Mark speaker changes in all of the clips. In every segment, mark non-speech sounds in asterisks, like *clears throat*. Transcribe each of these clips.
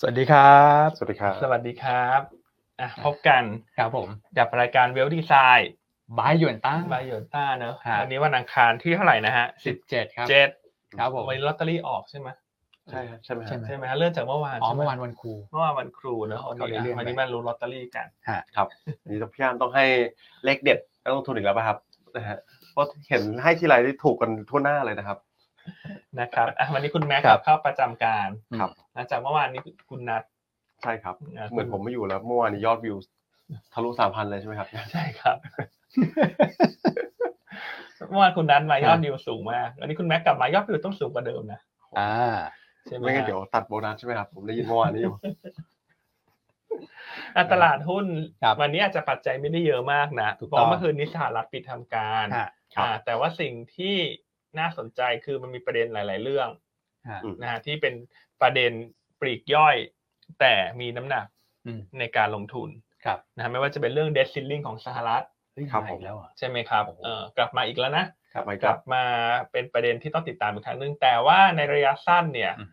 Speaker 1: สวัสดีครับ
Speaker 2: สวัสดีครับ
Speaker 1: สวัสดีครับอ่ะพบกัน
Speaker 3: ครับผม
Speaker 1: กับรายการเวลดีไซน์
Speaker 3: บายหยวนตั้ง
Speaker 1: บายโยต้าเนอะ
Speaker 3: ครับ
Speaker 1: วันนี้วันอังคารที่เท่าไหร่นะฮะ
Speaker 3: สิบเจ็ดครับ
Speaker 1: เจ็ด
Speaker 3: ครับผม
Speaker 1: วันนี้ลอตเตอรี่ออกใช่ไหม
Speaker 2: ใช่ครับใช่ไหมค
Speaker 3: ใช่
Speaker 2: รับ
Speaker 3: ไห
Speaker 1: ใช่ไหมฮะเลื่อนจากเมื่อวาน
Speaker 3: อ๋อ
Speaker 1: ใช่ไห
Speaker 3: เมื่อวานวันครู
Speaker 1: เมื่อวานวันครูเนอะ
Speaker 3: เขา
Speaker 1: วัน
Speaker 3: ได้
Speaker 1: นี้
Speaker 3: เลื่อนไป
Speaker 1: อ่ะวันนี้มารู้ลอตเตอรี่กัน
Speaker 3: ฮะ
Speaker 2: ครับนี่พี่อันต้องให้เลขเด็ดนักลงทุนอีกแล้วป่ะครับนะฮะเพราะเห็นให้ทีไรได้ถูกกันทั่วหน้าเลยนะครับ
Speaker 1: นะครับอ่ะวันนี้คุณแม็กซ์
Speaker 3: ครับ
Speaker 1: เข้าประจำการ
Speaker 2: ครับ
Speaker 1: หลังจากเมื่อวานนี้คุณนัท
Speaker 2: ใช่ครับ
Speaker 1: ะ
Speaker 2: เหมือนผมไม่อยู่แล้วเมื่อวานนี้ยอดวิวทะลุสามพันเลยใช่ไหมครับ
Speaker 1: ใช่ครับ *laughs* เมื่อวานคุณนัทมายอดวิวสูงมากวันนี้คุณแม็กซ์กลับมายอดวิวต้องสูงกว่าเดิมนะ
Speaker 3: อ่า
Speaker 1: ใช่ไหม
Speaker 2: ไม่งั้น
Speaker 1: ฮะ
Speaker 2: เดี๋ยวตัดโบนัสใช่ไหมครับ ผมได้ยินเมื่อวานนี้อยู่
Speaker 1: อ่ะตลาดหุ้น
Speaker 3: ครับ
Speaker 1: วันนี้อาจจะปัจจัยไม่ได้เยอะมากนะ
Speaker 3: ถูก
Speaker 1: เพ
Speaker 3: ต้อ
Speaker 1: ราะ
Speaker 3: ง
Speaker 1: เมื่อคืนนี้สหรัฐปิดทำการ
Speaker 3: ฮะ
Speaker 2: ครับ
Speaker 1: อ่าแต่ว่าสิ่งที่น่าสนใจคือมันมีประเด็นหลาย ๆ เรื่อง
Speaker 3: ฮะ
Speaker 2: อืม
Speaker 1: นะฮะที่เป็นประเด็นปลีกย่อย แต่มีน้ำหนัก
Speaker 3: อืม
Speaker 1: ในการลงทุน
Speaker 3: ครับ
Speaker 1: นะฮะไม่ว่าจะเป็นเรื่อง debt ceiling ของสหรัฐ
Speaker 3: เฮ้ย
Speaker 2: ครับ
Speaker 3: มา
Speaker 2: ผม
Speaker 3: อีกแล้วอ่ะ
Speaker 1: ใช่ไหมครับ
Speaker 3: โอ้โห
Speaker 1: เออกลับมาอีกแล้วนะ
Speaker 2: กลับมาอีกค
Speaker 1: ก
Speaker 2: รั
Speaker 1: ลั
Speaker 2: บ
Speaker 1: บมาเป็นประเด็นที่ต้องติดตามอีกครั้งหนึงแต่ว่าในระยะสั้นเนี่ย
Speaker 3: อืม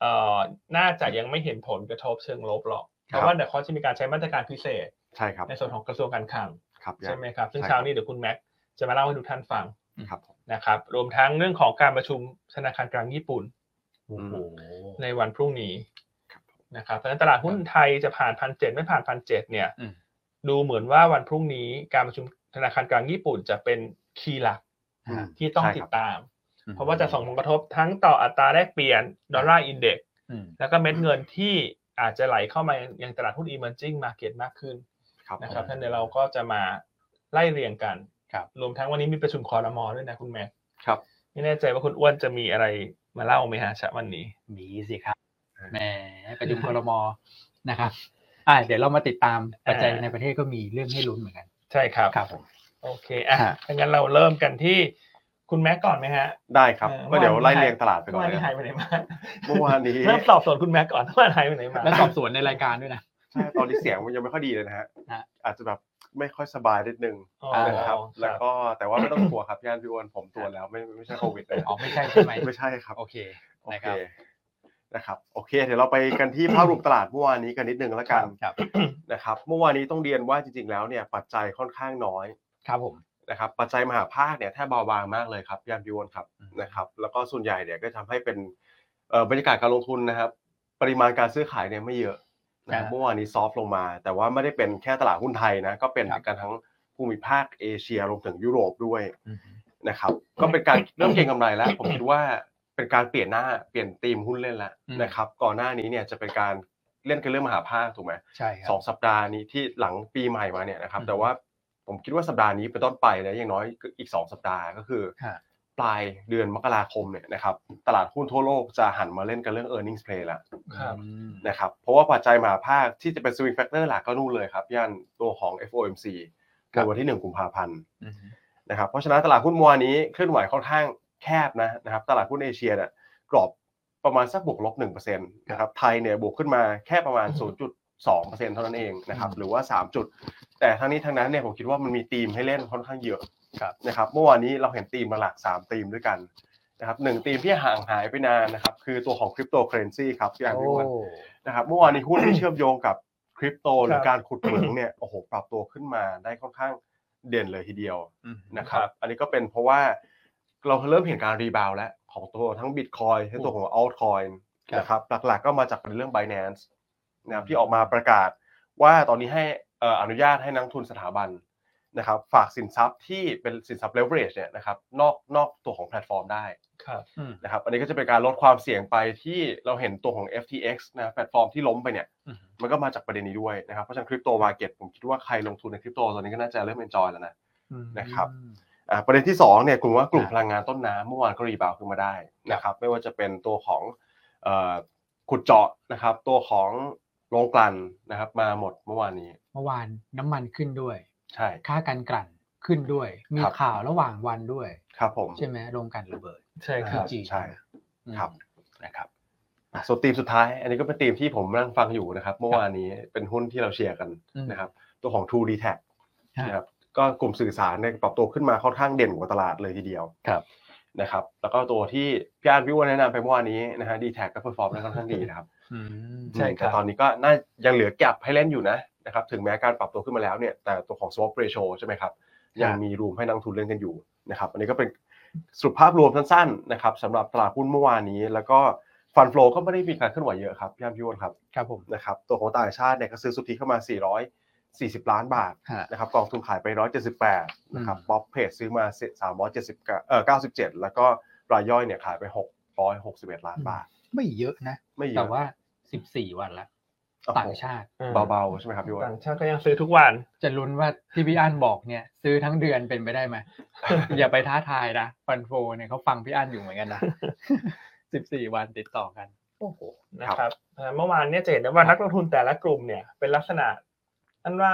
Speaker 1: เอ่อน่าจะยังไม่เห็นผลกระทบเชิงลบหรอกเพ
Speaker 2: ครับ
Speaker 1: ราะว่าเดี๋ยวเขาจะมีการใช้มาตรการพิเศษ
Speaker 2: ใช่ครับ
Speaker 1: ในส่วนของกระทรวงการคลัง
Speaker 2: ครับ
Speaker 1: ใช่ไหมครับ ซึ่ง
Speaker 2: ใช่
Speaker 1: เช้านี้เดี๋ยวคุณแม็กซ์จะมาเล่าให้ทุกท่านฟัง
Speaker 2: ครับผม
Speaker 1: นะครับ รวมทั้งเรื่องของการประชุมธนาคารกลางญี่ปุ่น
Speaker 3: โอ้โห
Speaker 1: ในวันพรุ่งนี้
Speaker 2: ครับ
Speaker 1: นะครับเพราะฉะนั้นตลาดหุ้นไทยจะผ่านพันเจ็ดไม่ผ่านพันเจ็ดเนี่ย
Speaker 3: อืม
Speaker 1: ดูเหมือนว่าวันพรุ่งนี้การประชุมธนาคารกลางญี่ปุ่นจะเป็นคีย์หลัก
Speaker 2: อืม
Speaker 1: ที่ต้อง
Speaker 2: ใช่
Speaker 1: ติ
Speaker 2: ครั
Speaker 1: ด
Speaker 2: บ
Speaker 1: ตาม เพราะว่าจะส่งผลกระทบทั้งต่ออัตราแลกเปลี่ยนดอลลาร์อินเด็กซ์
Speaker 3: อืม
Speaker 1: แล้วก็เม็ดเงินที่อาจจะไหลเข้ามายังตลาดหุ้น emerging market มากขึ้น
Speaker 2: ครับผม
Speaker 1: นะครับท่านเดี๋ยวเราก็จะมาไล่เรียงกัน
Speaker 3: ครับ
Speaker 1: รวมทั้งวันนี้มีประชุมคอรมอด้วยนะคุณแม่
Speaker 2: ครับ
Speaker 1: ไม่แน่ใจว่าคุณอ้วนจะมีอะไรมาเล่าไหมฮะชะวันนี้
Speaker 3: มีสิครับ
Speaker 2: อ่า
Speaker 3: แหมประชุมครมนะครับอ่าเดี๋ยวเรามาติดตามปัจจัย
Speaker 1: อ่า
Speaker 3: ในประเทศก็มีเรื่องให้ลุ้นเหมือนกัน
Speaker 1: ใช่ครับ
Speaker 3: ครับผม
Speaker 1: โอเคอ่ะ
Speaker 3: ฮะ
Speaker 1: ถ้างั้นเราเริ่มกันที่คุณแม็กก่อนไหมฮะ
Speaker 2: ได้ครับ
Speaker 1: เออ
Speaker 2: ก็เดี๋ยวไล่เรียงตลาดไปก่อน
Speaker 1: เมื่อวาน
Speaker 2: เลยครับ
Speaker 1: นี้หายไปไหนมา
Speaker 2: เมื่อวานนี้
Speaker 1: เริ่มสอบสวนคุณแม็กก่อนว่าหายไปไหนมา
Speaker 3: แล้วสอบสวนในรายการด้วยนะ
Speaker 2: ใช่ตอนนี้เสียงมันยังไม่ค่อยดีเลยนะฮะ
Speaker 3: ฮะ
Speaker 2: อาจจะแบบไม่ค่อยสบายนิดนึง
Speaker 1: อ๋อ
Speaker 2: นะครับ
Speaker 1: ครับ
Speaker 2: แล้วก็แต่ว่าไม่ต้องกลัวครับพี่อันพี่อ้วนผมตรวจแล้วไม่ไม่ใช่โควิดเลย
Speaker 3: อ๋อไม่ใช่ใช่ไหม
Speaker 2: ไม่ใช่ครับ
Speaker 3: โอเค
Speaker 2: โอ
Speaker 3: นะค
Speaker 2: เครับ นะครับโอเค เดี๋ยวเราไปกันที่ภาพรวมตลาดเมื่อวานนี้กันนิดนึงแล้วกัน
Speaker 3: ครับ
Speaker 2: นะครับเมื่อวานนี้ต้องเรียนว่าจริง ๆ แล้วเนี่ยปัจจัยค่อนข้างน้อย
Speaker 3: ครับผม
Speaker 2: นะครับปัจจัยมหาภาคเนี่ยแทบเบาบางมากเลยครับพี่อันพี่อ้วนครับนะครับแล้วก็ส่วนใหญ่เนี่ยก็ทำให้เป็นเอ่อบรรยากาศการลงทุนนะครับ ปริมาณการซื้อขายเนี่ยไม่เยอะนะครับเมื่อวานนี้ซอฟลงมา แต่ว่าไม่ได้เป็นแค่ตลาดหุ้นไทยนะก็เป็นกันทั้งภูมิภาคเอเชียรวมถึงยุโรปด้วย
Speaker 3: อืม
Speaker 2: นะครับก็เป็น *coughs* การเริ่มเก็งกำไรแล้ว ผมคิดว่าเป็นการเปลี่ยนหน้าเปลี่ยนธีมหุ้นเล่นแล้วนะครับก่อนหน้านี้เนี่ยจะเป็นการเล่นกันเรื่องมหาภาคถูกไหม
Speaker 3: ใช่ครั
Speaker 2: สอบ งสัปดาห์นี้ที่หลังปีใหม่มาเนี่ยนะครับ
Speaker 3: อืม
Speaker 2: แต่ว่าผมคิดว่าสัปดาห์นี้เป็นต้นไปนะอย่างน้อยก็อีก 2 สัปดาห์ก็คือ
Speaker 3: ฮะ
Speaker 2: ปลายเดือนมกราคมเนี่ยนะครับตลาดหุ้นทั่วโลกจะหันมาเล่นกันเรื่อง e a r n i n g s play แล้ว
Speaker 1: ครับ
Speaker 3: อืม
Speaker 2: นะครับเพราะว่าปัจจัยมหาภาคที่จะเป็น swing factor หลักก็นู่นเลยครับย่านตัวของ FOMC ในวันที่หนึ่งกุมภาพันธ์
Speaker 3: อืม
Speaker 2: นะครับเพราะฉะนั้นตลาดหุ้นเมื่อวานนี้เคลื่อนไหวค่อนข้างแคบนะนะครับตลาดหุ้นเอเชียเนี่ยกรอบประมาณสักบวกลบ1%นะครับไทยเนี่ยบวกขึ้นมาแค่ประมาณ 0.2%เท่านั้นเองนะครับหรือว่า 3 จุด แต่ทั้งนี้ทั้งนั้นเนี่ยผมคิดว่ามันมีธีมให้เล่นค่อนข้างเยอะ
Speaker 3: ครับ
Speaker 2: นะครับเมื่อวานนี้เราเห็นธีมมาหลัก 3 ธีมด้วยกันนะครับหนึ่งธีมที่ห่างหายไปนานนะครับคือตัวของคริปโตเคอเรนซีครับพี่อันพี่อ้วน
Speaker 3: โอ้
Speaker 2: นะครับเมื่อวานนี้หุ้นที่เชื่อมโยงกับคริปโตหรือ
Speaker 1: ครับ
Speaker 2: การขุดเหมืองเนี่ยโอ้โหปรับตัวขึ้นมาได้ค่อนข้างเด่นเลยทีเดียว นะครับ อันนี้ก็เป็นเพราะว่าเราเริ่มเห็นการรีบาวแล้วของตัวทั้ง Bitcoin ทั้งตัวของ Altcoin
Speaker 3: ครับ
Speaker 2: นะครับ หลักๆก็มาจากเรื่อง Binance นะครับที่ออกมาประกาศว่าตอนนี้ให้เอ่ออนุญาตให้นักทุนสถาบันนะครับฝากสินทรัพย์ที่เป็นสินทรัพย์ leverage เนี่ยนะครับนอกนอกตัวของแพลตฟอร์มได้
Speaker 1: ครับ
Speaker 2: นะครับ อันนี้ก็จะเป็นการลดความเสี่ยงไปที่เราเห็นตัวของ FTX นะแพลตฟอร์มที่ล้มไปเนี่ย
Speaker 3: อืม
Speaker 2: มันก็มาจากประเด็นนี้ด้วยนะครับ เพราะฉะนั้นคริปโตมาเก็ตผมคิดว่าใครลงทุนในคริปโตตอนนี้ก็น่าจะเริ่ม enjoy แล้วนะ นะครับ อ่าประเด็นที่2เนี่ยกลุ่มว่ากลุ่ม
Speaker 3: ครับ
Speaker 2: พลังงานต้นน้ำเมื่อวานก็รีบาวด์ขึ้นมาได้นะครับไม่ว่าจะเป็นตัวของเอ่อขุดเจาะนะครับตัวของโรงกลั่นนะครับมาหมดเมื่อวานนี้
Speaker 3: เมื่อวานน้ำมันขึ้นด้วย
Speaker 2: ใช่
Speaker 3: ค่าการกลั่นขึ้นด้วย มีข่าวระหว่างวันด้วย
Speaker 2: ครับผม
Speaker 3: ใช่ไหมโรงกลั่นระเบิด
Speaker 1: ใช่ค
Speaker 3: ที่
Speaker 1: รับ
Speaker 3: จีน
Speaker 2: ใช่ ครับ
Speaker 3: นะครับ
Speaker 2: อ่ะส่วนธีมสุดท้าย อันนี้ก็เป็นธีมที่ผมนั่งฟังอยู่นะครับเมื่อวานนี้เป็นหุ้นที่เราเชียร์กัน
Speaker 3: อืม
Speaker 2: นะครับตัวของ True d e t a c
Speaker 3: ฮะ
Speaker 2: นะครับก็กลุ่มสื่อสารเนี่ยปรับตัวขึ้นมาค่อนข้างเด่นกว่าตลาดเลยทีเดียว
Speaker 3: ครับ
Speaker 2: นะครับแล้วก็ตัวที่พี่อาร์ตพี่อ้วนแนะนำไปเมื่อวานนี้นะฮะดีแท็กก็เพอร์ฟอร์มได้ค่อนข้างดีนะครับ
Speaker 3: อืม
Speaker 2: ใช่
Speaker 3: ใช่ค
Speaker 2: แต่
Speaker 3: รับ
Speaker 2: ตอนนี้ก็น่ายังเหลือแก็บให้เล่นอยู่นะนะครับถึงแม้การปรับตัวขึ้นมาแล้วเนี่ยแต่ตัวของ swap ratio ใช่ไหมครับ ยังมีรูมให้นักลงทุนเล่นกันอยู่นะครับอันนี้ก็เป็นสรุปภาพรวมสั้นๆนะครับสำหรับตลาดหุ้นเมื่อวานนี้ แล้วก็ฟันโฟลก็ไม่ได้มีการเคลื่อนไหวเยอะครับพี่อ้ำพี่อ้วนครับ
Speaker 3: ครับผม
Speaker 2: นะครับตัวของต่างชาติเนี่ยก็ซื้อสุทธิเข้ามา 440 ล้านบาท
Speaker 3: ฮะ
Speaker 2: นะครับกองทุนขายไป 178นะครับ
Speaker 3: อืม
Speaker 2: บ๊อบเพจซื้อมา370เอ่อ97 แล้วก็รายย่อยเนี่ยขายไป 661 ล้านบาท
Speaker 3: ไม่เยอะนะ
Speaker 2: ไม่เย
Speaker 3: แต่
Speaker 2: อะ
Speaker 3: ว่าสิบสี่วันละ
Speaker 2: โอ้โห
Speaker 3: ต่างชาติ
Speaker 2: เบาๆใช่ไหมครับพี่อ้วน
Speaker 1: ต่างชาติก็ยังซื้อทุกวัน
Speaker 3: จะลุ้นว่าที่พี่อั้นบอกเนี่ย ซื้อทั้งเดือนเป็นไปได้ไหม
Speaker 2: *laughs*
Speaker 3: อย่าไปท้าทายนะฟันโฟเนี่ยเขาฟังพี่อั้นอยู่เหมือนกัน
Speaker 2: *laughs*
Speaker 3: นะ สิบสี่วันติดต่อกัน
Speaker 1: โอ้โหนะ
Speaker 2: ค
Speaker 1: ค
Speaker 2: รั
Speaker 1: รับ บเอ่อเมื่อวานเนี่ยจะเห็นได้ว่านักลงทุนแต่ละกลุ่มเนี่ยเป็นลักษณะนั่นว่า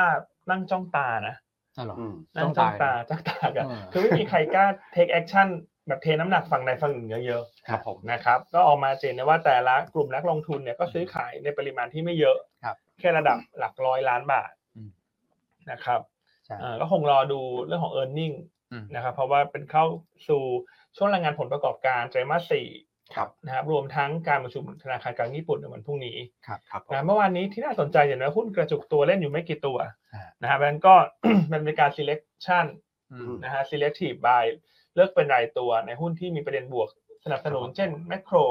Speaker 1: นั่งจ้องตานะ
Speaker 3: อ๋อเหรอ
Speaker 2: อืม
Speaker 1: นั่
Speaker 3: จ้อ
Speaker 1: ง
Speaker 3: ง
Speaker 1: จ้
Speaker 3: ตา
Speaker 1: องตาจ้องตากัน
Speaker 3: เออ
Speaker 1: คือไม่มีใครกล้า take action แบบเทน้ำหนักฝั่งใดฝั่งหนึ่งเยอะ
Speaker 2: ครับผม
Speaker 1: ๆนะครับ ก็ออกมาจะเห็นได้ว่าแต่ละกลุ่มนักลงทุนเนี่ยก็ซื้อขายในปริมาณที่ไม่เยอะ
Speaker 3: ครับ
Speaker 1: แค่ระดับหลักร้อยล้านบาท
Speaker 3: อืม
Speaker 1: นะครับ
Speaker 3: ใช่
Speaker 1: เอ่อก็คงรอดูเรื่องของ e a r n i n g
Speaker 3: อืม
Speaker 1: นะครับเพราะว่าเป็นเข้าสู่ช่วงรายงานผลประกอบการไตรมาสสี่
Speaker 2: ครับ
Speaker 1: นะครับรวมทั้งการประชุมธนาคารกลางญี่ปุ่นในวันพรุ่งนี้
Speaker 2: ครับผม
Speaker 1: นะเมื่อวานนี้ที่น่าสนใจเห็นว่าหุ้นกระจุกตัวเล่นอยู่ไม่กี่ตัว
Speaker 3: อ่าน
Speaker 1: นะครับดังนั้นก็ *clears throat* มันเป็นการ selection
Speaker 3: อืม
Speaker 1: นะฮะ selective buy เลือกเป็นรายตัวในหุ้นที่มีประเด็นบวกสนับสนุน
Speaker 2: ครับ
Speaker 1: เช่น macro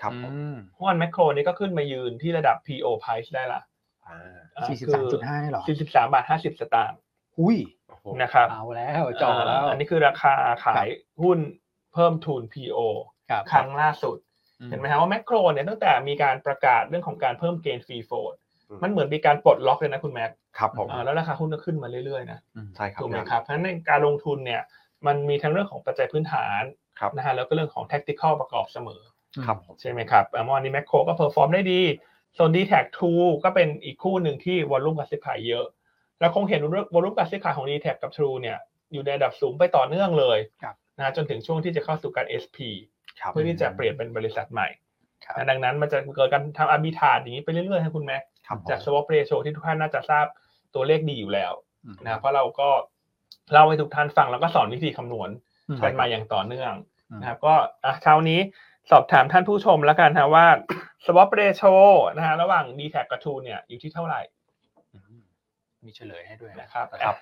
Speaker 2: ครับผม
Speaker 3: อืม
Speaker 1: หุ้น macro นี้ก็ขึ้นมายืนที่ระดับ PO price ได้ละ
Speaker 2: อ่า
Speaker 1: อ่า
Speaker 3: สี่สิบ
Speaker 1: คื
Speaker 3: สามจุดห้าเนี่ยเหรอ
Speaker 1: 43บาท50 สตางค์
Speaker 3: อุ้ย
Speaker 2: โอ้โห
Speaker 1: นะครับ
Speaker 3: เอาแล้วจ่อแล้ว
Speaker 1: อ่าอันนี้คือราคาขายหุ้นเพิ่มทุน PO
Speaker 3: ครับ
Speaker 1: ครั้งล่าสุด
Speaker 3: อื
Speaker 1: เห็นไหมฮะว่าแมคโครเนี่ยตั้งแต่มีการประกาศเรื่องของการเพิ่มเกณฑ์ฟรีโฟด
Speaker 2: อื
Speaker 1: มันเหมือนมีการปลดล็อกเลยนะคุณแม็ก
Speaker 2: ครับผม
Speaker 1: อ่าแล้วราคาหุ้นก็ขึ้นมาเรื่อยๆนะ
Speaker 2: ใช่ครับ
Speaker 1: ถูกไหมครับเพราะฉะนั้นในการลงทุนเนี่ยมันมีทั้งเรื่องของปัจจัยพื้นฐาน
Speaker 2: ครับ
Speaker 1: นะฮะแล้วก็เรื่องของ tactical ประกอบเสมอ
Speaker 2: ครับผม
Speaker 1: ใช่ไหมครับอ่ะเมื่อวานนี้แมคโครก็เพอร์ฟอร์มได้ดีส่วน d t แท็กก็เป็นอีกคู่หนึ่งที่วอลลุ่มการซื้อขายเยอะ แล้วคงเห็นวอลลุ่มการซื้อขายของ d t แท็กับ True เนี่ยอยู่ในระดับสูงไปต่อเนื่องเลย
Speaker 3: ครับ
Speaker 1: นะจนถึงช่วงที่จะเข้าสู่การ SP
Speaker 2: ครับ
Speaker 1: เพื่อที่จะเปลี่ยนเป็นบริษัทใหม่
Speaker 3: ครับ
Speaker 1: นะดังนั้นมันจะเกิดการทำอาร์บิทาอย่างนี้ไปเรื่อยๆให้คุณแม็ก
Speaker 2: ครับผม
Speaker 1: จาก swap ratio ที่ทุกท่านน่าจะทราบตัวเลขดีอยู่แล้ว
Speaker 3: อืม
Speaker 1: นะเพราะเราก็เล่าให้ทุกท่านฟังแล้วก็สอนวิธีคำนวณ
Speaker 3: อืม
Speaker 1: กันมาอย่างต่อเนื่อง
Speaker 3: อืม
Speaker 1: นะครับก็อ่ะเช้านี้สอบถามท่านผู้ชมแล้วกันนะว่า swap ratio นะฮะระหว่าง d t แทกับ True เนี่ยอยู่ที่เท่าไหร่
Speaker 3: มีเฉลยให้ด้วย
Speaker 1: นะครับ
Speaker 3: ค
Speaker 1: อ่ะ
Speaker 3: รับ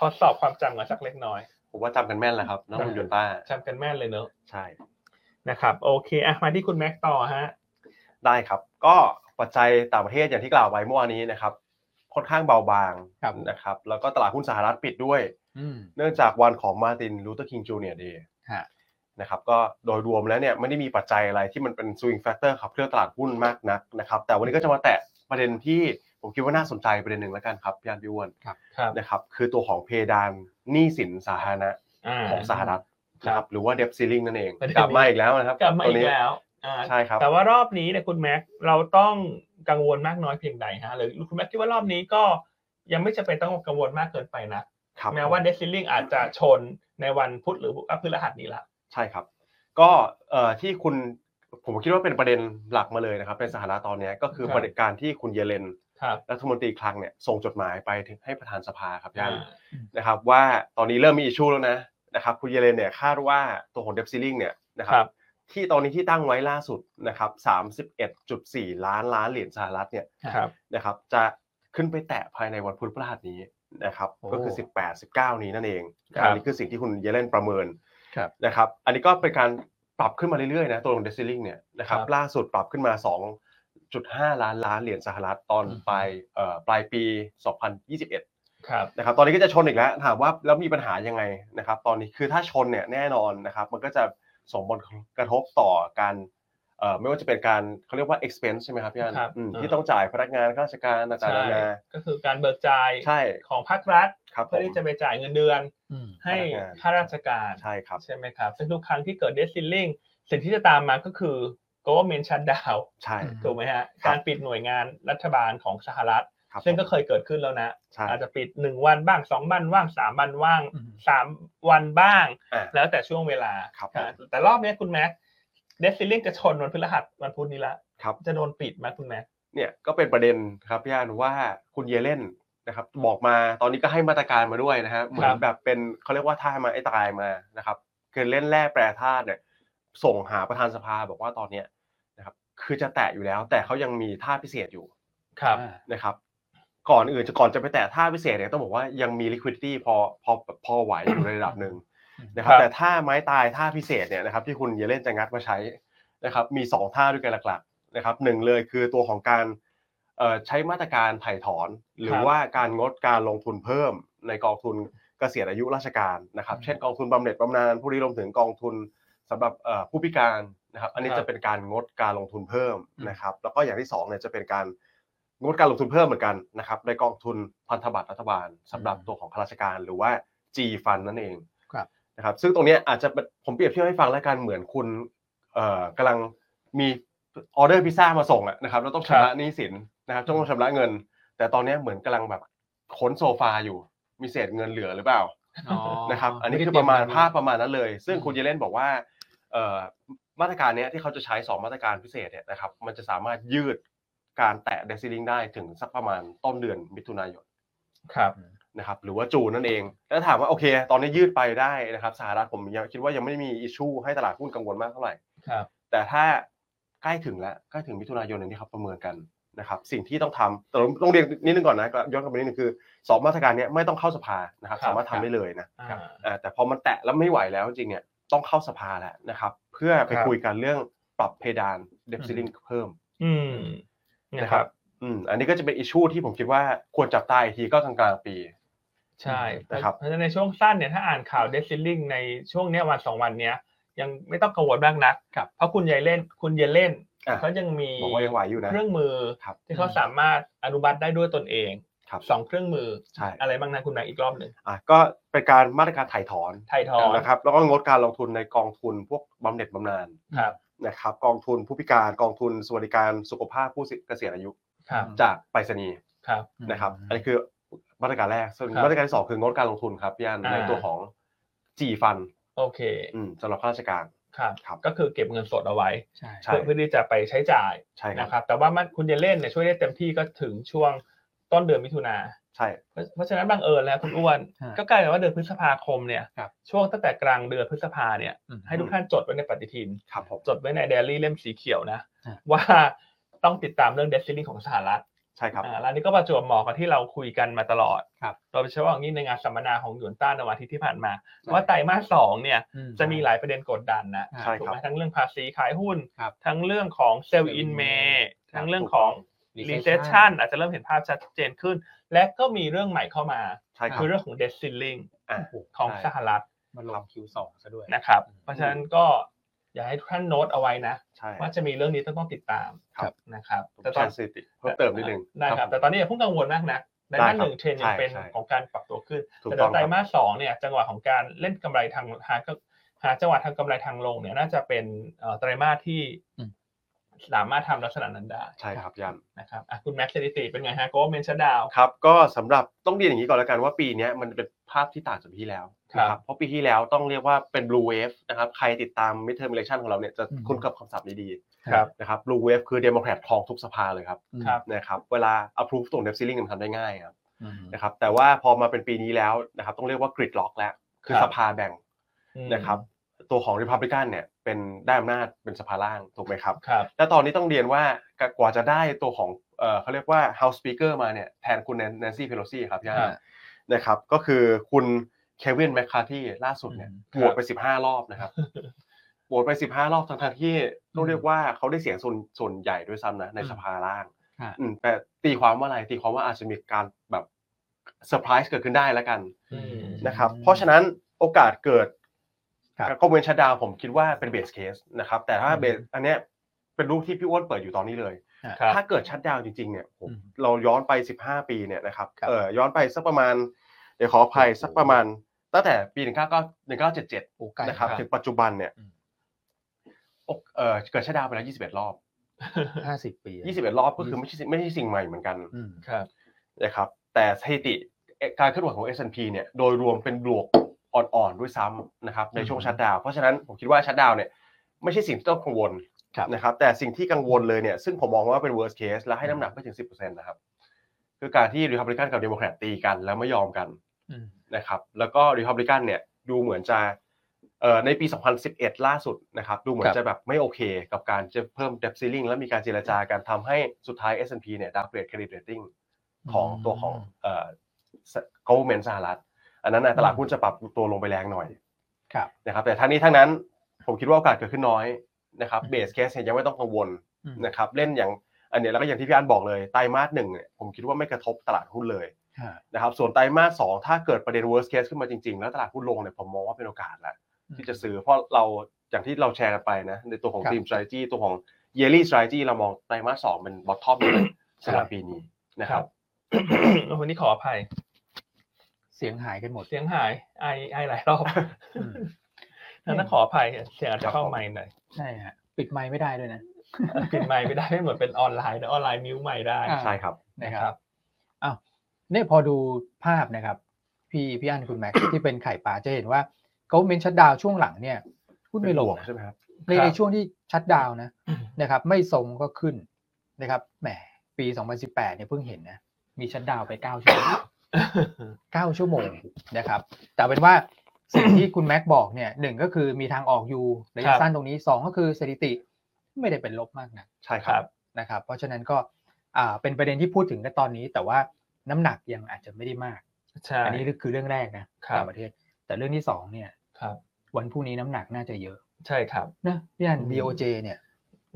Speaker 1: ทดสอบความจำกันสักเล็กน้อย
Speaker 2: ผมว่าจำกันแม่นแล้วครับน้อง
Speaker 3: ครับ
Speaker 2: คุณยนต้า
Speaker 1: จำกันแม่นเลยเนอะ
Speaker 2: ใช่
Speaker 1: นะครับโอเคอ่ะมาที่คุณแม็กต่อฮะ
Speaker 2: ได้ครับ ก็ปัจจัยต่างประเทศอย่างที่กล่าวไว้เมื่อวานนี้นะครับ ค่อนข้างเบาบาง
Speaker 3: ครับ
Speaker 2: นะครับแล้วก็ตลาดหุ้นสหรัฐปิดด้วย
Speaker 3: อืม
Speaker 2: เนื่องจากวันของมาตินลูเทอร์คิงจูเนียร์เดย์
Speaker 3: ฮะ
Speaker 2: นะครับก็โดยรวมแล้วเนี่ยไม่ได้มีปัจจัยอะไรที่มันเป็นสวิงแฟกเตอร์ขับเคลื่อนตลาดหุ้นมากนักนะครับแต่วันนี้ก็จะมาแตะประเด็นที่ผมคิดว่าน่าสนใจประเด็นหนึ่งแล้วกันครับพี่อันพี่อ้วน
Speaker 1: ครับ
Speaker 2: นะครับคือตัวของเพดานหนี้สินสาธารณะ
Speaker 1: อ่า
Speaker 2: ของสหรัฐ
Speaker 1: ครับ
Speaker 2: นะครับหรือว่าเด b ซีลิงนั่นเอง
Speaker 1: ประเด็นนี้
Speaker 2: กลับมาอีกแล้วนะครับ
Speaker 1: กลับมา
Speaker 2: ตั
Speaker 1: อีก
Speaker 2: นี้
Speaker 1: แล้วอ่า
Speaker 2: ใช่ครับ
Speaker 1: แต่ว่ารอบนี้เนี่ยคุณแม็กเราต้องกังวลมากน้อยเพียงใดฮะหรือคุณแม็กคิดว่ารอบนี้ก็ยังไม่จำเป็นต้องกังวลมากเกินไปนะครับ แม้ว่าเดซิลลิงอาจจะชนในวันพุธหรือพฤหัสนี้ละ
Speaker 2: ใช่ครับ ก็เอ่อที่คุณผมคิดว่าเป็นประเด็นหลักมาเลยนะครับในสหรัฐตอนเนี้ยก็คือ
Speaker 1: ครับ
Speaker 2: ประเด็นการที่คุณเยเลน
Speaker 1: ครับ
Speaker 2: รัฐมนตรีคลังเนี่ยส่งจดหมายไปถึงให้ประธานสภาครับย่าน
Speaker 1: อ่า
Speaker 2: นะครับว่าตอนนี้เริ่มมีอิชชูแล้วนะนะครับคุณเยเลนเนี่ยคาดว่าตัวของเด b ซีลิงเนี่ยนะค
Speaker 1: ครั
Speaker 2: รับบ ที่ตอนนี้ที่ตั้งไว้ล่าสุดนะครับ31.4 ล้านล้านเหรียญสหรัฐเนี่ย
Speaker 1: ครับ
Speaker 2: นะครับจะขึ้นไปแตะภายในวันพุธพฤหัสนี้นะครับ
Speaker 3: โอ้
Speaker 2: ก็คือ 18 19 นี้นั่นเอง
Speaker 1: ครับ
Speaker 2: อันนี้คือสิ่งที่คุณเยเลนประเมิน
Speaker 3: ครับ
Speaker 2: นะครับอันนี้ก็เป็นการปรับขึ้นมาเรื่อยๆนะตัวลงเดซิลิงเนี่ยนะครับ
Speaker 3: ครับ
Speaker 2: ล่าสุดปรับขึ้นมา 2.5 ล้านล้านเหรียญสหรัฐตอน
Speaker 3: อืม
Speaker 2: ปลายเอ่อปลายปี 2021
Speaker 1: ครับ
Speaker 2: นะครับตอนนี้ก็จะชนอีกแล้วถามว่าแล้วมีปัญหายังไงนะครับตอนนี้คือถ้าชนเนี่ยแน่นอนนะครับมันก็จะส่งผลกระทบต่อการเอ่อไม่ว่าจะเป็นการเขาเรียกว่า expense ใช่ไหมครับพี่อัน
Speaker 1: ครับ
Speaker 2: อืม
Speaker 1: อ่า
Speaker 2: ที่ต้องจ่ายพนักงานข้าราชการอาจารย์
Speaker 1: ใช่
Speaker 2: นานา
Speaker 1: ก็คือการเบิกจ่าย
Speaker 2: ใช่
Speaker 1: ของภาครัฐ
Speaker 2: ครับผ
Speaker 1: เพื่อ
Speaker 2: ม
Speaker 1: ที่จะไปจ่ายเงินเดือน
Speaker 3: อืม
Speaker 1: ให้
Speaker 2: พนักงาน
Speaker 1: ข้าราชการ
Speaker 2: ใช่ครับ
Speaker 1: ใช่ไหมครับ ซึ่งทุกครั้งที่เกิดเดซิลลิงสิ่งที่จะตามมาก็คือ government shutdown
Speaker 2: ใช่
Speaker 1: ถูกไหมฮะ การปิดหน่วยงานรัฐบาลของสหรัฐ
Speaker 2: ครับ
Speaker 1: ซึ่งก็เคยเกิดขึ้นแล้วนะ
Speaker 2: ใช่
Speaker 1: อาจจะปิดหนึ่งวันบ้างสองวันว่างสามวันว่าง
Speaker 3: อืม
Speaker 1: สามวันบ้าง
Speaker 2: อ่า
Speaker 1: แล้วแต่ช่วงเวลา
Speaker 2: ครับ
Speaker 1: อ่าแต่รอบเนี้ยคุณแม็กเดซิลลิงจะชนวันพฤหัสวันพุธนี้ละ
Speaker 2: ครับ
Speaker 1: จะโดนปิดไหมคุณแม็ก
Speaker 2: เนี่ยก็เป็นประเด็นครับพี่อันว่าคุณเยเลนนะครับบอกมาตอนนี้ก็ให้มาตรการมาด้วยนะฮะเหมือน
Speaker 1: ครับ
Speaker 2: แบบเป็นเขาเรียกว่าท่ามาไอ้ตายมานะครับ คือเล่นแร่แปรธาตุเนี่ย ส่งหาประธานสภาบอกว่าตอนเนี้ยนะครับ คือจะแตะอยู่แล้ว แต่เขายังมีท่าพิเศษอยู่
Speaker 1: ครับ
Speaker 3: อ่า
Speaker 2: นะครับ ก่อนอื่นจะก่อนจะไปแตะท่าพิเศษเนี่ยต้องบอกว่ายังมี liquidity พอพอพอไหวอยู่ในระดับหนึ่ง นะครับ
Speaker 1: ครับ
Speaker 2: แต่ท่าไม้ตายท่าพิเศษเนี่ยนะครับที่คุณเยเลนจะงัดมาใช้นะครับมี 2 ท่าด้วยกันหลักๆนะครับหนึ่งเลยคือตัวของการเอ่อใช้มาตรการไถ่ถอน หรือว่าการงดการลงทุนเพิ่มในกองทุนเกษียณอายุราชการนะครับเช่นกองทุนบำเหน็จบำนาญผู้นี้รวมถึงกองทุนสำหรับเอ่อผู้พิการนะครับอันนี้
Speaker 1: ครับ
Speaker 2: จะเป็นการงดการลงทุนเพิ่มนะครับแล้วก็อย่างที่สองเนี่ยจะเป็นการงดการลงทุนเพิ่มเหมือนกันนะครับในกองทุนพันธบัตรรัฐบาลสำหรับตัวของข้าราชการหรือว่า G Fund นั่นเอง นะครับซึ่งตรงเนี้ยอาจจะเป็นผมเปรียบเทียบให้ฟังแล้วกันเหมือนคุณเอ่อกำลังมีออเดอร์พิซซ่ามาส่งอะนะครับแล้วต้องชำ
Speaker 1: ครั
Speaker 2: ระ
Speaker 1: บ
Speaker 2: หนี้สินนะครับต้องชำระเงิน แต่ตอนเนี้ยเหมือนกำลังแบบขนโซฟาอยู่มีเศษเงินเหลือหรือเปล่า
Speaker 3: อ๋อ
Speaker 2: นะครับอันนี้
Speaker 3: ไม่
Speaker 2: คื
Speaker 3: ได้
Speaker 2: อ
Speaker 3: เต
Speaker 2: ป
Speaker 3: ย
Speaker 2: ระมาณ
Speaker 3: ไว้
Speaker 2: ภาพประมาณนั้นเลย ซึ่ง
Speaker 3: อืม
Speaker 2: คุณเยเลนบอกว่าเอ่อมาตรการเนี้ยที่เขาจะใช้สองมาตรการพิเศษเนี่ยนะครับมันจะสามารถยืดการแตะเดซิลิงได้ถึงสักประมาณต้นเดือนมิถุนายน
Speaker 1: ครับ
Speaker 2: นะครับหรือว่าจูนนั่นเอง แล้วถามว่าโอเค ตอนนี้ยืดไปได้นะครับสหรัฐผมยังคิดว่ายังไม่มีอิชชูให้ตลาดหุ้นกังวลมากเท่าไหร่
Speaker 1: ครับ
Speaker 2: แต่ถ้าใกล้ถึงแล้วใกล้ถึงมิถุนายนอย่างที่เขาประเมินกันนะครับสิ่งที่ต้องทำแต่เราต้องเรียนนิดนึงก่อนนะก็ย้อนกลับไปนิดนึงคือสองมาตรการเนี้ยไม่ต้องเข้าสภานะครับ
Speaker 1: ครับ
Speaker 2: สามารถทำได้เลยนะ
Speaker 1: อ่า
Speaker 2: เอ่อแต่พอมันแตะแล้วไม่ไหวแล้วจริงๆเนี่ยต้องเข้าสภาแล้วนะครับเพื่อไป
Speaker 1: ครับ
Speaker 2: คุยกันเรื่องปรับเพดานเดบซิลิงเพิ่ม
Speaker 1: อืมนะครับ
Speaker 2: อืมอันนี้ก็จะเป็นอิชชูที่ผมคิดว่าควรจับตาอีกทีก็กลางๆปี
Speaker 1: ใช่แต่
Speaker 2: นะครับ
Speaker 1: เพราะฉะนั้นในช่วงสั้นเนี่ยถ้าอ่านข่าวเดซิลลิงในช่วงเนี้ยวันสองวันเนี้ยยังไม่ต้องกังวลมากนัก
Speaker 3: ครับ
Speaker 1: เพราะคุณยายเล่นคุณเยเล่น
Speaker 2: อ่ะ
Speaker 1: เขายังมี
Speaker 2: บอกว่ายังไหวอยู่นะ
Speaker 1: เครื่องมือ
Speaker 2: ครับ
Speaker 1: ที่เขาสามารถอนุมัติได้ด้วยตนเอง
Speaker 2: ครับ
Speaker 1: สองเครื่องมือ
Speaker 2: ใช่
Speaker 1: อะไรบ้างนะคุณแบงค์อีกรอบหนึ่ง
Speaker 2: อ่ะก็เป็นการมาตรการถ่ายถอน
Speaker 1: ไทยทอน
Speaker 2: นะครับ แล้วก็งดการลงทุนในกองทุนพวกบำเหน็จบำนาญ
Speaker 1: ครับ
Speaker 2: นะครับ กองทุนผู้พิการกองทุนสวัสดิการสุขภาพผู้เกษียณอายุ
Speaker 1: ครับ
Speaker 2: จากไปรษณีย์
Speaker 1: ครับ
Speaker 2: นะครับ อันนี้คือมาตรการแรก ส่วน
Speaker 1: ครับ
Speaker 2: มาตรการที่สองคืองดการลงทุนครับย่าน
Speaker 1: อ่า
Speaker 2: ในตัวของจีฟัน
Speaker 1: โอเค
Speaker 2: สำหรับข้าราชการ
Speaker 1: ครับ
Speaker 2: ครับ
Speaker 1: ก็คือเก็บเงินสดเอาไว้
Speaker 3: ใช่
Speaker 2: ใช่
Speaker 1: เพื่อเพื่อที่จะไปใช้จ่าย
Speaker 2: ใช่ค
Speaker 1: นะค
Speaker 2: รั
Speaker 1: รั
Speaker 2: บบ
Speaker 1: แต่ว่ามันคุณยายเล่นเนี่ยช่วยได้เต็มที่ก็ถึงช่วงต้นเดือนมิถุนา
Speaker 2: ใช่
Speaker 1: เพราะเพราะฉะนั้นบังเอิญแล้วคุณอ้วน
Speaker 3: ฮะ
Speaker 1: ก็กลายเป็นว่าเดือนพฤษภาคมเนี่ย
Speaker 3: ครับ
Speaker 1: ช่วงตั้งแต่กลางเดือนพฤษภาเนี่ย
Speaker 3: อืม
Speaker 1: ให้ทุกท่านจดไว้ในปฏิทิน
Speaker 2: ครับผม
Speaker 1: จดไว้ในเดลี่เล่มสีเขียวนะ
Speaker 3: ฮะ
Speaker 1: ว่าต้องติดตามเรื่องเดซิลิ่งของสหรัฐ
Speaker 2: ใช่ครับ
Speaker 1: อ่าแล้วนี่ก็ประจวบเหมาะกับที่เราคุยกันมาตลอด
Speaker 3: ครับ
Speaker 1: โดยเฉพาะอย่างยิ่งในงานสัมมนาของหยวนต้าในวันอาทิตย์ที่ผ่านมา ว่าไตรมาสสองเนี่ย
Speaker 3: อื
Speaker 1: จะมีหลายประเด็นกดดันนะ
Speaker 3: อ่า
Speaker 2: ใช่
Speaker 1: ถูกไหมทั้งเรื่องภาษีขายหุ้น
Speaker 3: ครับ
Speaker 1: ทั้งเรื่องของเซลล์อินเม
Speaker 3: May
Speaker 1: ทั้งเรื่องของ recession อาจจะเริ่มเห็นภาพชัดเจนขึ้น และก็มีเรื่องใหม่เข้ามา
Speaker 2: ใช่ครั
Speaker 1: คื
Speaker 2: บ
Speaker 1: อเรื่องของ debt ceiling
Speaker 2: อ่ะ
Speaker 1: ของ
Speaker 2: ใช่
Speaker 1: สหรัฐ
Speaker 3: มาลง Q2 ซะด้วย
Speaker 1: นะครับ
Speaker 3: อืม
Speaker 1: เพราะฉะนั้นก็อยากให้ทุกท่านโน้ตเอาไว้นะ
Speaker 2: ใช่
Speaker 1: ว่าจะมีเรื่องนี้ต้องต้องติดตาม
Speaker 3: ครับ
Speaker 1: นะครับ
Speaker 2: แต่ต
Speaker 1: แต่ต
Speaker 2: อ
Speaker 1: อน น
Speaker 2: สถิติเพิ่มเติมนิดนึง
Speaker 1: ได้ครับ แต่ตอนนี้อย่าเพิ่งกังวลมากนะในด้านหนึ่งเทรนด์ยังเป็น
Speaker 2: ใช่ใช่
Speaker 1: ของการปรับตัวขึ้น
Speaker 2: ถูก
Speaker 1: แต่
Speaker 2: ต้
Speaker 1: ใน
Speaker 2: องครับ
Speaker 1: ไตรมาสสองเนี่ยจังหวะของการเล่นกำไรทางหาหาจังหวะทางกำไรทางลงเนี่ยน่าจะเป็นเอ่อไตรมาสที่
Speaker 3: อืม
Speaker 1: สามารถทำลักษณะนั้นได้
Speaker 2: ใช่ครับยัน
Speaker 1: นะครับอ่ะคุณแม็กซ์สถิติเป็นไงฮะก็เมนชั่นดาว
Speaker 2: ครับก็สำหรับต้องเรียนอย่างนี้ก่อนแล้วกันว่าปีเนี้ยมันเป็นภาพที่ต่างจากปีที่แล้วนะค
Speaker 1: ครั
Speaker 2: รับบ เพราะปีที่แล้วต้องเรียกว่าเป็น blue wave นะครับใครติดตาม midterm election ของเราเนี่ยจะ
Speaker 3: อืม
Speaker 2: คุ้นกับคำศัพท์นี้ดี
Speaker 1: ครับ
Speaker 2: นะครับ blue wave คือ Democrat ครองทุกสภาเลยครับ
Speaker 1: ครับ
Speaker 2: นะครับเวลา approve ตรง debt ceiling มันทำได้ง่ายครับ
Speaker 3: อืม
Speaker 2: นะครับแต่ว่าพอมาเป็นปีนี้แล้วนะครับต้องเรียกว่า grid lock แล้วคือ
Speaker 1: ครับ
Speaker 2: สภาแบ่ง
Speaker 1: อืม
Speaker 2: นะครับตัวของ Republican เนี่ยเป็นได้อำนาจเป็นสภาล่างถูกไหมครับ
Speaker 1: ครับ
Speaker 2: และตอนนี้ต้องเรียนว่ากว่าจะได้ตัวของเอ่อเขาเรียกว่า House Speaker มาเนี่ยแทนคุณแนนซี่เพโลซี่ครับย่า
Speaker 3: อ่า
Speaker 2: นะครับก็คือคุณเควินแมคคาที่ล่าสุดเนี่ยโหวตไป 15 รอบ *laughs* นะครับโหวตไป 15 รอบทั้งๆที่ต้องเรียกว่าเขาได้เสียงส่วนส่วนใหญ่ด้วยซ้ำนะในสภาล่าง
Speaker 3: ค่ะ
Speaker 2: อืมแต่ตีความว่าอะไรตีความว่าอาจจะมีการแบบเซอร์ไพรส์เกิดขึ้นได้แล้วกัน
Speaker 1: อืม
Speaker 2: นะครับ
Speaker 3: อืม
Speaker 2: เพราะฉะนั้นโอกาสเกิด
Speaker 3: ครับ
Speaker 2: การคอมเมนต์ชัดดาวผมคิดว่าเป็นเบสเคสนะครับ แต่ถ้า
Speaker 3: อืม
Speaker 2: เบสอันเนี้ยเป็นลูกที่พี่อ้วนเปิดอยู่ตอนนี้เลย
Speaker 1: ครับ
Speaker 2: ถ้าเกิดชัดดาวจริงๆเนี่ยผม
Speaker 3: อืม
Speaker 2: เราย้อนไป 15 ปีเนี่ยนะครับ
Speaker 3: ครับ
Speaker 2: เออย้อนไปสักประมาณ เดี๋ยวขออภัย
Speaker 3: โอ้โห
Speaker 2: สักประมาณ ตั้งแต่ปี 19 1977
Speaker 3: โอ้ไกล
Speaker 2: นะครับถึงปัจจุบันเนี่ย
Speaker 3: อืม
Speaker 2: โอกเออเกิดชัดดาวไปแล้ว 21 รอบ
Speaker 3: ห้าสิบปี
Speaker 2: 21 รอบก็คือไม่ใช่ไม่ใช่สิ่งใหม่เหมือนกัน
Speaker 3: อืม
Speaker 1: ครับ
Speaker 2: นะครับแต่สถิติการเคลื่อนไหวของ S&P เนี่ยโดยรวมเป็นบวกอ่อนๆด้วยซ้ำนะครับในช่วง
Speaker 3: อืม
Speaker 2: ชัดดาวน์เพราะฉะนั้นผมคิดว่าชัดดาวน์เนี่ยไม่ใช่สิ่งที่ต้องกังวล
Speaker 3: ครับ
Speaker 2: นะครับแต่สิ่งที่กังวลเลยเนี่ยซึ่งผมมองว่าเป็น worst case และให้น้ำหนักไม่ถึง 10%นะครับคือการที่ Republican กับ Democrat ตีกันแล้วไม่ยอมกัน
Speaker 3: อืม
Speaker 2: นะครับแล้วก็ Republican เนี่ยดูเหมือนจะ เอ่อในปี 2011 ล่าสุดนะครับดูเหมือ
Speaker 3: ครั
Speaker 2: น
Speaker 3: บ
Speaker 2: จะแบบไม่โอเคกับการจะเพิ่ม debt ceiling และมีการเจรจาการทำให้สุดท้าย S&P เนี่ย downgrade credit rating ของตัวของเอ่อ government สหรัฐ อันนั้นนะตลาดหุ้นจะปรับตัวลงไปแรงหน่อย
Speaker 3: ครับ
Speaker 2: นะครับแต่ทั้งนี้ทั้งนั้นผมคิดว่าโอกาสเกิดขึ้นน้อยนะครับเบสเคสเนี่ยยังไม่ต้องกังวล
Speaker 3: อืม
Speaker 2: นะครับเล่นอย่างอันเนี้ยแล้วก็อย่างที่พี่อันบอกเลยไตรมาสหนึ่งเนี่ยผมคิดว่าไม่กระทบตลาดหุ้นเลย
Speaker 3: ฮะ
Speaker 2: นะครับส่วนไตรมาสสองถ้าเกิดประเด็น worst case ขึ้นมาจริงๆ แล้วตลาดหุ้นลงเนี่ยผมมองว่าเป็นโอกาสแหละที่จะซื้อเพราะเราอย่างที่เราแชร์กันไปนะในตัวของ
Speaker 3: ครับ
Speaker 2: ทีม strategy ตัวของ yearly strategy เรามองไตรมาสสองเป็น bottom เลยสำหรับปีนี้นะครับ
Speaker 1: *coughs* วันนี้ขออภัย
Speaker 3: เสียงหายกันหมด
Speaker 1: เสียงหายไอไอหลายรอบ
Speaker 3: อืม
Speaker 1: นั้นต้องขออภัยเสียงอาจจะเข้าไมค์หน่อย
Speaker 3: ใช่ฮะปิดไมค์ไม่ได้ด้วยนะ
Speaker 1: ปิดไมค์ไม่ได้ไม่เหมือนเป็นออนไลน์นะออนไลน์มิวไมค์ได้
Speaker 3: อ่า
Speaker 2: ใช่ครับ
Speaker 3: นะครับอ้าวเนี่ยพอดูภาพนะครับ พี่พี่อันคุณแม็กซ์ *coughs* ที่เป็นไข่ปลาจะเห็นว่าเขาเมนชัดดาวน์ช่วงหลังเนี่ยหุ้น
Speaker 2: เป็
Speaker 3: ไม่
Speaker 2: น
Speaker 3: ล
Speaker 2: บ
Speaker 3: ง
Speaker 2: วก
Speaker 3: นะ
Speaker 2: ใช่ไหมครับ
Speaker 3: ในในช่วงที่ชัดดาวน์
Speaker 2: *coughs*
Speaker 3: นะนะครับ ไม่ทรงก็ขึ้นนะครับแหมปี 2018เนี่ยเพิ่งเห็นนะมีชัดดาวน์ไป 9 ชั่วโมง *coughs* 9 ชั่วโมงนะครับ แต่เป็นว่า *coughs* สิ่งที่คุณแม็กซ์บอกเนี่ยหนึ่งก็คือมีทางออกอยู่ระ
Speaker 1: ครั
Speaker 3: ยะ
Speaker 1: บ
Speaker 3: สั้นตรงนี้สองก็คือสถิติไม่ได้เป็นลบมากนะ
Speaker 2: ใช่ค
Speaker 1: ค
Speaker 2: รั
Speaker 1: รับ บ
Speaker 3: นะครับเพราะฉะนั้นก็อ่าเป็นประเด็นที่พูดถึงกันตอนนี้ แต่ว่าน้ำหนักยังอาจจะไม่ได้มาก
Speaker 1: ใช่
Speaker 3: อันี้คือเรื่องแรกนะครับ ต่างประเทศ แต่เรื่องที่สองเนี่ย
Speaker 1: ครับ
Speaker 3: วันพรุ่งนี้น้ำหนักน่าจะเยอะ
Speaker 1: ใช่ครับ
Speaker 3: นะพี่อัน
Speaker 1: อืม
Speaker 3: BOJ เนี่ย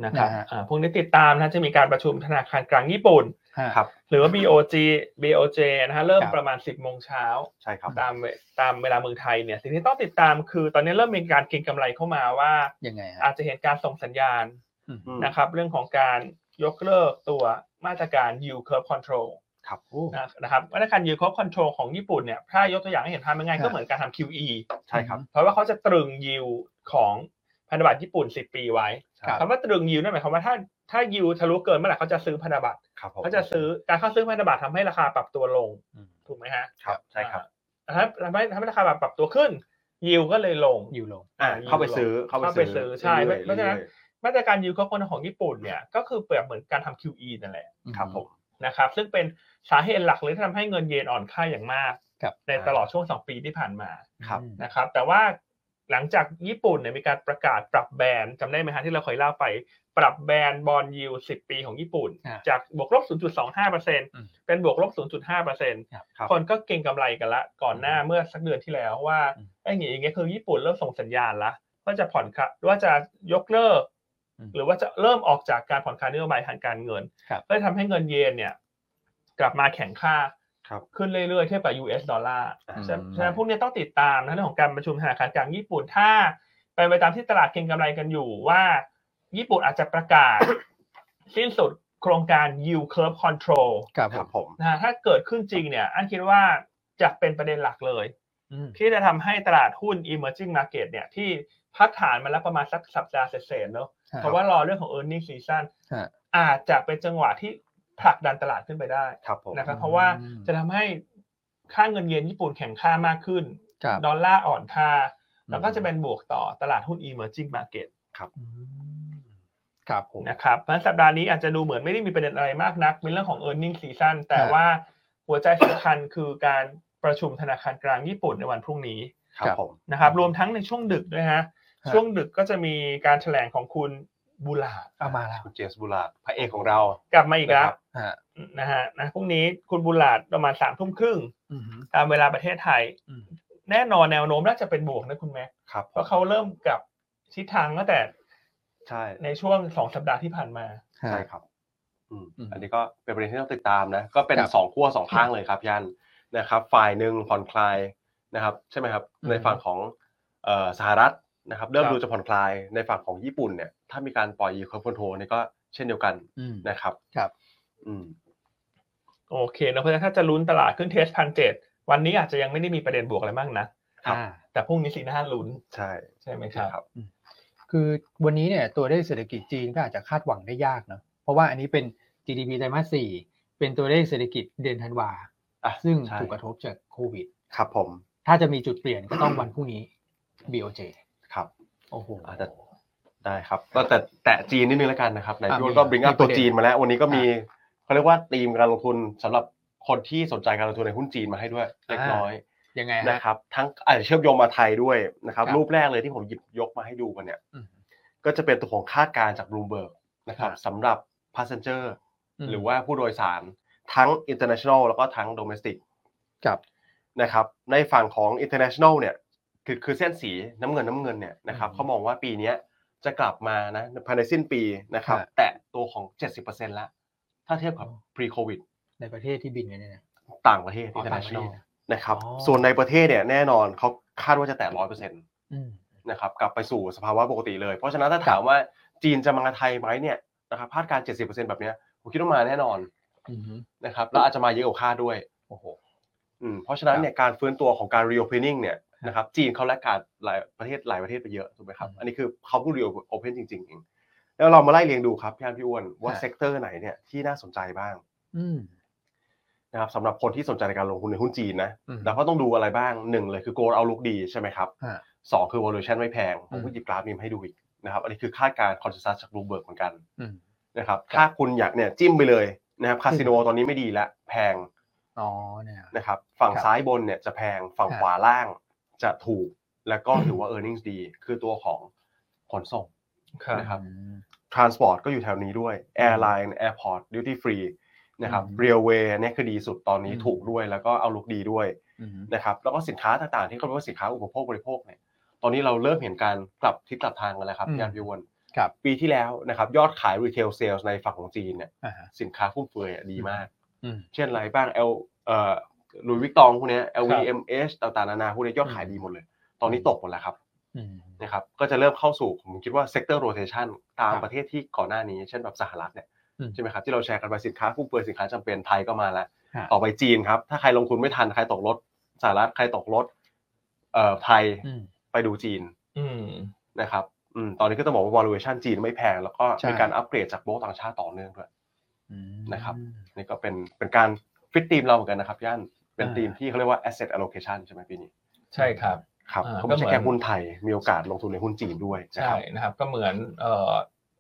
Speaker 1: นะครับ
Speaker 3: นะฮะ
Speaker 1: อ่าพวกนี้ติดตามนะจะมีการประชุมธนาคารกลางญี่ปุ่น
Speaker 3: ฮะ
Speaker 2: ครับ
Speaker 1: หรือว่า BOG BOJ นะฮะเริ่ม
Speaker 3: ครับ
Speaker 1: ประมาณ 10โมงเช้า
Speaker 2: ใช่ครับ
Speaker 1: ตามเวตามเวลาเมืองไทยเนี่ยสิ่งที่ต้องติดตามคือตอนนี้เริ่มมีการเก็งกำไรเข้ามาว่า
Speaker 3: ยังไงฮะ
Speaker 1: อาจจะเห็นการส่งสัญญาณ
Speaker 3: อืม
Speaker 1: นะครับ เรื่องของการยกเลิกตัวมาตรการ yield curve control
Speaker 2: ครับ
Speaker 1: นะนะครับมาตรการ yield curve control ของญี่ปุ่นเนี่ยถ้ายกตัวอย่างให้เห็นภาพง่ายๆก็เหมือนการทำ QE
Speaker 2: ใช่ครับ
Speaker 1: เพราะว่าเขาจะตรึง yield ของพันธบัตรญี่ปุ่น 10 ปีไว้
Speaker 3: ครับ
Speaker 1: คำว่าตรึง yield นั่นหมายความว่าถ้าถ้า yield ทะลุเกินเมื่อไหร่เขาจะซื้อพันธบัตร
Speaker 2: ครับผม
Speaker 1: เขาจะซื้อการเข้าซื้อพันธบัตรทำให้ราคาปรับตัวลง
Speaker 3: อืม
Speaker 1: ถูกไหมฮะ
Speaker 2: ครับใช่ครับ
Speaker 1: อ่าถ้าทำให้ทำให้ราคาแบบปรับตัวขึ้น ยิวก็เลยลง
Speaker 3: ยูโร
Speaker 2: อ่าเข้าไปซื้อเข้า
Speaker 1: เข้า
Speaker 2: ไป
Speaker 1: ไปซื้
Speaker 2: ซื้อ
Speaker 1: อใช่เพราะฉะนั้น มาตรการยิวก็คนของญี่ปุ่นเนี่ยก็คือเปรียบเหมือนการทำ QE นั่นแหละ
Speaker 2: ครับผม
Speaker 1: นะครับซึ่งเป็นสาเหตุหลักเลยที่ทำให้เงินเยนอ่อนค่าอย่างมาก
Speaker 3: ครับ
Speaker 1: ในตลอดช่วง 2 ปีที่ผ่านมา
Speaker 2: ครับ
Speaker 3: อืม
Speaker 1: นะครับแต่ว่าหลังจากญี่ปุ่นเนี่ยมีการประกาศปรับแบนจำได้ไหมฮะที่เราเคยเล่าไป ปรับแบนบอลยิว10 ปีของญี่ปุ่น
Speaker 3: อ่า
Speaker 1: จากบวกลบ 0.25%
Speaker 3: ม
Speaker 1: เป็นบวกลบ 0.5%
Speaker 2: ครับ
Speaker 1: คนก็เก่งกำไรกันละก่อนหน้าเมื่อสักเดือนที่แล้วว่า
Speaker 3: อืม
Speaker 1: ไอ้อย่างงี้อย่างเงี้ยคือญี่ปุ่นเริ่มส่งสัญญาณละว่าจะผ่อนคลายว่าจะยกเลิก หรือว่าจะเริ่มออกจากการผ่อนคลายนโยบายทางการเงิน
Speaker 3: ครับ
Speaker 1: ก็เลยทำให้เงินเยนเนี่ย กลับมาแข็งค่า
Speaker 2: ครับ
Speaker 1: ขึ้นเรื่อยๆเทียบกับ US ดอลลาร์
Speaker 3: อืม
Speaker 1: ฉะฉะนั้นพวกเนี้ยต้องติดตามนะเรื่องของการประชุมธนาคารกลางญี่ปุ่นถ้าไปนไปตามที่ตลาดเก็งกำไรกันอยู่ว่า ญี่ปุ่นอาจจะประกาศ *coughs* สิ้นสุดโครงการ yield curve control
Speaker 3: ครับ
Speaker 2: ค
Speaker 3: ผ
Speaker 2: รับ
Speaker 3: ม
Speaker 2: ผม
Speaker 1: นะฮะถ้าเกิดขึ้นจริงเนี่ยอันคิดว่าจะเป็นประเด็นหลักเลย
Speaker 3: อืม
Speaker 1: ที่จะทำให้ตลาดหุ้น emerging market เนี่ยที่พักฐานมาแล้วประมาณสักสัปดาห์เศษๆเนอะ
Speaker 3: ครับ
Speaker 1: เพราะว่ารอเรื่องของ e a r n i n g season
Speaker 3: ฮะ
Speaker 1: อาจจะเป็นจังหวะที่ผลักดันตลาดขึ้นไปได้
Speaker 2: ครับผม
Speaker 1: นะครับเพราะว่าจะทำให้ค่าเงินเยนญี่ปุ่นแข็งค่ามากขึ้น
Speaker 3: ครับ
Speaker 1: ดอลลาร์อ่อนค่า แล้วก็จะเป็นบวกต่อตลาดหุ้น emerging market
Speaker 3: อืมครับผม
Speaker 1: นะครับเพราะฉะนั้นสัปดาห์นี้อาจจะดูเหมือนไม่ได้มีประเด็นอะไรมากนักเป็นเรื่องของ e a r n i n g season แต่
Speaker 3: ครับ
Speaker 1: ว่าหัวใจสำคัญคือการประชุมธนาคารกลางญี่ปุ่นในวันพรุ่งนี้
Speaker 2: ครับผม
Speaker 1: นะครับรวมทั้งในช่วงดึกด้วยฮะ
Speaker 3: ฮะ
Speaker 1: ช่วงดึกก็จะมีการแถลงของคุณบูลาด
Speaker 3: เอามาแล้ว
Speaker 2: คุณเจมส์บูลาดพระเอกของเรา
Speaker 1: กลับมาอีกแล้ว
Speaker 2: ครับ
Speaker 3: ฮะ
Speaker 1: นะฮะนะพรุ่งนี้คุณบูลาดประมาณสามทุ่มครึ่ง
Speaker 3: อืมฮึ
Speaker 1: ตามเวลาประเทศไทย
Speaker 3: อืม
Speaker 1: แน่นอนแนวโน้มน่าจะเป็นบวกนะคุณแม่
Speaker 2: ครับ
Speaker 1: เพราะเขาเริ่มกลับทิศทางตั้งแต่
Speaker 2: ใช่
Speaker 1: ในช่วงสองสัปดาห์ที่ผ่านมา
Speaker 3: ฮะ
Speaker 2: ใช่ครับอืม
Speaker 3: อืม
Speaker 2: อันนี้ก็เป็นประเด็นที่ต้องติดตามนะ ก็เป็น
Speaker 3: ครับ
Speaker 2: สองขั้วสองข้างเลยครับยันนะครับ ฝ่ายหนึ่งผ่อนคลายนะครับ ใช่ไหมครับ
Speaker 3: อืม
Speaker 2: ในฝั่งของเอ่อสหรัฐนะครับ เริ่ม
Speaker 1: ครับ
Speaker 2: ดูจะผ่อนคลายในฝั่งของญี่ปุ่นเนี่ย ถ้ามีการปล่อยยีคอนโทรนี่ก็เช่นเดียวกัน
Speaker 3: อืม
Speaker 2: นะครับ
Speaker 3: ครับ
Speaker 2: อืม
Speaker 1: โอเคนะเพราะฉะนั้นถ้าจะลุ้นตลาดขึ้นเทสพันเจ็ดวันนี้อาจจะยังไม่ได้มีประเด็นบวกอะไรมากนะ
Speaker 2: ครับ
Speaker 3: อ่า
Speaker 1: แต่พรุ่งนี้สีหน้าลุ้น
Speaker 2: ใช่
Speaker 1: ใช่ไหมค
Speaker 2: นะ
Speaker 1: รับ
Speaker 2: ครับ
Speaker 3: คือวันนี้เนี่ยตัวเลขเศรษฐกิจจีนก็อาจจะคาดหวังได้ยากเนอะเพราะว่าอันนี้เป็น GDP ไตรมาสสี่เป็นตัวเลขเศรษฐกิจเดือนธันวา
Speaker 2: อ่ะ
Speaker 3: ซึ่ง
Speaker 2: ใช่
Speaker 3: ถูกกระทบจากโควิด
Speaker 2: ครับผม
Speaker 3: ถ้าจะมีจุดเปลี่ยนก็ต้องวันพรุ่งนี้ BOJ
Speaker 2: ครับ
Speaker 3: โอ้โห
Speaker 2: อาจจะได้ครับก็แต่แตะจีนนิดนึงแล้วกันนะครับไหน
Speaker 3: อ่ะ
Speaker 2: พี่อ้วนก็
Speaker 3: มี
Speaker 2: บิงอั
Speaker 3: มี
Speaker 2: พ
Speaker 3: ป
Speaker 2: ตั
Speaker 3: ระ
Speaker 2: ว
Speaker 3: เด็น
Speaker 2: จีนมาแล้ว วันนี้ก็มีเขาเรียกว่าธีมการลงทุนสำหรับคนที่สนใจการลงทุนในหุ้นจีนมาให้ด้วยเล็ก
Speaker 3: อ่า
Speaker 2: น้อย
Speaker 3: ยังไงฮะ
Speaker 2: นะครับทั้งอาจจะเชื่อมโยงมาไทยด้วยนะครับ
Speaker 3: ครับ
Speaker 2: รูปแรกเลยที่ผมหยิบยกมาให้ดูกันเนี่ย
Speaker 3: อืม
Speaker 2: ก็จะเป็นตัวของคาดการณ์จากบลูเบิร์กนะครับสำหรับ passenger หรือว่าผู้โดยสารทั้ง international แล้วก็ทั้ง domestic
Speaker 3: กับ
Speaker 2: นะครับในฝั่งของ international เนี่ยคือคือเส้นสีน้ำเงินน้ำเงินเนี่ยนะครับ
Speaker 3: อืม
Speaker 2: เขามองว่าปีเนี้ยจะกลับมานะภายในสิ้นปีนะครับ
Speaker 3: ครับ
Speaker 2: แตะตัวของ 70%แล้ว ถ้าเทียบกับ pre covid
Speaker 3: ในประเทศที่บินกันเนี่ยนะ
Speaker 2: ต่างประเทศ
Speaker 3: อ๋อต่างประเท
Speaker 2: international
Speaker 3: ศนะ
Speaker 2: นะครับ
Speaker 3: อ๋อ
Speaker 2: ส่วนในประเทศเนี่ยแน่นอนเขาคาดว่าจะแตะ 100%
Speaker 3: อืม
Speaker 2: นะครับกลับไปสู่สภาวะปกติเลย เพราะฉะนั้นถ้าถามว่าจีนจะมาไทยไหมเนี่ยนะครับคาดการณ์70%แบบเนี้ยผมคิดว่ามาแน่นอน
Speaker 3: อืมฮึ
Speaker 2: นะครับแล้วอาจจะมาเยอะกว่าคาดด้วย
Speaker 3: โอ้โห
Speaker 2: อืมเพราะฉะนั้นเนี่ยการฟื้นตัวของการ reopening เนี่ยนะครับจีนเขาแลกการหลายประเทศหลายประเทศไปเยอะถูกไหมครับ
Speaker 3: อืม
Speaker 2: อันนี้คือเขาเพิ่ง reopen จริงๆเองแล้วเรามาไล่เรียงดูครับพี่อันพี่อ้วนว่า
Speaker 3: ฮะ
Speaker 2: เซกเตอร์ไหนเนี่ยที่น่าสนใจบ้าง
Speaker 3: อืม
Speaker 2: นะครับสำหรับคนที่สนใจในการลงทุนในหุ้นจีนนะ
Speaker 3: อืม
Speaker 2: เราก็ต้องดูอะไรบ้างหนึ่งเลยคือ goal outlook ดีใช่ไหมครับ
Speaker 3: ฮะ
Speaker 2: สองคือ valuation ไม่แพง ผมก็
Speaker 3: อืม
Speaker 2: หยิบกราฟนี้มาให้ดูอีกนะครับ อันนี้คือคาดการณ์ consensus จาก Bloomberg เหมือนกัน
Speaker 3: อืม
Speaker 2: นะครับ
Speaker 3: ครับ
Speaker 2: ถ้าคุณอยากเนี่ยจิ้มไปเลยนะครับคาสิโนตอนนี้ไม่ดีละแพง
Speaker 3: อ๋อเนี่ย
Speaker 2: นะครับ ฝั่ง
Speaker 3: ครับ
Speaker 2: ซ้ายบนเนี่ยจะแพง ฝั่ง
Speaker 3: ครับ
Speaker 2: ขวาล่างจะถูก แล้วก็ถือว่า earnings ดี คือตัวของขนส่ง
Speaker 1: ครับ
Speaker 2: นะครับ
Speaker 3: อืม
Speaker 2: transport ก็อยู่แถวนี้ด้วย airline airport duty free นะครับ
Speaker 3: อืม
Speaker 2: railway เนี่ยคือดีสุดตอนนี้
Speaker 3: อืม
Speaker 2: ถูกด้วย แล้วก็เอาลุกดีด้วย
Speaker 3: อืม
Speaker 2: นะครับแล้วก็สินค้าต่างๆที่เขาเรียกว่าสินค้าอุปโภคบริโภคเนี่ยตอนนี้เราเริ่มเห็นการกลับทิศกลับทางกันแล้วครับ
Speaker 3: อืม
Speaker 2: ยานพิวน
Speaker 3: ครับ
Speaker 2: ปีที่แล้วนะครับยอดขายรีเทลเซลส์ในฝั่งของจีนเนี่ย
Speaker 3: อ่าฮะ
Speaker 2: สินค้าฟุ่มเฟือยอะดีมาก
Speaker 3: อืม
Speaker 2: เช่นอะไรบ้าง L เอ่อลุยวิกตองพวกเนี้ย
Speaker 1: ครับ
Speaker 2: LVMH ต่างๆนานาพวกเนี้ยยอดขายดีหมดเลย ตอนนี้ตกหมดแล้วครับ
Speaker 3: อืม
Speaker 2: นะครับก็จะเริ่มเข้าสู่ผมคิดว่าเซกเตอร์โรเ t ชันตาม
Speaker 3: ครับ
Speaker 2: ประเทศที่ก่อนหน้านี้ เช่นแบบสหรัฐเนี่ย
Speaker 3: อืม
Speaker 2: ใช่ไหมครับที่เราแชร์กันไปสินค้าฟุ่มเฟือยสินค้าจำเป็นไทยก็มาแล้ว
Speaker 3: ฮะ
Speaker 2: ต่อไปจีนครับ ถ้าใครลงทุนไม่ทัน ใครตกรถสหรัฐใครตกรถเอ่อไทย
Speaker 3: อืม
Speaker 2: ไปดูจีน
Speaker 1: อืม
Speaker 2: นะครับอืมตอนนี้ก็ต้องบอกว่า valuation จีนไม่แพง แล้วก็
Speaker 3: ใช่
Speaker 2: มีการอัปเกรดจากโบกต่างชาติต่อเนื่องด้วย
Speaker 3: อืม
Speaker 2: นะครับ นี่ก็เป็นเป็นการฟิตทีมเราเหมือนกันนะครับย่านเป็น
Speaker 3: อ่า
Speaker 2: ทีมที่เขาเรียกว่า asset allocation ใช่ไหมปีนี้
Speaker 1: ใช่ครับ
Speaker 2: ครับ
Speaker 1: อ่า
Speaker 2: เขาไม่ใช่
Speaker 1: ก็เหมือน
Speaker 2: แค่หุ้นไทยมีโอกาสลงทุนในหุ้นจีนด้วยนะ
Speaker 1: ใช่
Speaker 2: ครับ
Speaker 1: นะครับ ก็เหมือนเอ่อ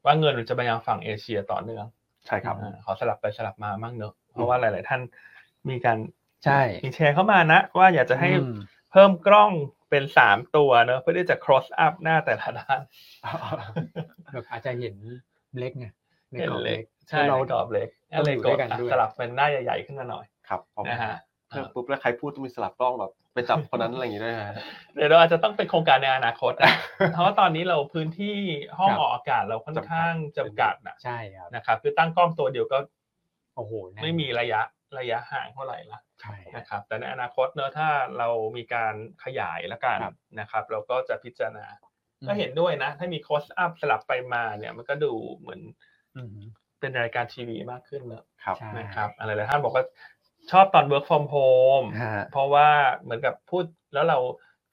Speaker 1: ว่าเงินมันจะไปยังฝั่งเอเชียต่อเนื่อง
Speaker 2: ใช่ครับ
Speaker 1: อ่าขอสลับไปสลับมาบ้างเนอะเพราะว่าหลาย ๆ ท่านมีการ
Speaker 3: ใช่
Speaker 1: มีแชร์เข้ามานะ ว่าอยากจะให้
Speaker 3: อืม
Speaker 1: เพิ่มกล้องเป็นสามตัวเนอะเพื่อที่จะ cross up หน้าแต่ละด้าน
Speaker 3: แบบอาจจะเห็นเล็กไงใน
Speaker 1: เห็น
Speaker 3: กรอบ
Speaker 1: เล็
Speaker 3: เล็
Speaker 1: ก
Speaker 3: ก
Speaker 1: ใช่
Speaker 3: แล้ว
Speaker 1: เรา
Speaker 3: เรา
Speaker 1: กรอบเล็ก
Speaker 3: เรา
Speaker 1: เลย
Speaker 3: อยู่
Speaker 1: ก
Speaker 3: ด้
Speaker 1: ด
Speaker 3: วยกัน
Speaker 1: อ่ะ
Speaker 3: ด้วย
Speaker 1: สลับเป็นหน้าใหญ่ๆขึ้นมาหน่อย
Speaker 2: *laughs* ครับพอ
Speaker 1: นะฮะ
Speaker 2: เพิ่มปุ๊บแล้วใครพูดต้องมีสลับกล้องแบบไปจับคนนั้นอะไรอย่างงี้ด้วยนะฮะ
Speaker 1: เดี๋ยวเราอาจจะต้องเป็นโครงการในอนาคตนะ เพราะว่าตอนนี้เราพื้นที่ห้อง
Speaker 3: ครับ
Speaker 1: ออกอากาศเราค่อนข้างจำ
Speaker 2: จำกั
Speaker 1: กัด
Speaker 2: ด
Speaker 1: นะ
Speaker 3: ใช่ครับ
Speaker 1: นะครับคือตั้งกล้องตัวเดียวก็
Speaker 3: โอ้โหแน่น
Speaker 1: ไม่มีระยะระยะห่างเท่าไหร่ละ
Speaker 3: ใช่ครับ
Speaker 1: นะครับ แต่ในอนาคตเนอะถ้าเรามีการขยายละกัน
Speaker 3: ครับ
Speaker 1: นะครับ เราก็จะพิจารณาก็เห็นด้วยนะ ถ้ามีโคสอัพสลับไปมาเนี่ยมันก็ดูเหมือน
Speaker 3: อืม
Speaker 1: เป็นรายการทีวีมากขึ้นเนอะ
Speaker 2: ครับ
Speaker 3: ใช่
Speaker 1: นะครับอะไรหลายท่านบอกว่าชอบตอน work from home
Speaker 3: ฮะ
Speaker 1: เพราะว่าเหมือนกับพูดแล้วเรา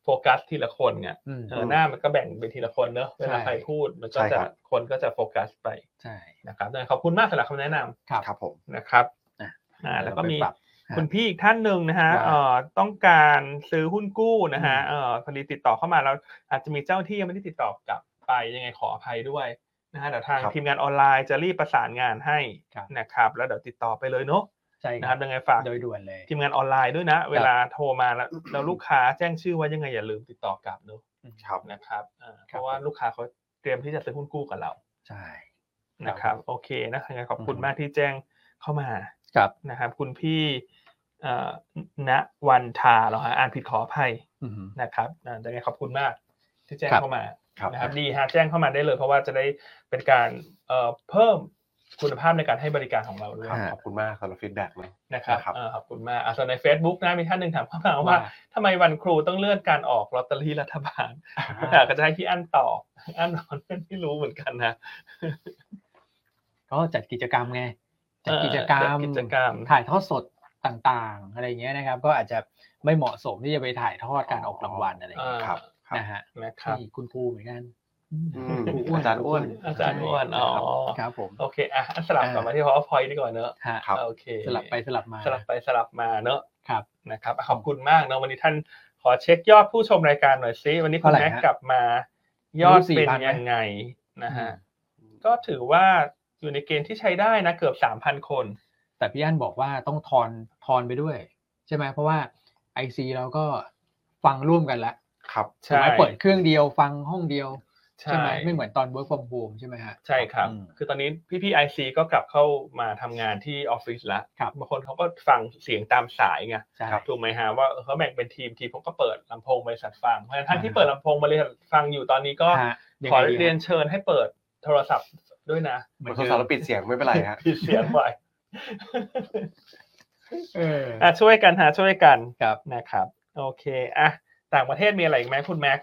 Speaker 1: โฟกัสทีละคนไง
Speaker 3: อืม
Speaker 1: เออหน้ามันก็แบ่งเป็นทีละคนเนอะเวลา
Speaker 3: ใช่
Speaker 1: ใครพูดมันก็
Speaker 2: ใช่
Speaker 1: จะ
Speaker 2: ครับ
Speaker 1: คนก็จะโฟกัสไป
Speaker 3: ใช่
Speaker 1: นะครับดังนั้นขอบคุณมากสำหรับคำแนะนำ
Speaker 3: ครับ
Speaker 2: ครับผม
Speaker 1: นะครับ
Speaker 3: อ่ะ
Speaker 1: อ่าแล้วก็
Speaker 3: เดี๋ย
Speaker 1: มี
Speaker 3: ไปปรับ
Speaker 1: คุณพี่อีกท่านหนึ่งนะฮะ
Speaker 3: ได้
Speaker 1: เอ่อต้องการซื้อหุ้นกู้นะฮะ
Speaker 3: อืม
Speaker 1: เอ่อพอดีติดต่อเข้ามาแล้วอาจจะมีเจ้าที่ยังไม่ได้ติดต่อกลับไปยังไงขออภัยด้วยนะฮะเดี๋ยวทาง
Speaker 2: ครับ
Speaker 1: ทีมงานออนไลน์จะรีบประสานงานให้นะครับ แล้วเดี๋ยวติดต่อไปเลยเนอะ
Speaker 3: ใช่
Speaker 1: นะ
Speaker 3: ค
Speaker 1: ค
Speaker 3: รั
Speaker 1: รั
Speaker 3: บบ
Speaker 1: ยังไงฝาก
Speaker 3: โดยด่วนเลย
Speaker 1: ทีมงานออนไลน์ด้วยนะ เวลาโทรมาแล้วแล้วลูกค้าแจ้งชื่อว่ายังไงอย่าลืมติดต่อกลับเนอะ
Speaker 2: ครับ
Speaker 1: นะครับอ่า
Speaker 3: ค
Speaker 1: เพ
Speaker 3: รับ
Speaker 1: ราะว่าลูกค้าเขาเตรียมที่จะซื้อหุ้นกู้กับเรา
Speaker 3: ใช่
Speaker 1: นะครับ โอเคนะยังไงขอบคุณ
Speaker 3: อือฮึ
Speaker 1: มากที่แจ้งเข้ามา
Speaker 3: ครับ
Speaker 1: นะครับ คุณพี่เอ่อณวันทาเหรอฮะอ่านผิดขออภัย
Speaker 3: อืม
Speaker 1: นะครับอ่ายังไงขอบคุณมากที่แจ้ง
Speaker 3: ครับ
Speaker 1: เข้ามา
Speaker 2: ครับ
Speaker 1: นะครับดีฮะแจ้งเข้ามาได้เลย เพราะว่าจะได้เป็นการเอ่อเพิ่มคุณภาพในการให้บริการของเราด้วย
Speaker 2: ขอบคุณมากสำหรับฟีดแบ็กนะ
Speaker 1: นะครับ
Speaker 2: นะครับ
Speaker 1: เออขอบคุณมากอ่ะส่วนใน Facebook นะมีท่านหนึ่งถามเข้ามาว่าทำไมวันครูต้องเลื่อนการออกลอตเตอรี่รัฐบาลอยากจะให้พี่อั้นตอบอั้นนอนไม่รู้เหมือนกันนะ
Speaker 3: ก็จัดกิจกรรมไง จัดกิจกรร
Speaker 1: เอ
Speaker 3: ม
Speaker 1: อจัดกิจกรรม
Speaker 3: ถ่ายทอดสดต่างๆ อะไรอย่างเงี้ยนะครับ ก็อาจจะไม่เหมาะสมที่จะไปถ่ายทอดการออกรางวัลอะไรอย่างเงี้ย
Speaker 1: อ่า
Speaker 2: ครับครับ
Speaker 3: นะฮะ
Speaker 1: นะครับ
Speaker 3: นี่คุณครูเหมือนกัน
Speaker 2: อืม
Speaker 3: ครู
Speaker 2: อาจารย์อ้วน
Speaker 1: อาจารย์อ้วนอ๋อ
Speaker 3: ครับผม
Speaker 1: โอเคอ่ะอันสลับกลับมาที่ PowerPoint ดีกว่าเนอะ
Speaker 3: ฮะ
Speaker 2: ครับ
Speaker 1: โอเค
Speaker 3: สลับไปสลับมา
Speaker 1: สลับไปสลับมาเนอะ
Speaker 3: ครับ
Speaker 1: นะครับอ่ะขอบคุณมากเนอะวันนี้ท่านขอเช็คยอดผู้ชมรายการหน่อยซิวันนี้คุณ
Speaker 3: เท่าไหร่
Speaker 1: แม็ก
Speaker 3: ฮะ
Speaker 1: กลับมา ยอด
Speaker 3: รู้สึก
Speaker 1: เป็น
Speaker 3: 4,000ไหม
Speaker 1: ยังไงนะฮะ ก็ถือว่าอยู่ในเกณฑ์ที่ใช้ได้นะเกือบสามพันคน
Speaker 3: แต่พี่อั้นบอกว่าต้องทอนทอนไปด้วย ใช่ไหมเพราะว่าไอซีเราก็ ฟังร่วมกันแล้ว
Speaker 2: ครับ
Speaker 1: ใช่
Speaker 3: ไหมเปิดเครื่องเดียวฟังห้องเดียว ใช่
Speaker 1: ใช่
Speaker 3: ไหมไม่เหมือนตอน work from home ใช่ไหมฮะ
Speaker 1: ใช่ครับ
Speaker 3: อืม
Speaker 1: คือตอนนี้พี่พี่ไอซีก็กลับเข้ามาทำงานที่ออฟฟิศละ
Speaker 3: ครับ
Speaker 1: บางคนเขาก็ฟังเสียงตามสายไง
Speaker 3: ใช่
Speaker 1: ถูกไหมฮะว่าเออเขาแบ่งเป็นทีมทีมผมก็เปิดลำโพงบริษัทฟังเพราะฉะนั้นท่าน
Speaker 3: อ่า
Speaker 1: ที่เปิดลำโพงบริษัทฟังอยู่ตอนนี้ก็
Speaker 3: ฮะยัง
Speaker 1: ขอ
Speaker 3: ไงดี
Speaker 1: เรีย
Speaker 3: ฮะ
Speaker 1: นเชิญให้เปิดโทรศัพท์ด้วยนะ
Speaker 3: เหมื
Speaker 2: เปิ
Speaker 3: อ
Speaker 2: ด
Speaker 3: น
Speaker 2: โทร
Speaker 3: เดิม
Speaker 2: ศัพท์แล้วปิดเสียงไม่เป็นไรฮะ
Speaker 1: ผิดเสียงไป
Speaker 3: เออ
Speaker 1: อ่ะช่วยกันหาช่วยกัน
Speaker 3: ครับ
Speaker 1: นะครับ โอเคอ่ะต่างประเทศมีอะไรอีกไหมคุณแม็ก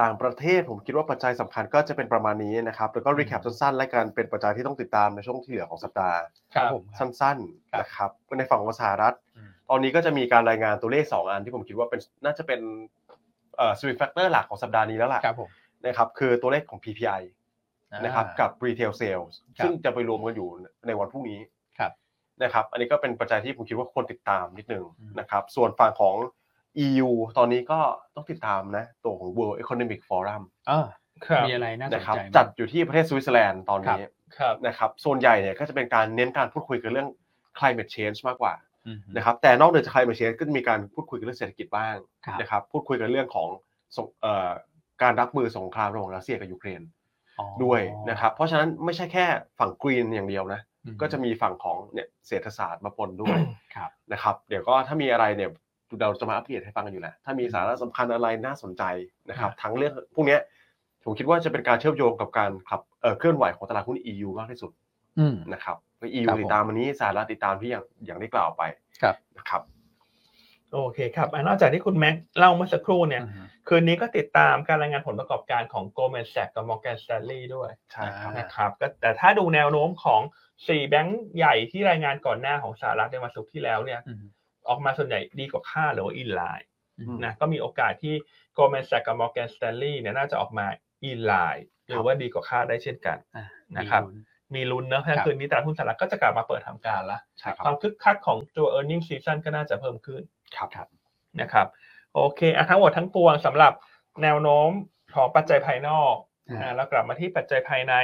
Speaker 2: ต่างประเทศผมคิดว่าปัจจัยสำคัญก็จะเป็นประมาณนี้นะครับ แล้วก็รีแคปสั้นๆและการเป็นปัจจัยที่ต้องติดตามในช่วงที่เหลือของสัปดาห์
Speaker 3: ครับผมครับ
Speaker 2: สั้น
Speaker 3: ครับ
Speaker 2: ๆนะครับในฝั่งของสหรัฐ
Speaker 3: อืม
Speaker 2: ตอนนี้ก็จะมีการรายงานตัวเลข 2 อันที่ผมคิดว่าเป็นน่าจะเป็นเอ่อสวิตแฟกเตอร์หลักของสัปดาห์นี้แล้วล่ะ
Speaker 3: ครับผม
Speaker 2: นะครับคือตัวเลขของ PPI
Speaker 3: อ่า
Speaker 2: นะครับกับ retail sales
Speaker 3: ครับ
Speaker 2: ซึ่งจะไปรวมกันอยู่ในวันพรุ่งนี้
Speaker 3: ครับ
Speaker 2: นะครับอันนี้ก็เป็นปัจจัยที่ผมคิดว่าควรติดตามนิดนึง
Speaker 3: อืม
Speaker 2: นะครับส่วนฝั่งของ EU ตอนนี้ก็ต้องติดตามนะตัวของ World Economic Forum
Speaker 3: เออ
Speaker 1: ครับ
Speaker 3: มีอะไรน่าสน
Speaker 2: นะครับ
Speaker 3: ใจบ้าง
Speaker 2: จัดอยู่ที่ประเทศสวิตเซอร์แลนด์ตอนนี้
Speaker 1: ครับ
Speaker 2: นะครับส่วนใหญ่เนี่ยก็จะเป็นการเน้นการพูดคุยกันเรื่อง climate change มากกว่า
Speaker 3: อืม
Speaker 2: นะครับแต่นอกเหนือจาก climate change ก็จะมีการพูดคุยกันเรื่องเศรษฐกิจบ้าง
Speaker 3: ครับ
Speaker 2: นะครับพูดคุยกันเรื่องของสงเอ่อการรับมือสงครามระหว่างรัสเซียกับยูเครน
Speaker 3: อ๋อ
Speaker 2: ด้วยนะครับเพราะฉะนั้นไม่ใช่แค่ฝั่งกรีนอย่างเดียวนะ
Speaker 3: อืม
Speaker 2: ก็จะมีฝั่งของเนี่ยเศรษฐศาสตร์มาปน
Speaker 3: *coughs*
Speaker 2: ด้วย
Speaker 3: ครับ
Speaker 2: นะครับเดี๋ยวก็ถ้ามีอะไรเนี่ยเราจะมาอัปเดตให้ฟังกันอยู่แหละถ้ามีสาระสำคัญอะไรน่าสนใจนะครับ
Speaker 3: ครับ
Speaker 2: ทั้งเรื่องพวกเนี้ยผมคิดว่าจะเป็นการเชื่อมโยงกับการขับเอ่อเคลื่อนไหวของตลาดหุ้น EU มากที่สุด
Speaker 3: อืม
Speaker 2: นะครับก็ EU
Speaker 3: ครับผม
Speaker 2: ติดตามอันนี้สหรัฐติดตามที่อย่างอย่างได้กล่าวไป
Speaker 3: ครับ
Speaker 2: นะครับ
Speaker 1: โอเคครับอ่ะนอกจากที่คุณแม็กเล่าเมื่อสักครู่เนี่ย
Speaker 3: อืม
Speaker 1: คืนนี้ก็ติดตามการรายงานผลประกอบการของ Goldman Sachs กับ Morgan Stanley ด้วย
Speaker 2: ใช่ครับ
Speaker 3: อ่า
Speaker 1: นะครับก็แต่ถ้าดูแนวโน้มของ 4 แบงก์ใหญ่ที่รายงานก่อนหน้าของสหรัฐในวันศุกร์ที่แล้วเนี่ย
Speaker 3: อืม
Speaker 1: ออกมาส่วนใหญ่ดีกว่าคาดหรือว่าอินไลน์
Speaker 3: อืม
Speaker 1: นะก็มีโอกาสที่ Goldman Sachs กับ Morgan Stanley เนี่ยน่าจะออกมาอินไลน์หรือว่าดีกว่าคาดได้เช่นกัน
Speaker 3: อ่า
Speaker 1: นะครับ
Speaker 3: มีลุ้
Speaker 1: มีลุ้นเนอะเพราะฉะ
Speaker 3: ครับ
Speaker 1: นั้นคืนนี้ตลาดหุ้นสหรัฐก็จะกลับมาเปิดทำการละ
Speaker 2: ใช่ค
Speaker 1: ควา
Speaker 2: รับ
Speaker 1: มคึกคักของตัว e a r n i n g season ก็น่าจะเพิ่มขึ้น
Speaker 2: ครับ
Speaker 1: นะครับโอเคอ่ะทั้งหมดทั้งปวงสำหรับแนวโน้มของปัจจัยภายนอก
Speaker 3: อ่า
Speaker 1: อ่าเรากลับมาที่ปัจจัยภายใน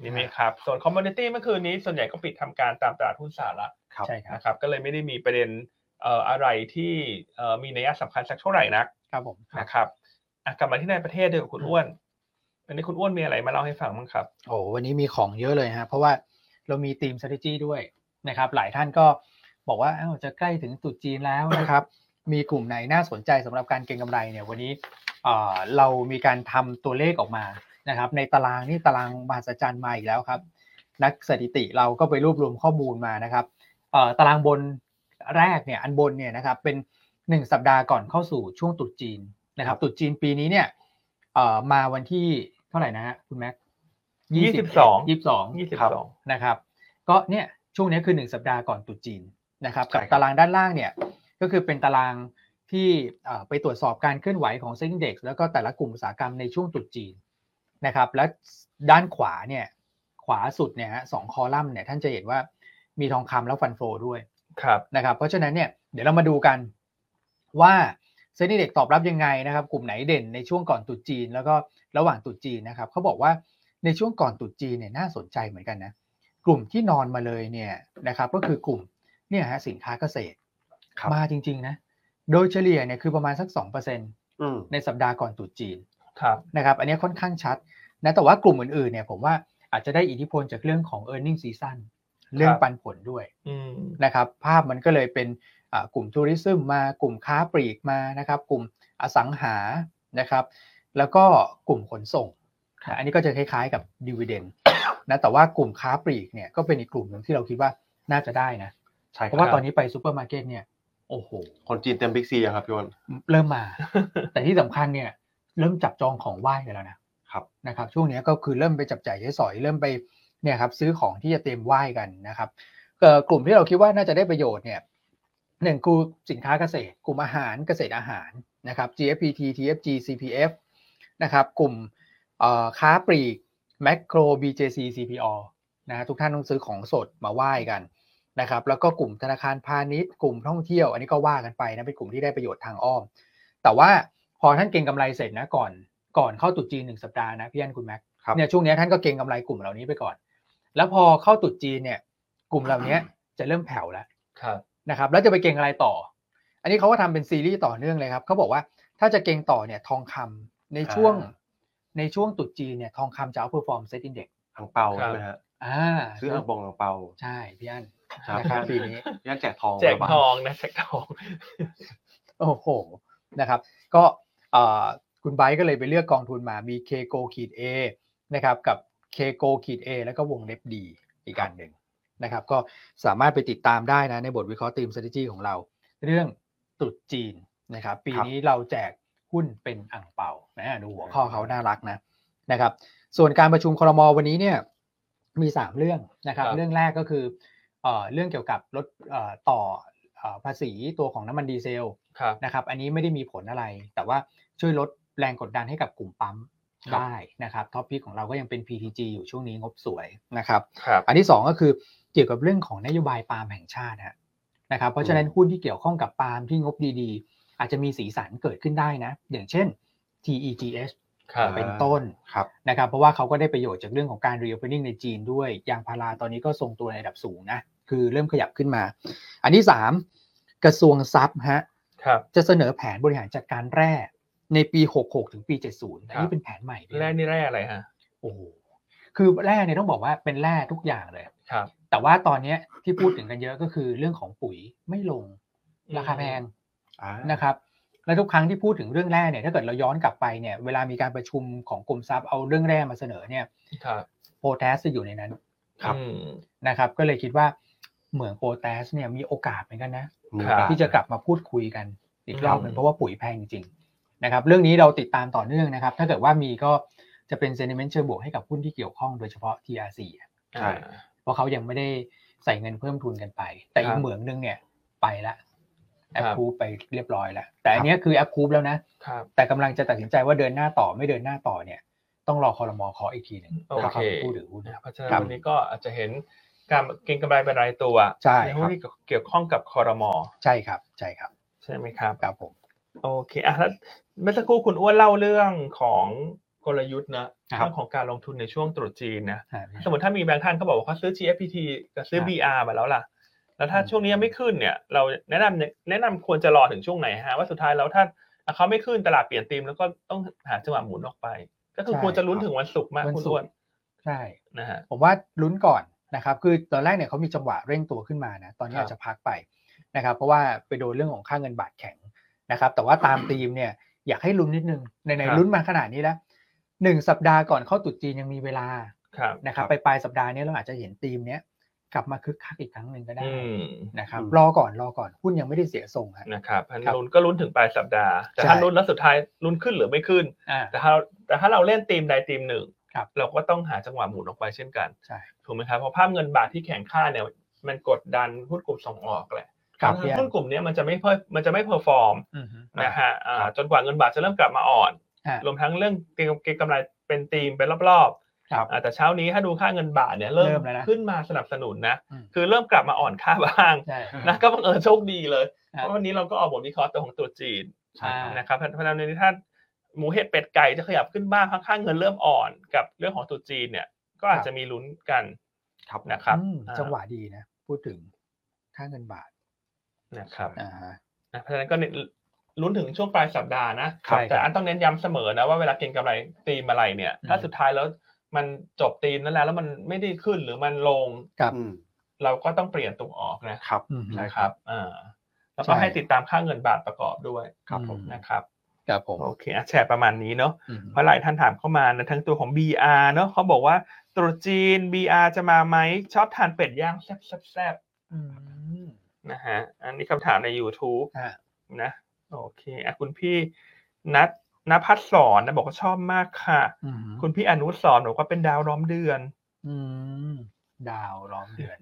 Speaker 1: นี่ไหมครับ ส่วนคอมมอนดิตี้เมื่อคืนนี้ส่วนใหญ่ก็ปิดทำการตามตลาดหุ้นสหรัฐ
Speaker 2: ครับ
Speaker 3: ใช่ครับ
Speaker 1: นะครับก็เลยไม่ได้มีประเด็นเอ่ออะไรที่เอ่อมีนัยสำคัญสักเท่าไหร่นัก
Speaker 3: ครับผม
Speaker 1: นะครับอ่ะกลับมาที่ในประเทศเดียวกับคุณอ้วนวันนี้คุณอ้วนมีอะไรมาเล่าให้ฟังบ้างครับ
Speaker 3: โอ้วันนี้มีของเยอะเลยฮะเพราะว่าเรามีทีม strategy ด้วยนะครับ หลายท่านก็บอกว่าอ้าวจะใกล้ถึงตรุษจีนแล้วนะครับ มีกลุ่มไหนน่าสนใจสำหรับการเก็งกำไรเนี่ยวันนี้เอ่อเรามีการทำตัวเลขออกมานะครับ ในตารางนี่ตารางมหัศจรรย์มาอีกแล้วครับ นักสถิติเราก็ไปรวบรวมข้อมูลมานะครับเอ่อตารางบนแรกเนี่ยอันบนเนี่ยนะครับเป็น 1 สัปดาห์ก่อนเข้าสู่ช่วงตรุษจีนนะครับตรุษจีนปีนี้เนี่ยเอ่อมาวันที่เท่าไหร่นะฮะคุณแม็ก
Speaker 1: 22
Speaker 3: ยี่สิบสอง
Speaker 2: ครับ
Speaker 1: 22
Speaker 3: นะครับก็เนี่ยช่วงนี้คือ 1 สัปดาห์ก่อนตรุษจีนนะครับกับ
Speaker 2: ใช่ครับ
Speaker 3: ตารางด้านล่างเนี่ยก็คือเป็นตารางที่เอ่อไปตรวจสอบการเคลื่อนไหวของเซ็นเด็กแล้วก็แต่ละกลุ่มอุตสาหกรรมในช่วงตรุษจีนนะครับและด้านขวาเนี่ยขวาสุดเนี่ยฮะสองคอลัมน์เนี่ยท่านจะเห็นว่ามีทองคำแล้วฟันโฟด้วย
Speaker 1: ครับ
Speaker 3: นะครับเพราะฉะนั้นเนี่ยเดี๋ยวเรามาดูกันว่าเซ็นดีเด็กตอบรับยังไงนะครับ กลุ่มไหนเด่นในช่วงก่อนตรุษจีน แล้วก็ระหว่างตรุษจีนนะครับเขาบอกว่าในช่วงก่อนตรุษจีนเนี่ยน่าสนใจเหมือนกันนะกลุ่มที่นอนมาเลยเนี่ยนะครับก็คือกลุ่มเนี่ยฮะสินค้าเกษตร
Speaker 2: ครับ
Speaker 3: มาจริงๆนะโดยเฉลี่ยเนี่ยคือประมาณสัก 2%
Speaker 2: อืม
Speaker 3: ในสัปดาห์ก่อนตรุษจีน
Speaker 1: ครับ
Speaker 3: นะครับอันนี้ค่อนข้างชัดนะแต่ว่ากลุ่มอื่นๆเนี่ยผมว่าอาจจะได้อิทธิพลจากเรื่องของ e a r n i n g season เรื่องปันผลด้วย
Speaker 1: อืม
Speaker 3: นะครับภาพมันก็เลยเป็นอ่ากลุ่มทัวริซึมมากลุ่มค้าปลีกมานะครับ กลุ่มอสังหานะครับ แล้วก็กลุ่มขนส่งนะอันนี้ก็จะคล้ายๆกับดีเวเดน นะแต่ว่ากลุ่มค้าปลีกเนี่ยก็เป็นอีกกลุ่มหนึ่งที่เราคิดว่าน่าจะได้นะ
Speaker 2: ใช่ค
Speaker 3: เพ
Speaker 2: รับ
Speaker 3: ราะว่าตอนนี้ไปซูเปอร์มาร์เก็ตเนี่ยโอ้โห
Speaker 2: คนจีนเต็มบิ๊กซียังครับพี่อ้วน
Speaker 3: เริ่มมา *laughs* แต่ที่สำคัญเนี่ยเริ่มจับจองของไหว้กันแล้วนะครับ นะครับ ช่วงเนี้ยก็คือเริ่มไปจับจ่ายใช้สอยเริ่มไปเนี่ยครับซื้อของที่จะเตรียมไหว้กันนะครับเอ่อกลุ่มที่เราคิดว่าน่าจะได้ประโยชน์เนี่ยหนึ่งคือสินค้าเกษตร กลุ่มอาหารเกษตรอาหารนะครับ GFPT TFG CPF นะครับ กลุ่มเอ่อค้าปลีก Macro BJC CPO นะฮะทุกท่านต้องซื้อของสดมาไหว้กันนะครับ แล้วก็กลุ่มธนาคารพาณิชย์ กลุ่มท่องเที่ยว อันนี้ก็ว่ากันไปนะเป็นกลุ่มที่ได้ประโยชน์ทางอ้อม แต่ว่าพอท่านเก็งกำไรเสร็จนะก่อนก่อนเข้าตรุษจีนหนึ่งสัปดาห์นะพี่อันคุณแม็ก
Speaker 2: ครับ
Speaker 3: เนี่ยช่วงเนี้ยท่านก็เก็งกำไรกลุ่มเหล่านี้ไปก่อน แล้วพอเข้าตรุษจีนเนี่ยกลุ่มเหล่านี้จะเริ่มแผ่วแล้ว
Speaker 1: ครับ
Speaker 3: นะครับแล้วจะไปเก็งอะไรต่อ อันนี้เขาก็ทำเป็นซีรีส์ต่อเนื่องเลยครับเขาบอกว่า ถ้าจะเก่งต่อเนี่ยทองคำในช่วง
Speaker 2: อ่า
Speaker 3: ในช่วงตรุษจีนเนี่ยทองคำจะเอาเพอร์ฟอร์มเซ็ตอินเด็กซ์
Speaker 2: อังเปาใช่ไหมฮะ
Speaker 3: อ่า
Speaker 2: ซื้ออังบงอังเปา
Speaker 3: ใช่พี่อัน
Speaker 2: ครับ
Speaker 3: นะครับปีนี้
Speaker 2: ย่านแจกทอง
Speaker 1: แจก
Speaker 2: ระบาด
Speaker 1: ทองนะแจกทอง
Speaker 3: โอ้โห นะครับ ก็เอ่อคุณไบร์ทก็เลยไปเลือกกองทุนมา มี k g o ขีด A นะครับ กับ k g o ขีด A แล้วก็วงเล็บ D อีกอันหนึ่งนะครับ ก็สามารถไปติดตามได้นะ ในบทวิเคราะห์ทีม strategy ของเรา เรื่องตรุษจีนนะครับ ปีนี้เราแจกหุ้นเป็นอ่างเป่านะดูหัวข้อเขาน่ารักนะ นะครับ ส่วนการประชุมครมวันนี้เนี่ย มี 3 เรื่องนะครับ
Speaker 1: ครับ
Speaker 3: เรื่องแรกก็คือเอ่อเรื่องเกี่ยวกับลดเอ่อต่อเอ่อภาษีตัวของน้ำมันดีเซล
Speaker 1: ครับ
Speaker 3: นะครับอันนี้ไม่ได้มีผลอะไร แต่ว่าช่วยลดแรงกดดันให้กับกลุ่มปั๊ม
Speaker 1: ครับ
Speaker 3: ได้นะครับท็อปพิกของเราก็ยังเป็น PTG อยู่ช่วงนี้งบสวยนะครับ
Speaker 1: ครับ
Speaker 3: อันที่ 2 ก็คือเกี่ยวกับเรื่องของนโยบายปาล์มแห่งชาติฮะนะครับเพราะฉะนั้นหุ้นที่เกี่ยวข้องกับปาล์มที่งบดีๆ อาจจะมีสีสันเกิดขึ้นได้นะ อย่างเช่น TEGS
Speaker 1: ครับ
Speaker 3: เป็นต้น
Speaker 2: ครับ
Speaker 3: นะครับเพราะว่าเขาก็ได้ประโยชน์จากเรื่องของการ reopening ในจีนด้วยยางพาราตอนนี้ก็ทรงตัวในระดับสูงนะคือเริ่มขยับขึ้นมา อันที่สามกระทรวงทรัพย์ฮะ
Speaker 1: ครับ
Speaker 3: จะเสนอแผนบริหารจัดการแร่ในปี 66 ถึงปี 70อัน
Speaker 1: ครั
Speaker 3: นี้
Speaker 1: บ
Speaker 3: เป็นแผนใหม่ด้วย
Speaker 1: แร่นี่แร่อะไรฮะ
Speaker 3: โอ้โหคือแร่เนี่ยต้องบอกว่าเป็นแร่ทุกอย่างเลย
Speaker 1: ครับ
Speaker 3: แต่ว่าตอนเนี้ยที่พูดถึงกันเยอะก็คือเรื่องของปุ๋ยไม่ลงราคาแพง
Speaker 2: อ่า
Speaker 3: นะครับ และทุกครั้งที่พูดถึงเรื่องแร่เนี่ยถ้าเกิดเราย้อนกลับไปเนี่ยเวลามีการประชุมของกรมทรัพย์เอาเรื่องแร่มาเสนอเนี่ย
Speaker 1: ครับ
Speaker 3: โพแทสจะอยู่ในนั้น
Speaker 2: ครับ
Speaker 1: อืม
Speaker 3: นะครับ ก็เลยคิดว่าเหมืองโพแทสเนี่ยมีโอกาสเหมือนกันนะ
Speaker 2: มีโอกาส
Speaker 3: ที่จะกลับมาพูดคุยกันอีกรอบหนึ่
Speaker 1: ค
Speaker 3: ง
Speaker 1: รับ
Speaker 3: เพราะว่าปุ๋ยแพงจริงๆนะครับ เรื่องนี้เราติดตามต่อเนื่องนะครับ ถ้าเกิดว่ามีก็จะเป็น sentiment เชิงบวกให้กับหุ้นที่เกี่ยวข้องโดยเฉพาะ TRC อ่ะ
Speaker 2: ใช่
Speaker 1: อ่า
Speaker 3: เพราะเขายังไม่ได้ใส่เงินเพิ่มทุนกันไป แต่อี
Speaker 1: ครั
Speaker 3: ก
Speaker 1: บ
Speaker 3: เหมืองนึงเนี่ยไปละ
Speaker 1: ค
Speaker 3: แอ
Speaker 1: รับ
Speaker 3: ปคูไปเรียบร้อยแล้ว แต่อันเนี้ยคือแอปคูแล้วนะ
Speaker 1: ครับ
Speaker 3: แต่กำลังจะตัดสินใจว่าเดินหน้าต่อไม่เดินหน้าต่อเนี่ย ต้องรอคอรมอขออีกทีหนึ่ง
Speaker 1: โอเค
Speaker 3: นะรับผู้ถือหุ้น
Speaker 1: เพราะฉะนั้น
Speaker 3: ครับ
Speaker 1: วันนี้ก็อาจจะเห็นการเก็งกำไรเป็นรายตัว
Speaker 3: ใช่
Speaker 1: น
Speaker 3: ค
Speaker 1: หุ้
Speaker 3: รั
Speaker 1: น
Speaker 3: บ
Speaker 1: ที่เกี่ยวข้องกับคอรมอ
Speaker 3: ใช่ครับ ใช่ครับ
Speaker 1: ใช่ไหมครับ
Speaker 3: ครับผม
Speaker 1: โอเคอ่ะแล้วเมื่อสักครู่คุณอ้วนเล่าเรื่องของกลยุทธ์นะเรื่องของการลงทุนในช่วงตรุษจีนนะ
Speaker 3: อ่า
Speaker 1: สมมติถ้ามีแบงค์ท่านเขาบอกว่าเขาซื้อ GFPT กับซื้อ
Speaker 3: ครับ
Speaker 1: BR มาแล้วล่ะ แล้วถ้า
Speaker 3: อืม
Speaker 1: ช่วงนี้ยังไม่ขึ้นเนี่ย เราแนะนำแนะนำควรจะรอถึงช่วงไหนฮะว่าสุดท้ายแล้วถ้าเขาไม่ขึ้นตลาดเปลี่ยนธีมแล้วก็ต้องหาจังหวะหมุนออกไป ก็คือควรจะลุ้นถึงวันศุกร์มาก
Speaker 3: วัน
Speaker 1: คุณ
Speaker 3: ศุก
Speaker 1: อ้วน
Speaker 3: ร์ใช่
Speaker 1: นะฮะ
Speaker 3: ผมว่าลุ้นก่อนนะครับ คือตอนแรกเนี่ยเขามีจังหวะเร่งตัวขึ้นมานะ ตอนนี้
Speaker 1: ครับ
Speaker 3: อาจจะพักไปนะครับ เพราะว่าไปโดนเรื่องของค่าเงินบาทแข็งนะครับ แต่ว่าตามธีมเนี่ยอยากให้ลุ้นนิดนึง ในในๆลุ้นมาขนาดนี้แล้วหนึ่งสัปดาห์ก่อนเข้าตรุษจีนยังมีเวลา
Speaker 1: ครับ
Speaker 3: นะครับ ไปปลายสัปดาห์เนี้เราอาจจะเห็นธีมเนี้ยกลับมาคึกคักอีกครั้งหนึ่งก็ได้
Speaker 1: อืม
Speaker 3: นะครับ
Speaker 2: อืม
Speaker 3: รอก่อนรอก่อนหุ้นยังไม่ได้เสียทรงฮะ
Speaker 1: นะครับพัน
Speaker 3: ครับ
Speaker 1: ลุ้นก็ลุ้นถึงปลายสัปดาห์ แต่
Speaker 3: ใช่
Speaker 1: ถ้าลุ้นแล้วสุดท้ายลุ้นขึ้นหรือไม่ขึ้น
Speaker 3: อ่า
Speaker 1: แต่ถ้าแต่ถ้าเราเล่นทีมใดทีมหนึ่ง
Speaker 3: ครับ
Speaker 1: เราก็ต้องหาจังหวะหมุนออกไปเช่นกัน
Speaker 3: ใช่
Speaker 1: ถูกไหมครับเพราะภาพเงินบาทที่แข็งค่าเนี่ยมันกดดันหุ้นกลุ่มส่งออกแหละ
Speaker 3: ครับ
Speaker 1: เพ
Speaker 3: พี่
Speaker 1: ราะ
Speaker 3: อั
Speaker 1: ฉะ
Speaker 3: น
Speaker 1: นั้นหุ้นกลุ่มเนี้ยมันจะไม่เพิ่มมันจะไม่เพอร์ฟอร์ม
Speaker 3: อือฮึ
Speaker 1: นะฮะอ่าจนกว่าเงินบาทจะเริ่มกลับมาอ่อน
Speaker 3: อ่าร
Speaker 1: วมทั้งเรื่องเก็งกำไรเป็นทีมเป็นรอบ
Speaker 3: ครับ
Speaker 1: ๆอ่าแต่เช้านี้ถ้าดูค่าเงินบาทเนี่ย
Speaker 3: เริ่
Speaker 1: เริ่ม
Speaker 3: มแล้วนะ
Speaker 1: ขึ้นมาสนับสนุนนะ
Speaker 3: อืม
Speaker 1: คือเริ่มกลับมาอ่อนค่าบ้าง *laughs*
Speaker 3: ใช่
Speaker 1: นะก็บังเอิญโชคดีเลย
Speaker 3: อ่า
Speaker 1: เพราะวันนี้เราก็ออกบทวิเคราะห์ตัวของตัวจีน
Speaker 2: ใช่ครับ
Speaker 1: นะครับเพราะเพราะฉะนั้นในถ้าหมูเห็ดเป็ดไก่จะขยับขึ้นบ้างข้างๆเงินเริ่มอ่อนกับเรื่องของตรุษจีนเนี่ยก็อาจจะมีลุ้นกัน
Speaker 2: ครับ
Speaker 1: นะครับ
Speaker 3: อืม
Speaker 1: อ่า
Speaker 3: จังหวะดีนะ พูดถึงค่าเงินบาท
Speaker 1: นะครับ
Speaker 3: อ่าฮะ
Speaker 1: นะเพราะฉะนั้นก็เน้นลุ้นถึงช่วงปลายสัปดาห์นะครับ แต่อันต้องเน้นย้ำเสมอนะว่าเวลาเก็งกำไรตีมอะไรเนี่ย
Speaker 3: อืม
Speaker 1: ถ้าสุดท้ายแล้วมันจบตีมนั้นแล้วแล้วมันไม่ได้ขึ้นหรือมันลง
Speaker 3: ครับ
Speaker 2: อืม
Speaker 1: เราก็ต้องเปลี่ยนตัวออกนะครับ
Speaker 3: อืม
Speaker 2: ใช่
Speaker 1: นะครับอ่าแล้วก็
Speaker 3: ใช่
Speaker 1: ให้ติดตามค่าเงินบาทประกอบด้วย
Speaker 2: ครับผม
Speaker 1: นะครับ
Speaker 3: ครับผม
Speaker 1: โอเคอ่ะแชร์ประมาณนี้เนาะ
Speaker 3: อืม
Speaker 1: เพราะหลายท่านถามเข้ามานะทั้งตัวของ BR เนอะเขาบอกว่าตรุษจีน BR จะมาไหมชอบทานเป็ดย่างแซ่บ
Speaker 3: อืม
Speaker 1: ๆนะฮะอันนี้คำถามใน YouTube
Speaker 3: อ่า
Speaker 1: นะโอเคอ่ะคุณพี่นัทนภัสสอนนะบอกว่าชอบมากค่ะ
Speaker 3: อืม
Speaker 1: คุณพี่อนุสรบอกว่าเป็นดาวล้อมเดือน
Speaker 3: อืมดาวล้อมเดือน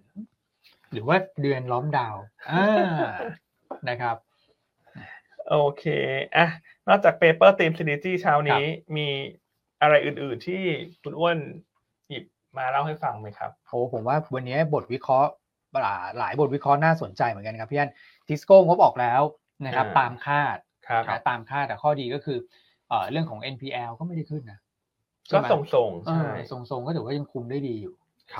Speaker 3: หรือว่าเดือนล้อมดาวอ่านะครับ
Speaker 1: โอเคอ่ะนอกจาก Paper Team s t r a t e g y เช้านี้มีอะไรอื่นๆที่คุณอ้วนหยิบมาเล่าให้ฟังไหมครับ
Speaker 3: โหผมว่าวันนี้บทวิเคราะห์หลาหลายบทวิเคราะห์น่าสนใจเหมือนกันครับพี่อันทิสโก้งบออกแล้วนะครับ
Speaker 1: อ่า
Speaker 3: ตามคาด
Speaker 1: ครับ
Speaker 3: นะตามคาดแต่ข้อดีก็คือเอ่อเรื่องของ NPL ก็ไม่ได้ขึ้นนะ
Speaker 1: ก็
Speaker 3: ใช่ไหม
Speaker 1: ส่งๆ
Speaker 3: เอ
Speaker 1: ใช่
Speaker 3: อทรงๆก็ถือว่ายังคุมได้ดีอยู่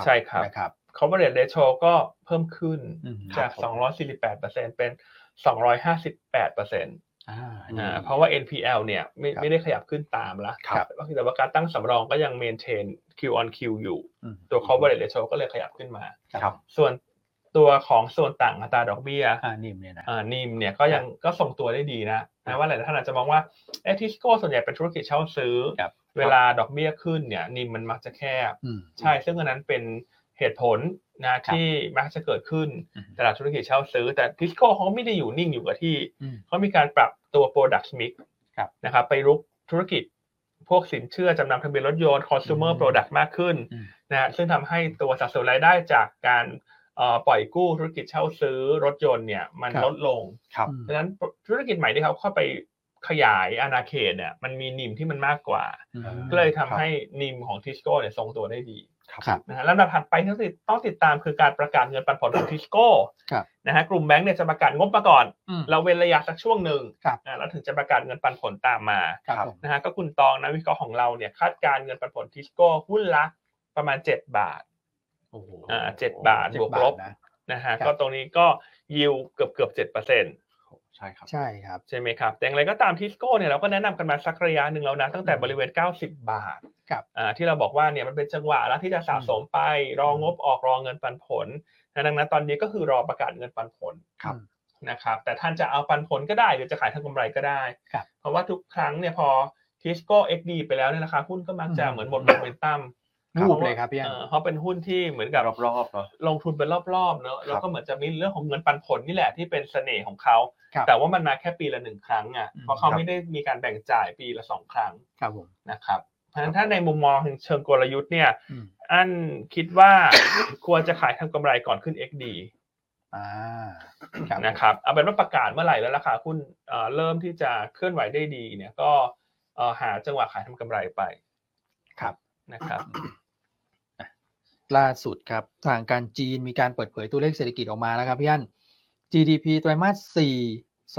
Speaker 1: ใช่ครับ
Speaker 3: นะครับ
Speaker 1: coverage ratio ก็เพิ่มขึ้น
Speaker 3: อืม
Speaker 1: จาก
Speaker 2: ครับผม
Speaker 1: 248 เป็น 258 เปอร์เซ็นต์
Speaker 3: อ่า
Speaker 1: อ่าเพราะว่า NPL เนี่ยไม่
Speaker 3: ครับ
Speaker 1: ไม่ได้ขยับขึ้นตามแล้ว
Speaker 3: ครับ
Speaker 1: แต่ว่าแต่ว่าการตั้งสำรองก็ยังเมนเทน Q on Q อยู่
Speaker 3: อืม
Speaker 1: ตัว coverage ratio ก็เลยขยับขึ้นมา
Speaker 2: ครับ
Speaker 1: ส่วนตัวของส่วนต่างอัตราดอกเบี้ย
Speaker 3: อ่านิ่มเนี่ยนะ
Speaker 1: อ่านิมเนี่ยก็ยังก็ส่งตัวได้ดีนะแม้ว่าหลายท่านอาจจะมองว่าเอทิสโก้ส่วนใหญ่เป็นธุรกิจเช่าซื้อ
Speaker 3: ครับ
Speaker 1: เวลาดอกเบี้ยขึ้นเนี่ยนิมมันมักจะแคบ
Speaker 3: อืม
Speaker 1: ใช่ ซึ่งอันนั้นเป็นเหตุผลนะที่มักจะเกิดขึ้น
Speaker 3: อืม
Speaker 1: ตลาดธุรกิจเช่าซื้อ แต่ทิสโก้เขาไม่ได้อยู่นิ่งอยู่กับที่
Speaker 3: อืม
Speaker 1: เขามีการปรับตัว product mix
Speaker 3: ครับ
Speaker 1: นะครับ ไปรุกธุรกิจพวกสินเชื่อจำนำทะเบียนรถยนต์ consumer
Speaker 3: อืม
Speaker 1: product มากขึ้น
Speaker 3: อืม
Speaker 1: นะฮะซึ่งทำให้ตัวสัดส่วนรายได้จากการเอ่อปล่อยกู้ธุรกิจเช่าซื้อรถยนต์เนี่ยมันลดลง
Speaker 2: ครับ
Speaker 3: อืม
Speaker 1: ดังนั้นธุรกิจใหม่ที่เขาเข้าไปขยายอาณาเขตเนี่ยมันมีนิมที่มันมากกว่า ก็เลยทำให้นิมของทิสโก้เนี่ยทรงตัวได้ดี
Speaker 3: ครับ
Speaker 1: นะฮะลำดับถัดไปที่ต้องติดต้องติดตามคือการประกาศเงินปันผลของทิสโก้
Speaker 3: ครับ
Speaker 1: นะฮะกลุ่มแบงก์เนี่ยจะประกาศงบมาก่อน
Speaker 3: อืม
Speaker 1: เราเว้นระยะสักช่วงหนึ่ง
Speaker 3: ครับ
Speaker 1: อ่าแล้วถึงจะประกาศเงินปันผลตามมา
Speaker 3: ครับผม
Speaker 1: นะฮะก็คุณตองนะวิเคราะห์ของเราเนี่ยคาดการณ์เงินปันผลทิสโก้หุ้นละประมาณ 7 บาท
Speaker 2: โอ้โห
Speaker 1: อ่าเจ็ดบาท
Speaker 3: เจ็ด
Speaker 1: บวก
Speaker 3: บา
Speaker 1: ล
Speaker 3: ท
Speaker 1: บ
Speaker 3: นะ
Speaker 1: นะฮะ
Speaker 3: ครับ
Speaker 1: ก็ตรงนี้ก็ยิวเกือบเกือบเจ็ดเปอร์เซ็นต์
Speaker 2: ใช่ครับ
Speaker 3: ใช่ครับ
Speaker 1: ใช่ไหมครับ แต่อย่างไรก็ตามทิสโก้เนี่ยเราก็แนะนำกันมาสักระยะหนึ่งแล้วนะตั้งแต่บริเวณ 90 บาท
Speaker 3: ครับ
Speaker 1: อ่าที่เราบอกว่าเนี่ยมันเป็นจังหวะแล้วที่จะสะสมไปรองบออกรองเงินปันผลนะดังนั้นตอนนี้ก็คือรอประกาศเงินปันผล
Speaker 2: ครับ
Speaker 1: นะครับแต่ท่านจะเอาปันผลก็ได้หรือจะขายทางกำไรก็ได้
Speaker 3: ครับ
Speaker 1: เพราะว่าทุกครั้งเนี่ยพอทิสโก้เอ็กดีไปแล้วเนี่ยราคาหุ้นก็มักจะ
Speaker 3: อืม
Speaker 1: เหมือนหมดโมเมนตัม
Speaker 3: รูปเลยครับพี่อัน
Speaker 1: เอ่อเพราะเป็นหุ้นที่เหมือนกับ
Speaker 2: รอบๆเนาะ
Speaker 1: ลงทุนเป็นรอบๆเนอะแล้วก็เหมือนจะมีเรื่องของเงินปันผลนี่แหละที่เป็นเสน่ห์ของเขา
Speaker 3: ครับ
Speaker 1: แต่ว่ามันมาแค่ปีละหนึ่งครั้งอ่ะ
Speaker 3: อืม
Speaker 1: เพราะเขา
Speaker 2: ครับ
Speaker 1: ไม่ได้มีการแบ่งจ่ายปีละสองครั้ง
Speaker 3: ครับผม
Speaker 1: นะครับเพราะฉะนั้นถ้าในมุมมองเชิงกลยุทธ์เนี่ย
Speaker 3: อืม
Speaker 1: อันคิดว่าควรจะขายทำกำไรก่อนขึ้น XD
Speaker 3: อ่า
Speaker 1: นะครับเอาเป็นว่าประกาศเมื่อไหร่แล้วราคาหุ้นเอ่อเริ่มที่จะเคลื่อนไหวได้ดีเนี่ยก็เอ่อหาจังหวะขายทำกำไรไป
Speaker 3: ครับ
Speaker 1: นะครับ
Speaker 3: ล่าสุดครับทางการจีนมีการเปิดเผยตัวเลขเศรษฐกิจออกมาแล้วครับพี่อัน GDP ไตรมาส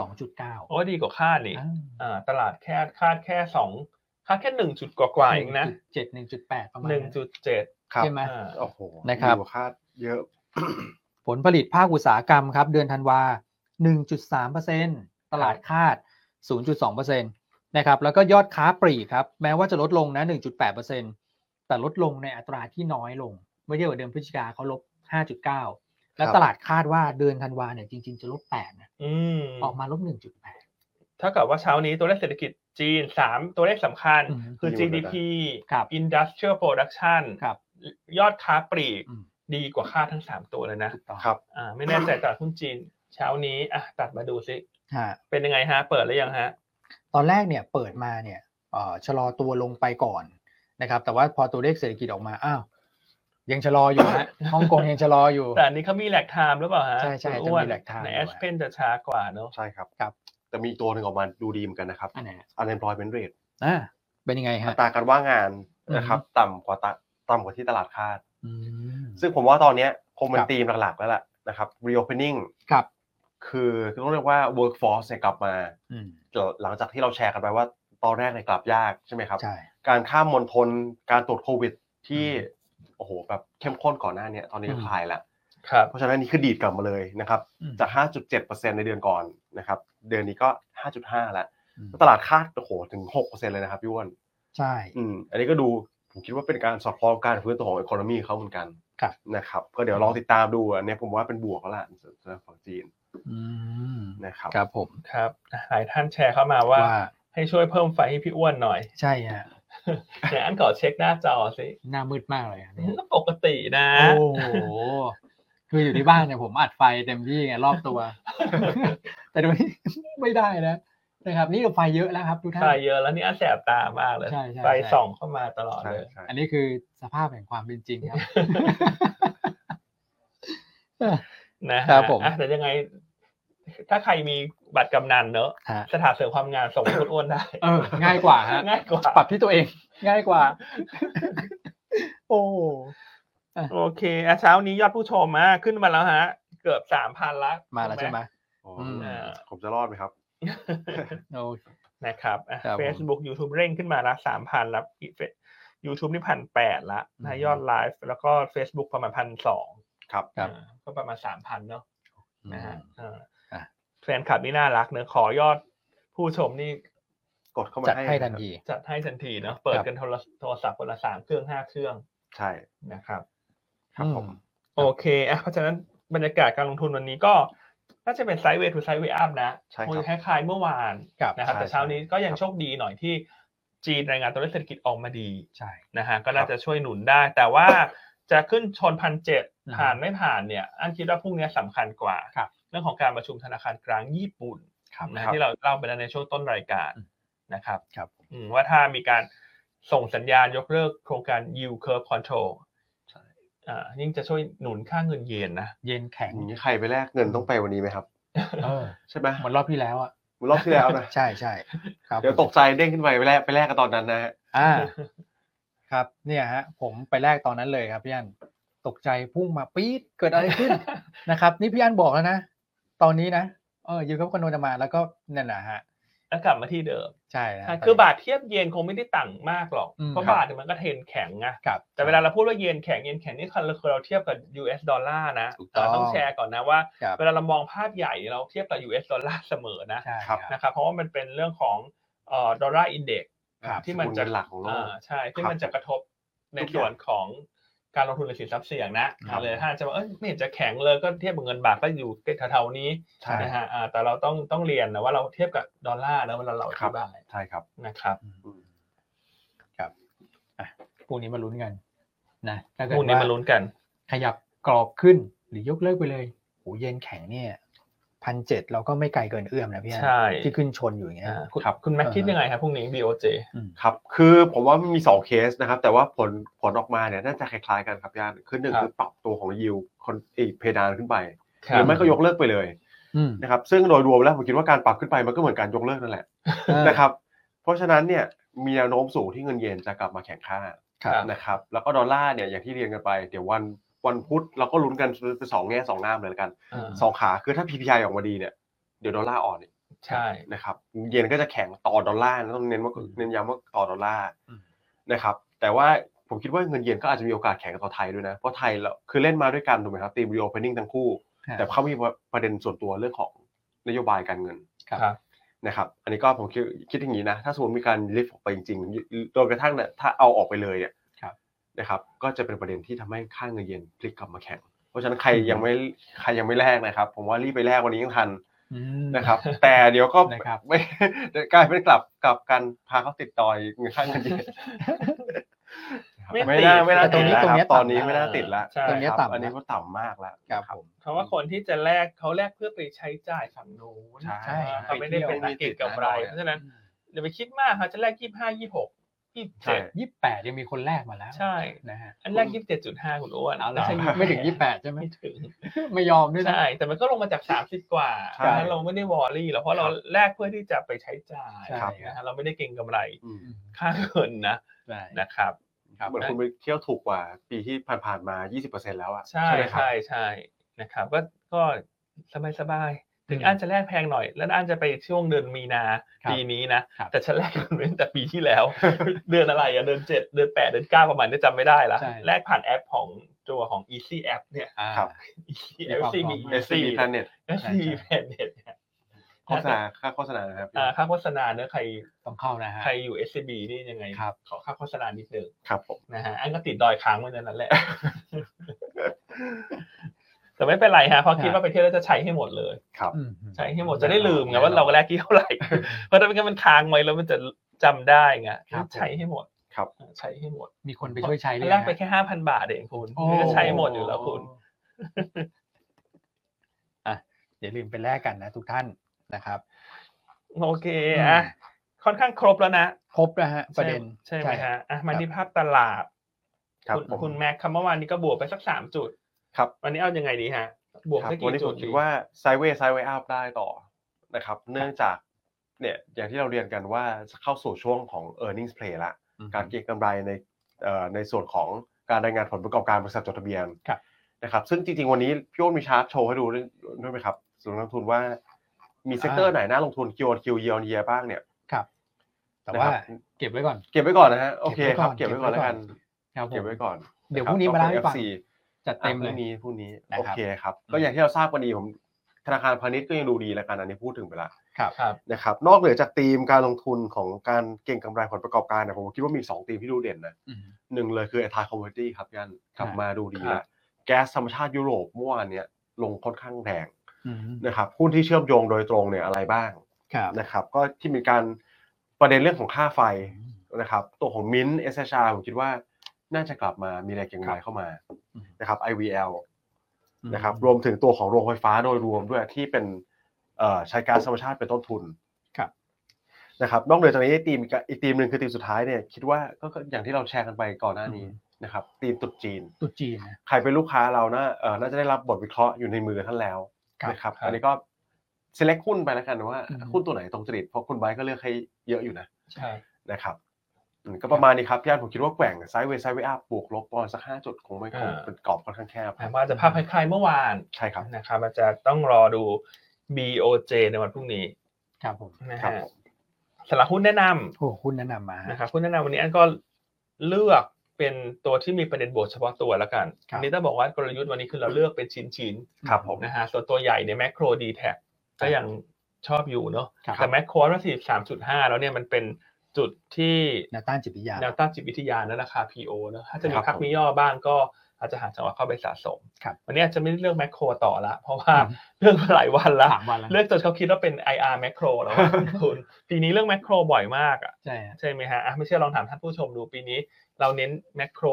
Speaker 3: 4 2.9
Speaker 1: โอ้ดีกว่าคาดนี่
Speaker 3: อ่า
Speaker 1: อ่าตลาาดแค่คาดแค่สองคาดแค่หนึ่งจุดกว่าๆเองนะ
Speaker 3: 1.7 1.8 ประมาณ
Speaker 1: หนึ่งจุดเจ็ด
Speaker 2: ครับ
Speaker 3: ใช่ไหม
Speaker 2: โอ้โห
Speaker 3: นะครับ
Speaker 2: ดีกว่าคาดเยอะ
Speaker 3: ผลผลิตภาคอุตสาหกรรมครับ เดือนธันวา 1.3%ตลาดคาด 0.2%นะครับแล้วก็ยอดค้าปลีกครับ แม้ว่าจะลดลงนะ 1.8%แต่ลดลงในอัตราที่น้อยลง ไม่เยอะกว่าเดือนพฤศจิกาเขาลบ 5.9 และ
Speaker 2: ครับ
Speaker 3: ตลาดคาดว่าเดือนธันวาเนี่ยจริง ๆ จะลบ 8 นะ
Speaker 1: อืม
Speaker 3: ออกมาลบ
Speaker 1: เท่ากับว่าเช้านี้ตัวเลขเศรษฐกิจจีนสามตัวเลขสำคัญ
Speaker 3: อืม
Speaker 1: คือ GDP
Speaker 3: ครับ
Speaker 1: Industrial Production
Speaker 3: 1.8 ครับ
Speaker 1: ยอดค้าปลีก
Speaker 3: อืม
Speaker 1: ดีกว่าคาดทั้งสามตัวเลยนะ
Speaker 3: ถูกต้อง
Speaker 2: ครับ
Speaker 1: อ่าไม่แน่ใจตลาดหุ้นจีน เช้านี้อ่ะตัดมาดูซิ
Speaker 3: ฮะ
Speaker 1: เป็นยังไงฮะ เปิดหรือยังฮะ
Speaker 3: ตอนแรกเนี่ยเปิดมาเนี่ยเอ่อชะลอตัวลงไปก่อนนะครับ แต่ว่าพอตัวเลขเศรษฐกิจออกมาอ้าวยังชะลออยู่ฮะ ฮ่องกงยังชะลออยู่
Speaker 1: แต่อันนี้เขามีแลกไทม์หรือเปล่าฮะ
Speaker 3: ใช่ใช่
Speaker 1: คุณอ้วน
Speaker 3: จะมี lag time
Speaker 1: ใน
Speaker 3: อยู่
Speaker 1: แอ
Speaker 3: อะ
Speaker 1: สเพนจะช้ากว่าเนอะ
Speaker 2: ใช่ครับ
Speaker 3: ครับ
Speaker 2: แต่มีตัวหนึ่งออกมาดูดีเหมือนกันนะครับ
Speaker 3: อันไหนฮะ
Speaker 2: unemployment rate
Speaker 3: อ่าเป็นยังไง
Speaker 2: อั
Speaker 3: ฮะ
Speaker 2: ตราการว่างงานนะครับ
Speaker 3: อืม
Speaker 2: ต่ำกว่าตะต่ำกว่าที่ตลาดคาด
Speaker 3: อืม
Speaker 2: ซึ่งผมว่าตอนเนี้ยคง
Speaker 3: ค
Speaker 2: เป็
Speaker 3: น รับ
Speaker 2: ธีมหลักๆ แล้วล่ะนะครับ reopening
Speaker 3: ครับ
Speaker 2: คือคือต้องเรียกว่า workforce เนี่ยกลับมา
Speaker 3: อืม
Speaker 2: หลังจากที่เราแชร์กันไปว่าตอนแรกเนี่ยกลับยากใช่ไหมครับ
Speaker 3: ใช่
Speaker 2: การข้ามมณฑลการตรวจโควิด ที่
Speaker 3: อื
Speaker 2: โอ้โหแบบเข้มข้นก่อนหน้าเนี้ยตอนนี้ก็
Speaker 3: อืม
Speaker 2: คลายละ
Speaker 1: ครับ
Speaker 2: เพราะฉะนั้นอันนี่คือดีดกลับมาเลยนะครับ
Speaker 3: อืม
Speaker 2: จาก 5.7%ในเดือนก่อนนะครับ เดือนนี้ก็ 5.5 แล้ว
Speaker 3: อืม
Speaker 2: ตลาดคาดโอ้โหถึง 6%เลยนะครับพี่อ้วน
Speaker 3: ใช่
Speaker 2: อืมอันนี้ก็ดูผมคิดว่าเป็นการสอดคล้องการฟื้นตัวของอีโคโนมีเขาเหมือนกัน
Speaker 3: ครับ
Speaker 2: นะครับก็เดี๋ยวลองติดตามดูอันเนี้ยผมว่าเป็นบวกแล้วล่ะสำหรับฝั่งจีน
Speaker 3: อืม
Speaker 2: นะครับ
Speaker 3: ครับผม
Speaker 1: ครับอ่ะหลายท่านแชร์เข้ามาว่า ให้ช่วยเพิ่มไฟให้พี่อ้วนหน่อย
Speaker 3: ใช่ฮะ
Speaker 1: เดี๋ยวอันขอเช็คหน้าจอสิ
Speaker 3: หน้ามืดมากเลยอันนี้
Speaker 1: ก็ปกตินะ
Speaker 3: โอ้โหคืออยู่ที่บ้านเนี่ยผมอัดไฟเต็มที่ไงรอบตัว แต่เดี๋ยวนี้ ไม่ได้นะนะครับ นี่ก็ไฟเยอะแล้วครับทุกท่าน
Speaker 1: ใช่เยอะแล้วนี่อันแสบตามากเลย
Speaker 3: ใช่ใช่
Speaker 1: ไฟ
Speaker 3: ใช่
Speaker 1: ส่องเข้ามาตลอด
Speaker 2: ใช่
Speaker 1: เลย
Speaker 2: ใช่
Speaker 3: อันนี้คือสภาพแห่งความเป็นจริงครับ
Speaker 1: นะฮะ
Speaker 3: ครับผม
Speaker 1: อ่ะแต่ยังไง ถ้าใครมีบัตรกำนันเนอะ
Speaker 3: ฮะ
Speaker 1: สถานเสริมความงามส่งให้คุณอ้วนได้
Speaker 3: เออ ง่ายกว่าฮะ
Speaker 1: ง่ายกว่า
Speaker 3: ปรับที่ตัวเอง ง่ายกว่า *laughs* โอ้
Speaker 1: โอเคอ่ะเช้านี้ยอดผู้ชมอ่ะขึ้นมาแล้วฮะ เกือบสามพันละ
Speaker 3: มาแล้วใช่ไหม
Speaker 2: อ๋อ
Speaker 3: ม
Speaker 2: อ
Speaker 1: อ่า
Speaker 2: ผมจะรอดไหมครับ
Speaker 3: *laughs* โอเค
Speaker 1: นะครับอ่ะ
Speaker 3: ครับผม
Speaker 1: Facebook YouTube เร่งขึ้นมาละสามพันละยูทูบนี่พันแปดละ
Speaker 3: อื
Speaker 1: นะ
Speaker 3: ม
Speaker 1: ยอดไลฟ์แล้วก็ Facebook ประมาณพันสอง
Speaker 2: ครับ
Speaker 3: ครับ
Speaker 1: ก็ประมาณสามพันเนาะนะฮะเออ
Speaker 3: อ่ะ
Speaker 1: แฟนคลับนี่น่ารักเนอะขอยอด ผู้ ผู้ชมนี่
Speaker 2: กดเข้ามา
Speaker 3: จัดให้
Speaker 2: ะค
Speaker 3: ทั
Speaker 2: รับ
Speaker 3: นที
Speaker 1: จัดให้ทันทีเนาะเปิดกันโทรโทรศัพท์คนละสามเครื่องห้าเครื่อง
Speaker 2: ใช่
Speaker 1: นะครับ
Speaker 2: ครับผม
Speaker 3: อืม
Speaker 1: โอเคอ่ะเพราะฉะนั้นบรรยากาศการลงทุนวันนี้ก็ น่าจะเป็นไซด์เวย์ทูไซด์เวย์อัพนะ
Speaker 2: ใช่ค
Speaker 1: ค
Speaker 2: รั
Speaker 1: ง
Speaker 2: บ
Speaker 1: คล้ายๆเมื่อวาน
Speaker 3: ครับ
Speaker 1: นะครับ
Speaker 2: ใช่
Speaker 1: แต่เช้านี้ก็ยั
Speaker 2: ค
Speaker 1: ง
Speaker 2: รับ
Speaker 1: โชคดีหน่อยที่จีนรายงานตัวเลขเศรษฐกิจออกมาดี
Speaker 3: ใช่
Speaker 1: นะฮะก็น่าจะช่วยหนุนได้ แต่ว่าจะขึ้นชนพันเจ็ด
Speaker 3: อือฮึ
Speaker 1: ผ่านไม่ผ่านเนี่ย อันคิดว่าพรุ่งนี้สำคัญกว่า
Speaker 3: ครับ
Speaker 1: เรื่องของการประชุมธนาคารกลางญี่ปุ่น
Speaker 3: ครับ
Speaker 1: นะฮะ
Speaker 2: ครับ
Speaker 1: ที่เราเล่าไปแล้วในช่วงต้นรายการ
Speaker 3: อืม
Speaker 1: นะครับ
Speaker 3: ครับ
Speaker 1: อืมว่าถ้ามีการส่งสัญญาณยกเลิกโครงการ yield curve control
Speaker 3: ใช่
Speaker 1: อ่ายิ่งจะช่วยหนุนค่าเงินเยนนะ
Speaker 3: เย็นแข็ง
Speaker 2: อย่างนี้ใครไปแลกเงินต้องไปวันนี้ไหมครับ
Speaker 3: เออ
Speaker 2: ใช่ไหม
Speaker 3: เหมือนรอบที่แล้วอ่ะ
Speaker 2: มันรอบที่แล้วนะ
Speaker 3: ใช่ใช่ครับ
Speaker 2: เดี๋ยวตกใจเด้งขึ้นไปไปแลกไปแลกกันตอนนั้นนะฮะ
Speaker 3: อ่า ครับเนี่ยฮะผมไปแรกตอนนั้นเลยครับพี่อันตกใจพุ่งมาปี๊ดเกิดอะไรขึ้น นะครับนี่พี่อันบอกแล้วนะ ตอนนี้นะเออยูครับคอนโดจะมาแล้วก็นั่นแหละฮะ
Speaker 1: *laughs* แล้วกลับมาที่เดิม
Speaker 3: ใช่นะ
Speaker 1: ใช่
Speaker 3: ตนนี้
Speaker 1: คือบาทเทียบเยนคงไม่ได้ต่างมากหรอก
Speaker 3: อืม
Speaker 1: เพราะ
Speaker 3: ครับ
Speaker 1: บาทเนี่ยมันก็เทรนแข็งไง
Speaker 3: ครับ
Speaker 1: แต่เวลาเราพูดว่าเยนแข็งเยนแข็งนี่คือเราคือเราเทียบกับ US ดอลลาร์นะ
Speaker 3: ถูกต้อง
Speaker 1: เราต้องแชร์ก่อนนะว่า
Speaker 3: ครับ
Speaker 1: เวลาเรามองภาพใหญ่เราเทียบกับ US ดอลลาร์เสมอนะ
Speaker 3: ใช่
Speaker 2: ครับ
Speaker 1: นะครับเพราะว่ามันเป็นเรื่องของเอ่อดอลลาร์อินเด็กซ์
Speaker 3: ครับ
Speaker 1: ที่มันจะ
Speaker 2: สกุลเงิหลักของโลก
Speaker 1: อ่าใช่ที่มันจะกระทบใน
Speaker 2: ทุกอย่าง
Speaker 1: ส่วนของการลงทุนในสินทรัพย์เสี่ยงนะครับ เลยถ้าจะว่าเอ้ยไม่เห็นจะแข็งเลยก็เทียบกับเงินบาทก็อยู่แถวๆนี้
Speaker 3: ใช่
Speaker 1: นะฮะอ่าแต่เราต้องต้องเรียนนะว่าเราเทียบกับดอลลาร์นะเวลาเราอธิบาย
Speaker 2: ใช่ครับ
Speaker 1: นะครับ
Speaker 3: อืมครับอ่ะพรุ่งนี้มาลุ้นกันนะถ้าเกิด
Speaker 1: พรุ่งนี้
Speaker 3: ว่
Speaker 1: มาลุ้นกัน
Speaker 3: ขยับกรอบขึ้นหรือยกเลิกไปเลยโหเย็นแข็งเนี่ยพันเจ็ดเราก็ไม่ไกลเกินเอื้อมนะพี่อัน
Speaker 1: ใช่
Speaker 3: ที่ขึ้นชนอยู่อย่างเงี้ย
Speaker 1: อ่าคุณ
Speaker 2: ครับ
Speaker 1: คุณแม็กซ์คิด
Speaker 3: อ่าฮะ
Speaker 1: ยังไงครับพรุ่งนี้ BOJ
Speaker 2: ครับ คือผมว่ามันมี 2 เคสนะครับ แต่ว่าผลผลออกมาเนี่ยน่าจะคล้ายๆกันครับย่านคือหนึ่ง
Speaker 1: ครับ
Speaker 2: คือปรับตัวของยิวคนอีกเพดานขึ้นไป
Speaker 1: ค
Speaker 2: หรื
Speaker 1: บ
Speaker 2: อไม่ก็ยกเลิกไปเลย
Speaker 3: อืม
Speaker 2: นะครับ ซึ่งโดยรวมแล้วผมคิดว่าการปรับขึ้นไปมันก็เหมือนการยกเลิกนั่นแหละนะครับ เพราะฉะนั้นเนี่ยมีแนวโน้มสูงที่เงินเยนจะกลับมาแข็งค่า
Speaker 3: ครับ
Speaker 2: นะครับ แล้วก็ดอลลาร์เนี่ยอย่างที่เรียนกันไป เดี๋ยววันวันพุธเราก็ลุ้นกันเป็นสองแง่สองงามเลยละกัน
Speaker 1: อ่า
Speaker 2: สองขาคือถ้า PPI ออกมาดีเนี่ยเดี๋ยวดอลลาร์อ่อน
Speaker 1: ใช่
Speaker 2: นะครับเยนก็จะแข็งต่อดอลลาร์นะต้องเน้นว่าเน้นย้ำว่าต่อดอลลาร์
Speaker 3: อืม
Speaker 2: นะครับแต่ว่าผมคิดว่าเงินเยนก็อาจจะมีโอกาสแข็งกับต่อไทยด้วยนะ เพราะไทยเราคือเล่นมาด้วยกันถูกไหมครับตีมรีโอเพนนิ่งทั้งคู่ แต่เขามีประเด็นส่วนตัวเรื่องของนโยบายการเงิน
Speaker 3: ครับ
Speaker 1: ครับ
Speaker 2: นะครับอันนี้ก็ผมคิดคิดอย่างนี้นะ ถ้าสมมติมีการลิฟต์ออกไปจริงๆโดยกระทั่งเนี่ยถ้าเอาออกไปเลยเนี่ย
Speaker 3: ครับ
Speaker 2: นะครับก็จะเป็นประเด็นที่ทำให้ค่าเงินเยนพลิกกลับมาแข็ง เพราะฉะนั้นใครยังไม่ใครยังไม่แลกนะครับ ผมว่ารีบไปแลกวันนี้
Speaker 3: *laughs*
Speaker 2: ยังทัน
Speaker 3: อืม
Speaker 2: นะครับ แต่เดี๋ยวก็
Speaker 3: นะครับ
Speaker 2: ไม่ กลายเป็นกลับกลับกันพาเขาติดต่อยเงินข้างเงินเดือนไม่น่าไม่น่า
Speaker 3: ตร
Speaker 2: ติ
Speaker 3: ง
Speaker 2: ด
Speaker 3: นี้
Speaker 2: แล้วครับ
Speaker 3: ต
Speaker 2: ต
Speaker 3: ร
Speaker 2: อง น
Speaker 3: นี้
Speaker 2: นี้
Speaker 3: ต่ำ
Speaker 2: ไม่น่าติดแล้ว
Speaker 1: ใช่
Speaker 3: ตรงนี้
Speaker 2: คบ
Speaker 3: ต่ำ
Speaker 2: อันนี้ก็ต่ำมากแล้ว
Speaker 3: ครับ
Speaker 2: นะ
Speaker 3: ผม
Speaker 1: เพราะว่าคนที่จะแลกเขาแลกเพื่อไปใช้จ่ายฝั่งนู้น
Speaker 2: ใช่
Speaker 1: เขาไม่ได้เป็นนักเก็งกำไร
Speaker 2: ไม่ได้ติดนะ
Speaker 1: เพราะฉะนั้นอย่าไปคิดมากเขาจะแลกยี่ห้ายี่หกยี่
Speaker 2: ใช่
Speaker 1: เจ็ด
Speaker 3: ยี่สิบแปดยังมีคนแรกมาแล้ว
Speaker 1: ใช่
Speaker 3: นะฮะ
Speaker 1: อันแรกยี่สิบเจ็ดจุดห้าคุณอ้วน
Speaker 3: เอาละ
Speaker 1: ใช่
Speaker 3: ไม่ถึงยี่สิบแปดใช่ไหม
Speaker 1: ไม่ถึง
Speaker 3: ไม่ยอมด้วยนะ
Speaker 1: ใช่แต่มันก็ลงมาจากสามสิบกว่า
Speaker 2: ใช่
Speaker 1: เพราะฉะนั้นเราไม่ได้วอรี่หรอกเพราะเราแลกเพื่อที่จะไปใช้จ่าย
Speaker 3: ใช่ครับ
Speaker 1: นะฮะเราไม่ได้เก็งกำไร
Speaker 2: อืม
Speaker 3: อืม
Speaker 1: ค่าเงินนะ
Speaker 3: ได้
Speaker 1: นะครับ
Speaker 3: ครับ
Speaker 2: เหมือนคุณไปเที่ยวถูกกว่าปีที่ผ่านๆมา 20%แล้วอ่ะ
Speaker 1: ใช่
Speaker 2: ไหมครับ
Speaker 1: ใช่ใช่นะครับ ก็ก็สบายสบายๆถึงอันจะแลกแพงหน่อย แล้วอันจะไปช่วงเดือนมีนา
Speaker 3: ครับ
Speaker 1: ปีนี้นะ
Speaker 3: ครับ
Speaker 1: แต่ฉันแลกกันตั้งแต่ปีที่
Speaker 3: *laughs*
Speaker 1: แล้ว เดือนอะไรอะเดือนเจ็ดเดือนแปดเดือนเก้าประมาณนี้จำไม่ได้ละ
Speaker 3: ใช่
Speaker 1: แลกผ่านแอปของตัวของ Easy App เนี่ย
Speaker 3: อ่า
Speaker 2: ครับ
Speaker 1: Easy
Speaker 3: มีความพ
Speaker 1: App มี
Speaker 3: ร้อม
Speaker 2: เอสซี
Speaker 1: Easy
Speaker 2: มีพลเน็ต
Speaker 1: Easy มีแพนเน็ตเนี่ย
Speaker 2: โฆษณาค่าโฆษณานะครับ
Speaker 1: อ่าค่าโฆษณาเนื้อะใคร
Speaker 3: ต้องเข้านะฮะ
Speaker 1: ใครอยู่ SCB นี่ยังไง
Speaker 3: ครับ
Speaker 1: ขอค่าโฆษณานิดนึง
Speaker 2: ครับผม
Speaker 1: นะฮะอันก็ติดดอยค้างไว้ในนั้นแหละ *laughs* แต่ไม่เป็นไรฮะเพราะคิดว่าไปเที่ยวแล้วจะใช้ให้หมดเลย
Speaker 2: ครับ
Speaker 3: อืม
Speaker 1: ใช่ให้หมดจะได้ลืมไง
Speaker 2: แน่นอน
Speaker 1: ว่าเราแรกที่เท่า *laughs* ไหร่ เพราะถ้าไม่งั้นมันค้างไว้แล้วมันจะจำได้ไง
Speaker 3: ครับ
Speaker 1: ใช้ให้หมด
Speaker 2: ครับ
Speaker 1: ใช้ให้หมด
Speaker 3: มีคนไปช่วยใช้ด้วย
Speaker 1: แรก
Speaker 3: นะ
Speaker 1: ไปแค่ห้าพันบาทเองคุณ
Speaker 3: โอ้
Speaker 1: นี่ก็ใช้หมดอยู่แล้วคุณ
Speaker 3: อ่ะอย่าลืมไปแลกกันนะทุกท่านนะครับ
Speaker 1: โอเคอ่ะ
Speaker 3: อืม
Speaker 1: ค่อนข้างครบแล้วนะ
Speaker 3: ครบนะฮะ ประเด็น
Speaker 1: ใช่ไหมฮะอ่ะมาที่ภาพตลาด
Speaker 2: ครับ
Speaker 1: คุณ
Speaker 2: ผม
Speaker 1: คุณแม็กซ์คำเมื่อวานนี้ก็บวกไปสักสามจุด
Speaker 2: ครับ
Speaker 1: วันนี้เอายังไงดีฮะ บวก
Speaker 2: ครับ
Speaker 1: สัก
Speaker 2: วัน
Speaker 1: กี่
Speaker 2: นี้
Speaker 1: จุ
Speaker 2: ผ
Speaker 1: ด
Speaker 2: มคิดว่าไซเวย์ไซเวย์อัพได้ต่อนะครับ เนื่องจากเนี่ยอย่างที่เราเรียนกันว่าเข้าสู่ช่วงของ e a r n i n g s play ละ
Speaker 3: อืม
Speaker 2: การเก็งกำไรในเอ่อในส่วนของการรายงานผลประกอบการบริษัทจดทะเบียน
Speaker 3: ครับ
Speaker 2: นะครับซึ่งจริงๆ วันนี้พี่อ้นมีชาร์ตโชว์ให้ดูด้วยด้วยไหมครับสำหรับนักลงทุนว่ามีเซกเตอร์
Speaker 3: อ่า
Speaker 2: ไหนน่าลงทุน Q1 Q year on year บ้างเนี่ย
Speaker 3: ครับ แต่ว่า
Speaker 2: ครับ
Speaker 3: เก็บไว้ก่อน
Speaker 2: เก็บไว้ก่อนนะฮะโอเคครับ
Speaker 3: เก็
Speaker 2: เก็
Speaker 3: บบ ไว้
Speaker 2: ไว้
Speaker 3: ก่
Speaker 2: ก่
Speaker 3: อ
Speaker 2: อน นแล้วกัน
Speaker 3: ครับผม
Speaker 2: เก็บไว้ก่อน
Speaker 3: เดี๋ยวพรุ่งนี้มาเล่าให้ฟัง
Speaker 2: ต้องเป็น FC
Speaker 3: จัดเต็มเลย
Speaker 2: อ่ะพรุ่งนี้พรุ่งนี้
Speaker 3: นะครับ
Speaker 2: โอเคครับ
Speaker 3: อืม
Speaker 2: ก็อย่างที่เราทราบวันนี้ผม ธนาคารพาณิชย์ก็ยังดูดีแล้วกันอันนี้พูดถึงไปละ
Speaker 3: ครับ
Speaker 1: ครับ
Speaker 2: นะครับนอกเหนือจากธีมการลงทุนของการเก็งกำไรผลประกอบการเนี่ยผมคิดว่ามีสองธีมที่ดูเด่นนะ
Speaker 3: อืม
Speaker 2: หนึ่งเลยคือไอ้ทายคอมมูนิตี้ครับยันกลับ
Speaker 3: ครับ
Speaker 2: มาดูดีละแก๊สธรรมชาติยุโรปเมื่อวานเนี่ยลงค่อนข้างแรง
Speaker 3: อืม
Speaker 2: นะครับหุ้นที่เชื่อมโยงโดยตรงเนี่ยอะไรบ้าง
Speaker 3: ครับ
Speaker 2: นะครับก็ที่มีการประเด็นเรื่องของค่าไฟ นะครับตัวของมิ้นเอสชาผมคิดว่าน่าจะกลับมามีแรงเก็งกำไรเข้ามา
Speaker 3: อืม
Speaker 2: นะครับ IVL นะครับรวมถึงตัวของโรงไฟฟ้าโดยรวมด้วยที่เป็นเอ่อใช้ก๊าซธรรมชาติเป็นต้นทุน
Speaker 3: ครับ
Speaker 2: นะครับนอกเหนือจากนี้ทีมอีกทีมหนึ่งคือทีมสุดท้ายเนี่ยคิดว่าก็ก็อย่างที่เราแชร์กันไปก่อนหน้านี้นะครับทีมตรุดจีน
Speaker 3: ตุรกีนะ
Speaker 2: ใครเป็นลูกค้าเราน่าเอ่อน่าจะได้รับบทวิเคราะห์อยู่ในมือท่านแล้ว
Speaker 3: ครับ
Speaker 2: นะครับ
Speaker 1: ครับ
Speaker 2: อันนี้ก็ select หุ้นไปแล้วกันว่า
Speaker 3: อืม
Speaker 2: หุ้นตัวไหนตรงจริตเพราะคุณไบร์ทก็เลือกให้เยอะอยู่นะ
Speaker 1: ใช่
Speaker 2: นะครับอืมก็ประมาณนี้ครับพี่อันผมคิดว่าแกว่งไซด์เวย์ไซด์เวย์อัพบวกลบประมาณสักห้าจุดคงไม่คงเป็นกรอบค่อนข้างแคบ
Speaker 1: แปลว่าจะภาพคล้ายๆเมื่อวาน
Speaker 2: ใช่ครับ
Speaker 1: นะครับอาจจะต้องรอดู BOJ ในวันพรุ่งนี้
Speaker 3: ครับผม
Speaker 1: นะ
Speaker 2: ครั
Speaker 1: ฮะ
Speaker 2: บผม
Speaker 1: สำหรับหุ้นแนะนำ
Speaker 3: โอ้คุณแนะนำมาฮะ
Speaker 1: นะครับคุณแนะนำวันนี้อันก็เลือกเป็นตัวที่มีประเด็นบวกเฉพาะตัวแล้วกัน
Speaker 3: ครับ
Speaker 1: อันนี้ต้องบอกว่ากลยุทธ์วันนี้คือเราเลือกเป็นชิ้นชิ้น
Speaker 2: ครับผม
Speaker 1: ๆนะฮะส่วนตัวใหญ่เนี่ยแมคโครดีแท็ก็ยังชอบอยู่เนาะ
Speaker 3: ครับ
Speaker 1: แต่แมคโครว่าสี่สามจุดห้าแล้วเนี่ยมันเป็นจุดที่
Speaker 3: แนวต้านจิตวิทยา
Speaker 1: แนวต้านจิตวิทยานะราคา PO เนอะถ้าจะมี
Speaker 2: ครับ
Speaker 1: พัก
Speaker 2: ผม
Speaker 1: มีย่อบ้างก็อาจจะหาจังหวะเข้าไปสะสม
Speaker 3: ครับ
Speaker 1: วันนี้อาจจะไม่ได้เลือกแมคโครต่อละเพราะว่า
Speaker 3: อืม
Speaker 1: เลือกมาหลายวันละ
Speaker 3: สามวันแล้ว
Speaker 1: เลือกจนเขาคิดว่าเป็น IR แมคโครแล้วอะคุณปีนี้เรื่องแมคโครบ่อยมากอะ
Speaker 3: ใช่ฮะ
Speaker 1: ใช่ไหมฮะอ่ะไม่เชื่อลองถามท่านผู้ชมดูปีนี้ เราเน้นแมคโคร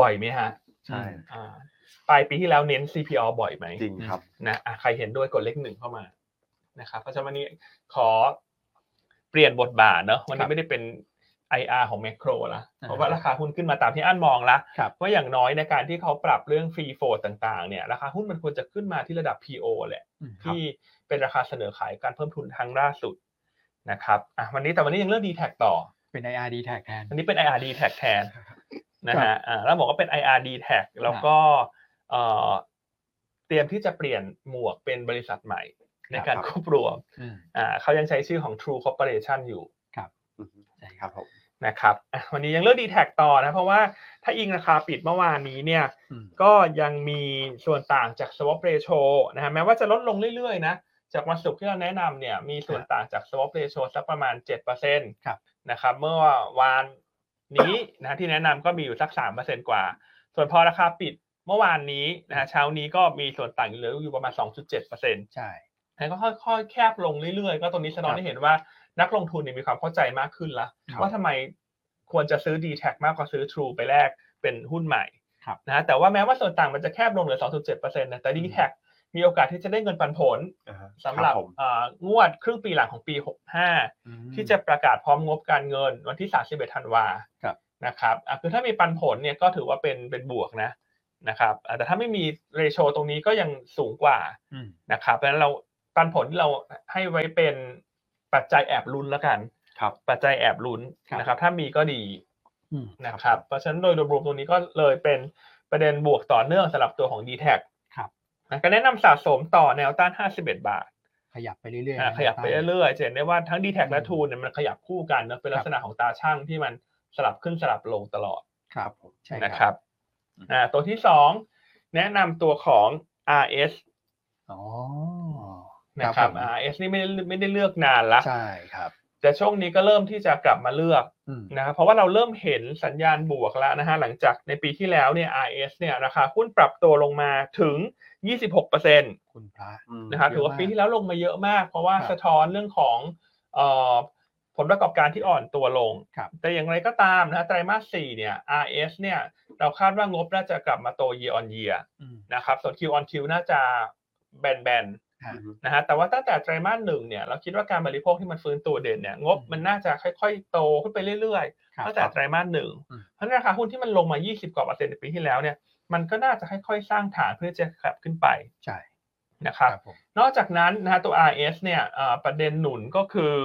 Speaker 1: บ่อยไหมฮะ
Speaker 2: ใช่
Speaker 1: อ่าปลายปีที่แล้วเน้น CPO บ่อยไหม
Speaker 2: จริงครับ
Speaker 1: นะอ่ะใครเห็นด้วยกดเลขหนึ่งเข้ามานะครับเพราะฉะนั้นวันนี้ขอเปลี่ยนบทบาทเนอะวันนี้ไม่ได้เป็น IR ของแมคโครละเพราะว่าราคาหุ้นขึ้นมาตามที่อั้นมองละ
Speaker 3: ครับ
Speaker 1: ว่าอย่างน้อยในการที่เขาปรับเรื่องฟรีโฟดต่างๆเนี่ยราคาหุ้นมันควรจะขึ้นมาที่ระดับ PO แหละ
Speaker 3: อืมครับ
Speaker 1: ที่เป็นราคาเสนอขายการเพิ่มทุนครั้งล่าสุดนะครับอ่ะวันนี้แต่วันนี้ยังเรื่องดีแท็ต่อ
Speaker 3: เป็น IRD tag แทน
Speaker 1: อันนี้เป็น IRD tag แทนนะฮะอ่าแล้วบอกว่าเป็น IRD tag แล้วก็เอ่อเตรียมที่จะเปลี่ยนหมวกเป็นบริษัทใหม่ ในการ
Speaker 2: ครับ
Speaker 1: ควบรวม
Speaker 3: อืม
Speaker 1: อ่าเขายังใช้ชื่อของ True Corporation อยู่
Speaker 2: อืมครับผม
Speaker 1: นะครับอ่ะวันนี้ยังเลือก d t แทต่อนะ เพราะว่าถ้าอิงราคาปิดเมื่อวานนี้เนี่ย
Speaker 3: อืม
Speaker 1: ก็ยังมีส่วนต่างจาก swap ratio นะฮะแม้ว่าจะลดลงเรื่อยๆนะ จากวันศุกร์ที่เราแนะนำเนี่ยมีส่วนต่างจาก swap ratio สักประมาณ7%
Speaker 3: ครับ
Speaker 1: นะครับ เมื่อวานนี้นะฮะที่แนะนำก็มีอยู่สัก3%กว่า ส่วนพอราคาปิดเมื่อวานนี้นะฮะเช้านี้ก็มีส่วนต่างเหลืออยู่ประมาณ 2.7%น
Speaker 3: ใช่
Speaker 1: ะก็ค่อยๆ แคบลงเรื่อยๆ ก็ตรงนี้สะท้อนให้เห็นว่านักลงทุนเนี่ยมีความเข้าใจมากขึ้นละ
Speaker 3: ครับ
Speaker 1: ว่าทำไมควรจะซื้อ d t แทมากกว่าซื้อ True ไปแลกเป็นหุ้นใหม่
Speaker 3: ครับ
Speaker 1: นะฮะแต่ว่าแม้ว่าส่วนต่างมันจะแคบลงเหลือ 2.7%นะแต่ d t แทมีโอกาสที่จะได้เงินปันผลสำหรับ
Speaker 2: ครับผม
Speaker 1: เอ่องวดครึ่งปีหลังของปี 65
Speaker 3: อืม
Speaker 1: ที่จะประกาศพร้อมงบการเงินวันที่ 31 ธันวา
Speaker 3: ครับ
Speaker 1: นะครับอ่ะคือถ้ามีปันผลเนี่ยก็ถือว่าเป็นเป็นบวกนะนะครับอ่ะแต่ถ้าไม่มีเรโชตรงนี้ก็ยังสูงกว่า
Speaker 3: อืม
Speaker 1: นะครับเพราะฉะนั้นเราปันผลที่เราให้ไว้เป็นปัจจัยแอบลุ้นแล้วกัน
Speaker 2: ครับ
Speaker 1: ปัจจัยแอบลุ้น
Speaker 3: ครับ
Speaker 1: นะครับ ถ้ามีก็ดี
Speaker 3: อืม
Speaker 1: นะครับเพราะฉะนั้นโดยรวมๆตรงนี้ก็เลยเป็นประเด็นบวกต่อเนื่องสำหรับตัวของ d t แท
Speaker 3: ครับ
Speaker 1: นะก็แนะนำสะสมต่อแนวต้าน 51 บาท
Speaker 3: ขยับไปเรื่อย
Speaker 1: อ่ะ
Speaker 3: ๆ
Speaker 1: ขยับไปเรื่อยๆจะเห็นได้ว่าทั้ง d t แทและ
Speaker 3: อืม
Speaker 1: ทูนเนี่ยมันขยับคู่กันนะเป็นลักษณะของตาช่างที่มันสลับขึ้นสลับลงตลอด
Speaker 3: ครับใช่
Speaker 1: นะค
Speaker 3: ครั
Speaker 1: รั
Speaker 3: บบ
Speaker 1: อ่าตัวที่สองแนะนำตัวของ RS
Speaker 3: อ๋อ
Speaker 1: นะค
Speaker 3: ค
Speaker 1: รั
Speaker 3: รับ บผม
Speaker 1: RS นี่ไม่ได้ไม่ได้เลือกนานละ
Speaker 3: ใช่ครับ
Speaker 1: แต่ช่วงนี้ก็เริ่มที่จะกลับมาเลือก
Speaker 3: อืม
Speaker 1: นะครับเพราะว่าเราเริ่มเห็นสัญญาณบวกแล้วนะฮะหลังจากในปีที่แล้วเนี่ย RS เนี่ยราคาหุ้นปรับตัวลงมาถึง 26%น
Speaker 3: คุณพระ
Speaker 1: ะครับ
Speaker 3: เยอะมาก
Speaker 1: ถือว่าปีที่แล้วลงมาเยอะมาก เพราะว่า
Speaker 3: ครับ
Speaker 1: สะท้อนเรื่องของเอ่อผลประกอบการที่อ่อนตัวลง
Speaker 3: ครับ
Speaker 1: แต่อย่างไรก็ตามนะฮะไตรมาส4เนี่ย RS เนี่ยเราคาดว่างบน่าจะกลับมาโต year on year
Speaker 3: อืม
Speaker 1: นะครับส่วน Q on Q น่าจะแบนๆ
Speaker 3: ฮะ
Speaker 1: นะฮะแต่ว่าตั้งแต่ไตรมาสหนึ่งเนี่ยเราคิดว่าการบริโภคที่มันฟื้นตัวเด่นเนี่ยงบ
Speaker 3: อืม
Speaker 1: มันน่าจะค่อยๆ โตขึ้นไปเรื่อย
Speaker 3: ครับ
Speaker 1: ๆตั้งแต่ไตรมาสหนึ่ง
Speaker 3: อืม
Speaker 1: เพราะฉะนั้นราคาหุ้นที่มันลงมา 20 กว่าเปอร์เซ็นต์ในปีที่แล้วเนี่ยมันก็น่าจะค่อยๆ สร้างฐานเพื่อจะขับขึ้นไป
Speaker 3: ใช่
Speaker 1: นะครับ
Speaker 3: ผม
Speaker 1: นอกจากนั้นนะฮะตัว RS เนี่ยเอ่อประเด็นหนุนก็คือ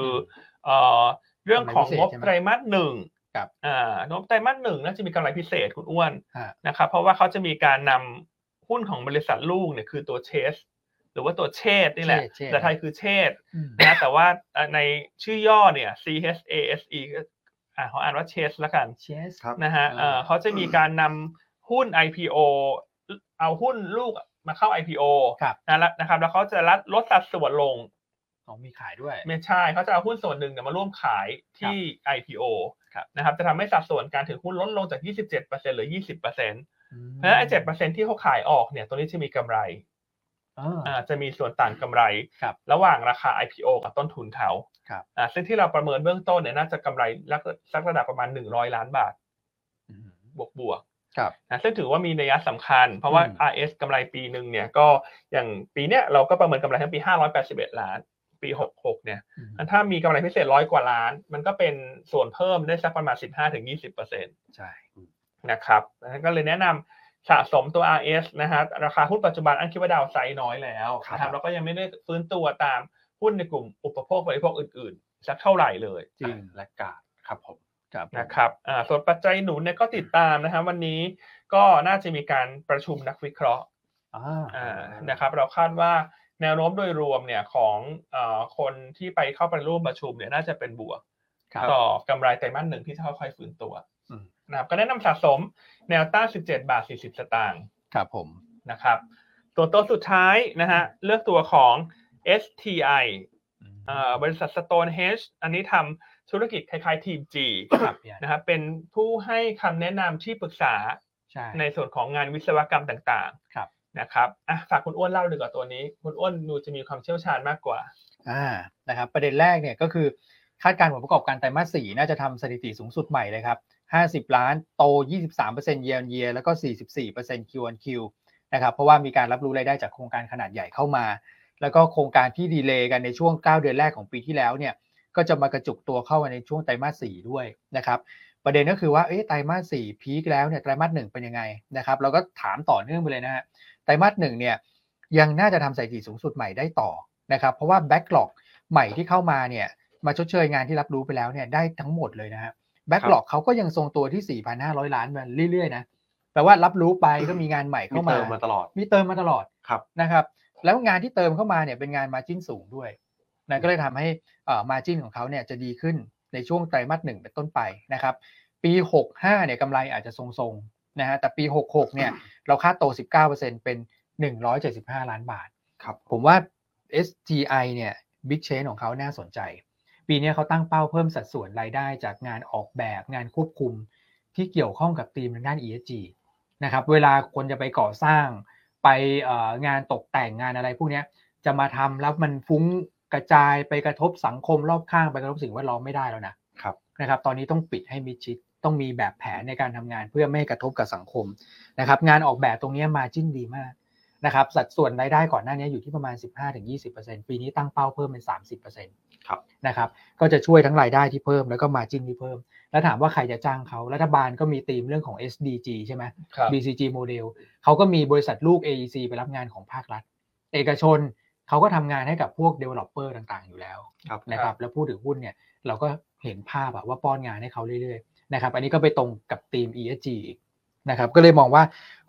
Speaker 1: เอ่อเรื่องของงบไตรมาสหนึ่ง
Speaker 3: ครับ
Speaker 1: อ่างบไตรมาสหนึ่งน่าจะมีกำไรพิเศษคุณอ้วน
Speaker 3: ฮะ
Speaker 1: นะครับเพราะว่าเขาจะมีการนำหุ้นของบริษัทลูกเนี่ยคือตัวเชส หรือว่าตัวเชสนี่แหละ
Speaker 3: เชษเชษ
Speaker 1: แต่ไทยคือเชส
Speaker 3: อืม
Speaker 1: นะแต่ว่าเอ่อในชื่อย่อเนี่ย C H A S E ก็อ่าเขาอ่านว่าเชสละกัน
Speaker 3: Cheers
Speaker 2: ครับ
Speaker 1: นะฮะเอ่อ
Speaker 3: อ่า
Speaker 1: เขาจะมีการนำหุ้น IPO เอาหุ้นลูก มาเข้า IPO
Speaker 3: ครับ
Speaker 1: นะแล้วนะครับ แล้วเขาจะลดลดสัดส่วนลง
Speaker 3: อ๋อมีขายด้วย
Speaker 1: ไม่ใช่เขาจะเอาหุ้นส่วนหนึ่งเนี่ยมาร่วมขายที่ IPO
Speaker 3: ครับ
Speaker 1: นะครับจะทำให้สัดส่วนการถือหุ้นลดลงจาก 27%เหลือ 20%เพราะฉะ
Speaker 3: ม
Speaker 1: นั้นไอ้7%ที่เขาขายออกเนี่ยตัวนี้จะมีกำไร
Speaker 3: อ่า
Speaker 1: อ่าจะมีส่วนต่างกำไร
Speaker 3: ครับ
Speaker 1: ระหว่างราคา IPO กับต้นทุนเขา
Speaker 3: ครับ
Speaker 1: อ่าซึ่งที่เราประเมินเบื้องต้นเนี่ยน่าจะกำไรระสักระดับประมาณ 100 ล้านบาท
Speaker 3: อืม
Speaker 1: บวกบวกๆ
Speaker 3: ครับ
Speaker 1: นะซึ่งถือว่ามีนัยสำคัญ เพราะว่า
Speaker 3: อืม
Speaker 1: RS กำไรปีหนึ่งเนี่ยก็อย่างปีเนี้ยเราก็ประเมินกำไรทั้งปี 581 ล้าน ปี 66 เนี่ย
Speaker 3: อืม
Speaker 1: ถ้ามีกำไรพิเศษร้อยกว่าล้าน มันก็เป็นส่วนเพิ่มได้สักประมาณ 15-20%
Speaker 3: ใช่
Speaker 1: นะครับดังนั้นก็เลยแนะนำสะสมตัว RS นะฮะราคาหุ้นปัจจุบันอันคิดว่าดาวไซด์น้อยแล้ว
Speaker 2: ครับ
Speaker 1: นะครับแล้วก็ยังไม่ได้ฟื้นตัวตามหุ้นในกลุ่มอุปโภคบริโภคอื่นๆ สักเท่าไหร่เลย
Speaker 3: จริง
Speaker 2: และกาดครับผม
Speaker 3: ครับ
Speaker 1: นะครับอ่าส่วนปัจจัยหนุนเนี่ยก็ติดตามนะฮะวันนี้ก็น่าจะมีการประชุมนักวิเคราะห์
Speaker 3: อ่า
Speaker 1: อ่านะครับเราคาดว่าแนวโน้มโดยรวมเนี่ยของเอ่อคนที่ไปเข้าไปร่วมประชุมเนี่ยน่าจะเป็นบวก
Speaker 3: ครับ
Speaker 1: ต่อกำไรไตรมาสหนึ่งที่จะค่อยๆฟื้นตัว
Speaker 3: อืม
Speaker 1: นะครับก็แนะนำสะสมแนวต้าน 17 บาท 40 สตางค์
Speaker 3: ครับผม
Speaker 1: นะครับตัวตัวสุดท้ายนะฮะเลือกตัวของ STI
Speaker 3: ม
Speaker 1: เอ่อบริษัท Stonehenge อันนี้ทำธุรกิจคล้ายๆทีม G
Speaker 3: ครับพี่อัน
Speaker 1: นะครับเป็นผู้ให้คำแนะนำที่ปรึกษา
Speaker 3: ใช่
Speaker 1: ในส่วนของงานวิศวกรรมต่างๆ
Speaker 3: ครับ
Speaker 1: นะครับอ่ะฝากคุณอ้วนเล่าดีกว่าตัวนี้ คุณอ้วนดูจะมีความเชี่ยวชาญมากกว่า
Speaker 3: อ่านะครับประเด็นแรกเนี่ยก็คือคาดการณ์ผลประกอบการไตรมาสสี่น่าจะทำสถิติสูงสุดใหม่เลยครับ 50 ล้านโต 23% year on year แล้วก็ 44% Q on Q นะครับเพราะว่ามีการรับรู้รายได้จากโครงการขนาดใหญ่เข้ามา แล้วก็โครงการที่ดีเลย์กันในช่วง 9 เดือนแรกของปีที่แล้วเนี่ยก็จะมากระจุกตัวเข้ามาในช่วงไตรมาสสี่ด้วยนะครับประเด็นก็คือว่าเอ๊ะไตรมาสสี่พีคแล้วเนี่ยไตรมาสหนึ่งเป็นยังไงนะครับเราก็ถามต่อเนื่องไปเลยนะฮะ ไตรมาสหนึ่งเนี่ยยังน่าจะทำสถิติสูงสุดใหม่ได้ต่อนะครับเพราะว่าแบ็กหลอกใหม่ที่เข้ามาเนี่ยมาชดเชยงานที่รับรู้ไปแล้วเนี่ยได้ทั้งหมดเลยนะฮะแบ็กหลอกเขาก็ยังทรงตัวที่ 4,500 ล้านมาเรื่อยๆนะแปลว่ารับรู้ไปก็มีงานใหม่
Speaker 2: มี
Speaker 3: เข้ามา
Speaker 2: เติมมาตลอด
Speaker 3: มีเติมมาตลอด
Speaker 2: ครับ
Speaker 3: นะครับแล้วงานที่เติมเข้ามาเนี่ยเป็นงานมาจิ้นสูงด้วยนะก็เลยทำให้เอ่อมาจิ้นของเขาเนี่ยจะดีขึ้นในช่วงไตรมาสหนึ่งเป็นต้นไปนะครับปี 65เนี่ยกำไรอาจจะทรงๆนะฮะแต่ปี 66เนี่ยเราคาดโต 19%เป็น 175 ล้านบาท
Speaker 2: ครับ
Speaker 3: ผมว่า STI เนี่ยบิ๊กเชนของเขาน่าสนใจ ปีนี้เขาตั้งเป้าเพิ่มสัดส่วนรายได้จากงานออกแบบงานควบคุมที่เกี่ยวข้องกับธีมทางด้าน ESG นะครับเวลาคนจะไปก่อสร้าง ไปเอ่องานตกแต่งงานอะไรพวกเนี้ยจะมาทำแล้วมันฟุ้งกระจายไปกระทบสังคมรอบข้างไปกระทบสิ่งแวดล้อมไม่ได้แล้วนะครับ นะครับ ตอนนี้ต้องปิดให้มิดชิดต้องมีแบบแผนในการทำงานเพื่อไม่ให้กระทบกับสังคมนะครับ งานออกแบบตรงเนี้มาจิ้นดีมาก นะครับสัดส่วนรายได้ก่อนหน้านี้อยู่ที่ประมาณ 15-20%ปีนี้ตั้งเป้าเพิ่มเป็น 30%
Speaker 2: ครับ
Speaker 3: นะครับก็จะช่วยทั้งรายได้ที่เพิ่มแล้วก็มาจินที่เพิ่ม แล้วถามว่าใครจะจ้างเขารัฐบาลก็มีธีมเรื่องของ SDG ใช่ไหม
Speaker 1: ครับ
Speaker 3: BCG โมเดลเขาก็มีบริษัทลูก AEC ไปรับงานของภาครัฐ เอกชนเขาก็ทำงานให้กับพวก developer ต่างๆ อยู่แล้ว
Speaker 2: ครับ
Speaker 3: นะครับแล้วผู้ถือหุ้นเนี่ยเราก็เห็นภาพอะว่าป้อนงานให้เขาเรื่อยๆนะครับอันนี้ก็ไปตรงกับธีม ESG อีกนะครับก็เลยมองว่า